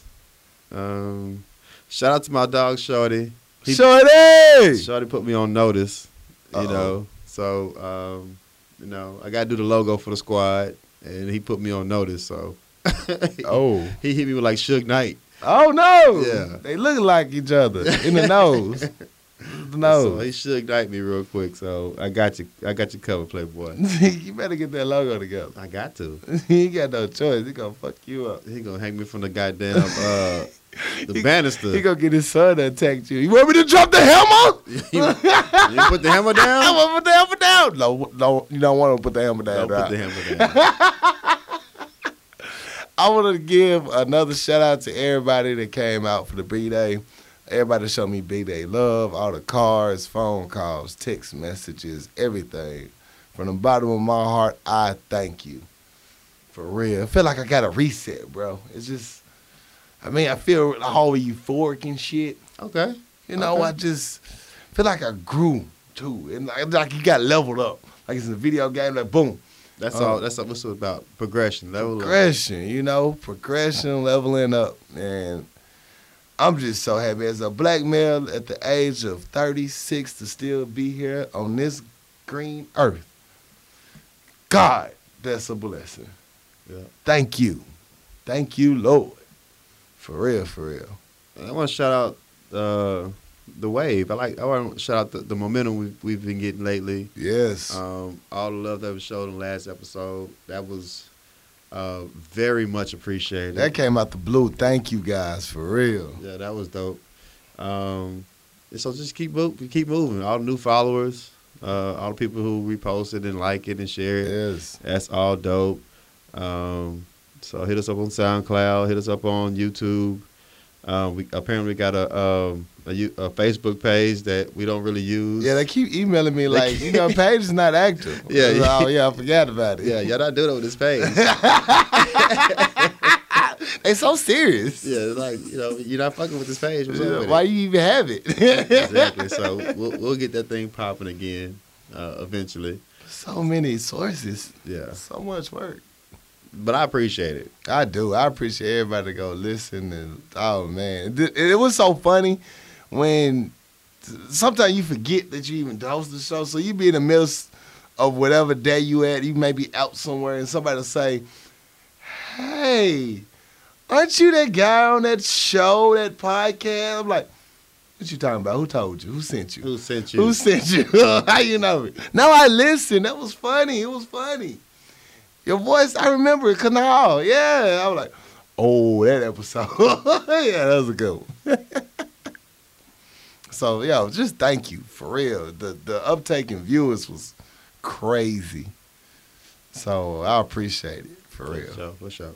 [SPEAKER 2] Um, shout out to my dog Shorty. He-
[SPEAKER 1] Shorty!
[SPEAKER 2] Shorty put me on notice, you
[SPEAKER 1] Uh-oh.
[SPEAKER 2] know. So, um, you know, I got to do the logo for the squad, and he put me on notice. So,
[SPEAKER 1] Oh.
[SPEAKER 2] he hit me with like Suge Knight.
[SPEAKER 1] Oh no!
[SPEAKER 2] Yeah.
[SPEAKER 1] They look like each other in the nose. the
[SPEAKER 2] So he
[SPEAKER 1] nose.
[SPEAKER 2] Suge Knight me real quick. So I got you. I got you covered, Playboy.
[SPEAKER 1] you better get that logo together.
[SPEAKER 2] I got to.
[SPEAKER 1] you ain't got no choice. He gonna fuck you up.
[SPEAKER 2] He gonna hang me from the goddamn uh, the banister.
[SPEAKER 1] He gonna get his son to attack you. You want me to drop the hammer?
[SPEAKER 2] you put the hammer
[SPEAKER 1] I
[SPEAKER 2] down.
[SPEAKER 1] want to put the hammer down. No, no, you don't want to put the hammer down.
[SPEAKER 2] Don't
[SPEAKER 1] right?
[SPEAKER 2] put the hammer down.
[SPEAKER 1] I want to give another shout out to everybody that came out for the B Day. Everybody showed me B Day love, all the cards, phone calls, text messages, everything. From the bottom of my heart, I thank you. For real. I feel like I got a reset, bro. It's just, I mean, I feel all euphoric and shit.
[SPEAKER 2] okay.
[SPEAKER 1] You know,
[SPEAKER 2] Okay.
[SPEAKER 1] I just feel like I grew too. And like, like you got leveled up. Like it's a video game, like boom.
[SPEAKER 2] That's
[SPEAKER 1] Oh.
[SPEAKER 2] all. That's all, what's about progression. uh, Level up.
[SPEAKER 1] progression, you know, progression, leveling up, and I'm just so happy as a black male at the age of 36 to still be here on this green earth. God, that's a blessing.
[SPEAKER 2] Yeah.
[SPEAKER 1] Thank you, thank you, Lord, for real, for real.
[SPEAKER 2] I want to shout out uh, the wave. I like. I want to shout out the, the momentum we've, we've been getting lately.
[SPEAKER 1] Yes,
[SPEAKER 2] Um, all the love that was shown in the last episode. That was uh, very much appreciated.
[SPEAKER 1] that came out the blue. Thank you guys, for real.
[SPEAKER 2] yeah, that was dope. Um, and so just keep mo- keep moving. All the new followers, uh, all the people who reposted and like it and share it.
[SPEAKER 1] Yes,
[SPEAKER 2] That's all dope. Um, so hit us up on SoundCloud. Hit us up on YouTube. Um, we apparently got a, um, a you- a Facebook page that we don't really use.
[SPEAKER 1] yeah. They keep emailing me like, you know, page is not active.
[SPEAKER 2] Yeah, yeah.
[SPEAKER 1] oh, yeah, I forgot about it.
[SPEAKER 2] yeah, y'all not doing it with this page.
[SPEAKER 1] they so serious.
[SPEAKER 2] yeah, like you know, you're not fucking with this page. What's up
[SPEAKER 1] Yeah,
[SPEAKER 2] with
[SPEAKER 1] why
[SPEAKER 2] it?
[SPEAKER 1] you even have it?
[SPEAKER 2] exactly. So we'll, we'll get that thing popping again uh, eventually.
[SPEAKER 1] so many sources.
[SPEAKER 2] Yeah,
[SPEAKER 1] So much work.
[SPEAKER 2] but I appreciate it.
[SPEAKER 1] I do. I appreciate everybody to go listen and oh man, Th- it was so funny when sometimes you forget that you even host the show. So you be in the midst of whatever day you at, you may be out somewhere and somebody will say, "Hey, aren't you that guy on that show, that podcast?" I'm like, "What you talking about? Who told you? Who sent you?"
[SPEAKER 2] Who sent you?
[SPEAKER 1] Who sent you? How you know it? No, I listened. That was funny. It was funny. Your voice, I remember it. Canal. Yeah. I was like, oh, that episode. yeah, that was a good one. so, yo, just thank you for real. The the uptake in viewers was crazy. So I appreciate it for
[SPEAKER 2] for
[SPEAKER 1] real.
[SPEAKER 2] sure. For sure.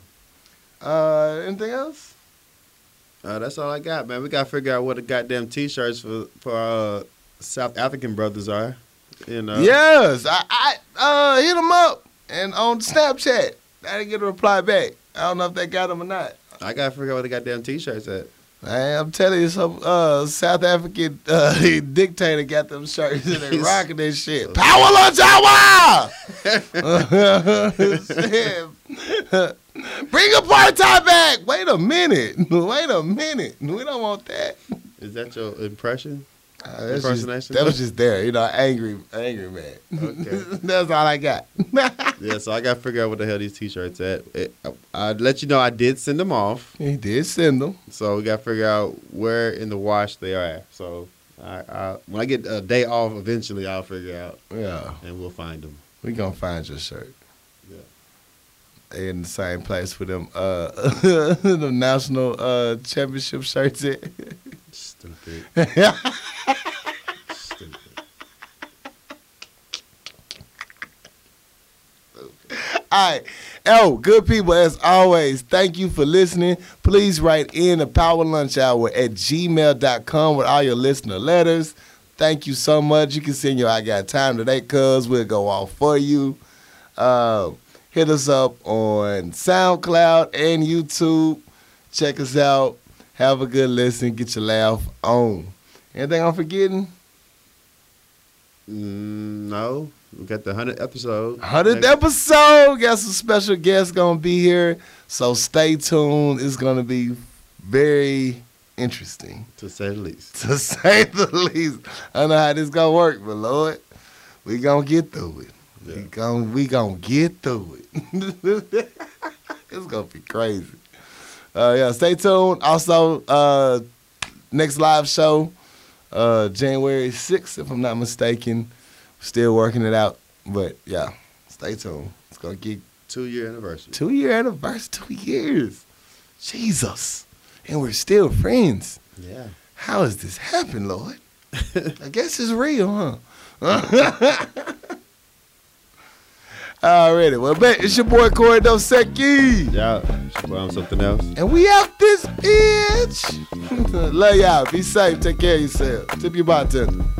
[SPEAKER 1] Uh, anything else?
[SPEAKER 2] Uh, that's all I got, man. We gotta figure out what the goddamn t-shirts for for our South African brothers are. You know.
[SPEAKER 1] Yes, I, I uh, hit him up and on Snapchat. I didn't get a reply back. I don't know if they got him or not.
[SPEAKER 2] I gotta figure out what the goddamn t-shirts at.
[SPEAKER 1] Man, I'm telling you, some uh, South African uh, dictator got them shirts and they rocking this shit. Power lunch hour! Shit. Bring apartheid back! Wait a minute! Wait a minute! We don't want that.
[SPEAKER 2] Is that your impression?
[SPEAKER 1] Uh, that's just-
[SPEAKER 2] Impersonation?
[SPEAKER 1] that was just there, you know, angry, angry man.
[SPEAKER 2] Okay.
[SPEAKER 1] that's all I got.
[SPEAKER 2] yeah. So I gotta figure out what the hell these t-shirts at. It, I, I'd let you know I did send them off.
[SPEAKER 1] he did send them.
[SPEAKER 2] So we gotta figure out where in the wash they are at. So I, I when I get a day off, eventually I'll figure out
[SPEAKER 1] Yeah.
[SPEAKER 2] and we'll find them.
[SPEAKER 1] We gonna find your shirt.
[SPEAKER 2] Yeah.
[SPEAKER 1] They in the same place with them uh the national uh championship shirts at.
[SPEAKER 2] Stupid. Stupid.
[SPEAKER 1] All right. Oh, good people, as always, thank you for listening. Please write in the power lunch hour at gmail.com with all your listener letters. Thank you so much. You can send your I got time today, cuz we'll go off for you. Uh, Hit us up on SoundCloud and YouTube. Check us out. Have a good listen. Get your laugh on. Anything I'm forgetting?
[SPEAKER 2] Mm, no, we got the hundred episode.
[SPEAKER 1] 100th
[SPEAKER 2] Next-
[SPEAKER 1] episode. Got some special guests going to be here. So stay tuned. It's going to be very interesting.
[SPEAKER 2] to say the least.
[SPEAKER 1] to say the least. I don't know how this gonna work, but Lord, we gonna get through it. We
[SPEAKER 2] Yeah.
[SPEAKER 1] gonna we gonna get through it. it's gonna be crazy. Uh, yeah, stay tuned. Also, uh, next live show, uh, January sixth, if I'm not mistaken. Still working it out, but yeah, stay tuned. It's gonna get
[SPEAKER 2] Two year anniversary.
[SPEAKER 1] two year anniversary, two years. Jesus, and we're still friends.
[SPEAKER 2] Yeah.
[SPEAKER 1] How has this happened, Lord? I guess it's real, huh? Alrighty, well, bet it's your boy Corey Dosecki,
[SPEAKER 2] Yeah. Should we on something else.
[SPEAKER 1] and we out this bitch. Love y'all. Be safe. Take care of yourself. Tip your bartender.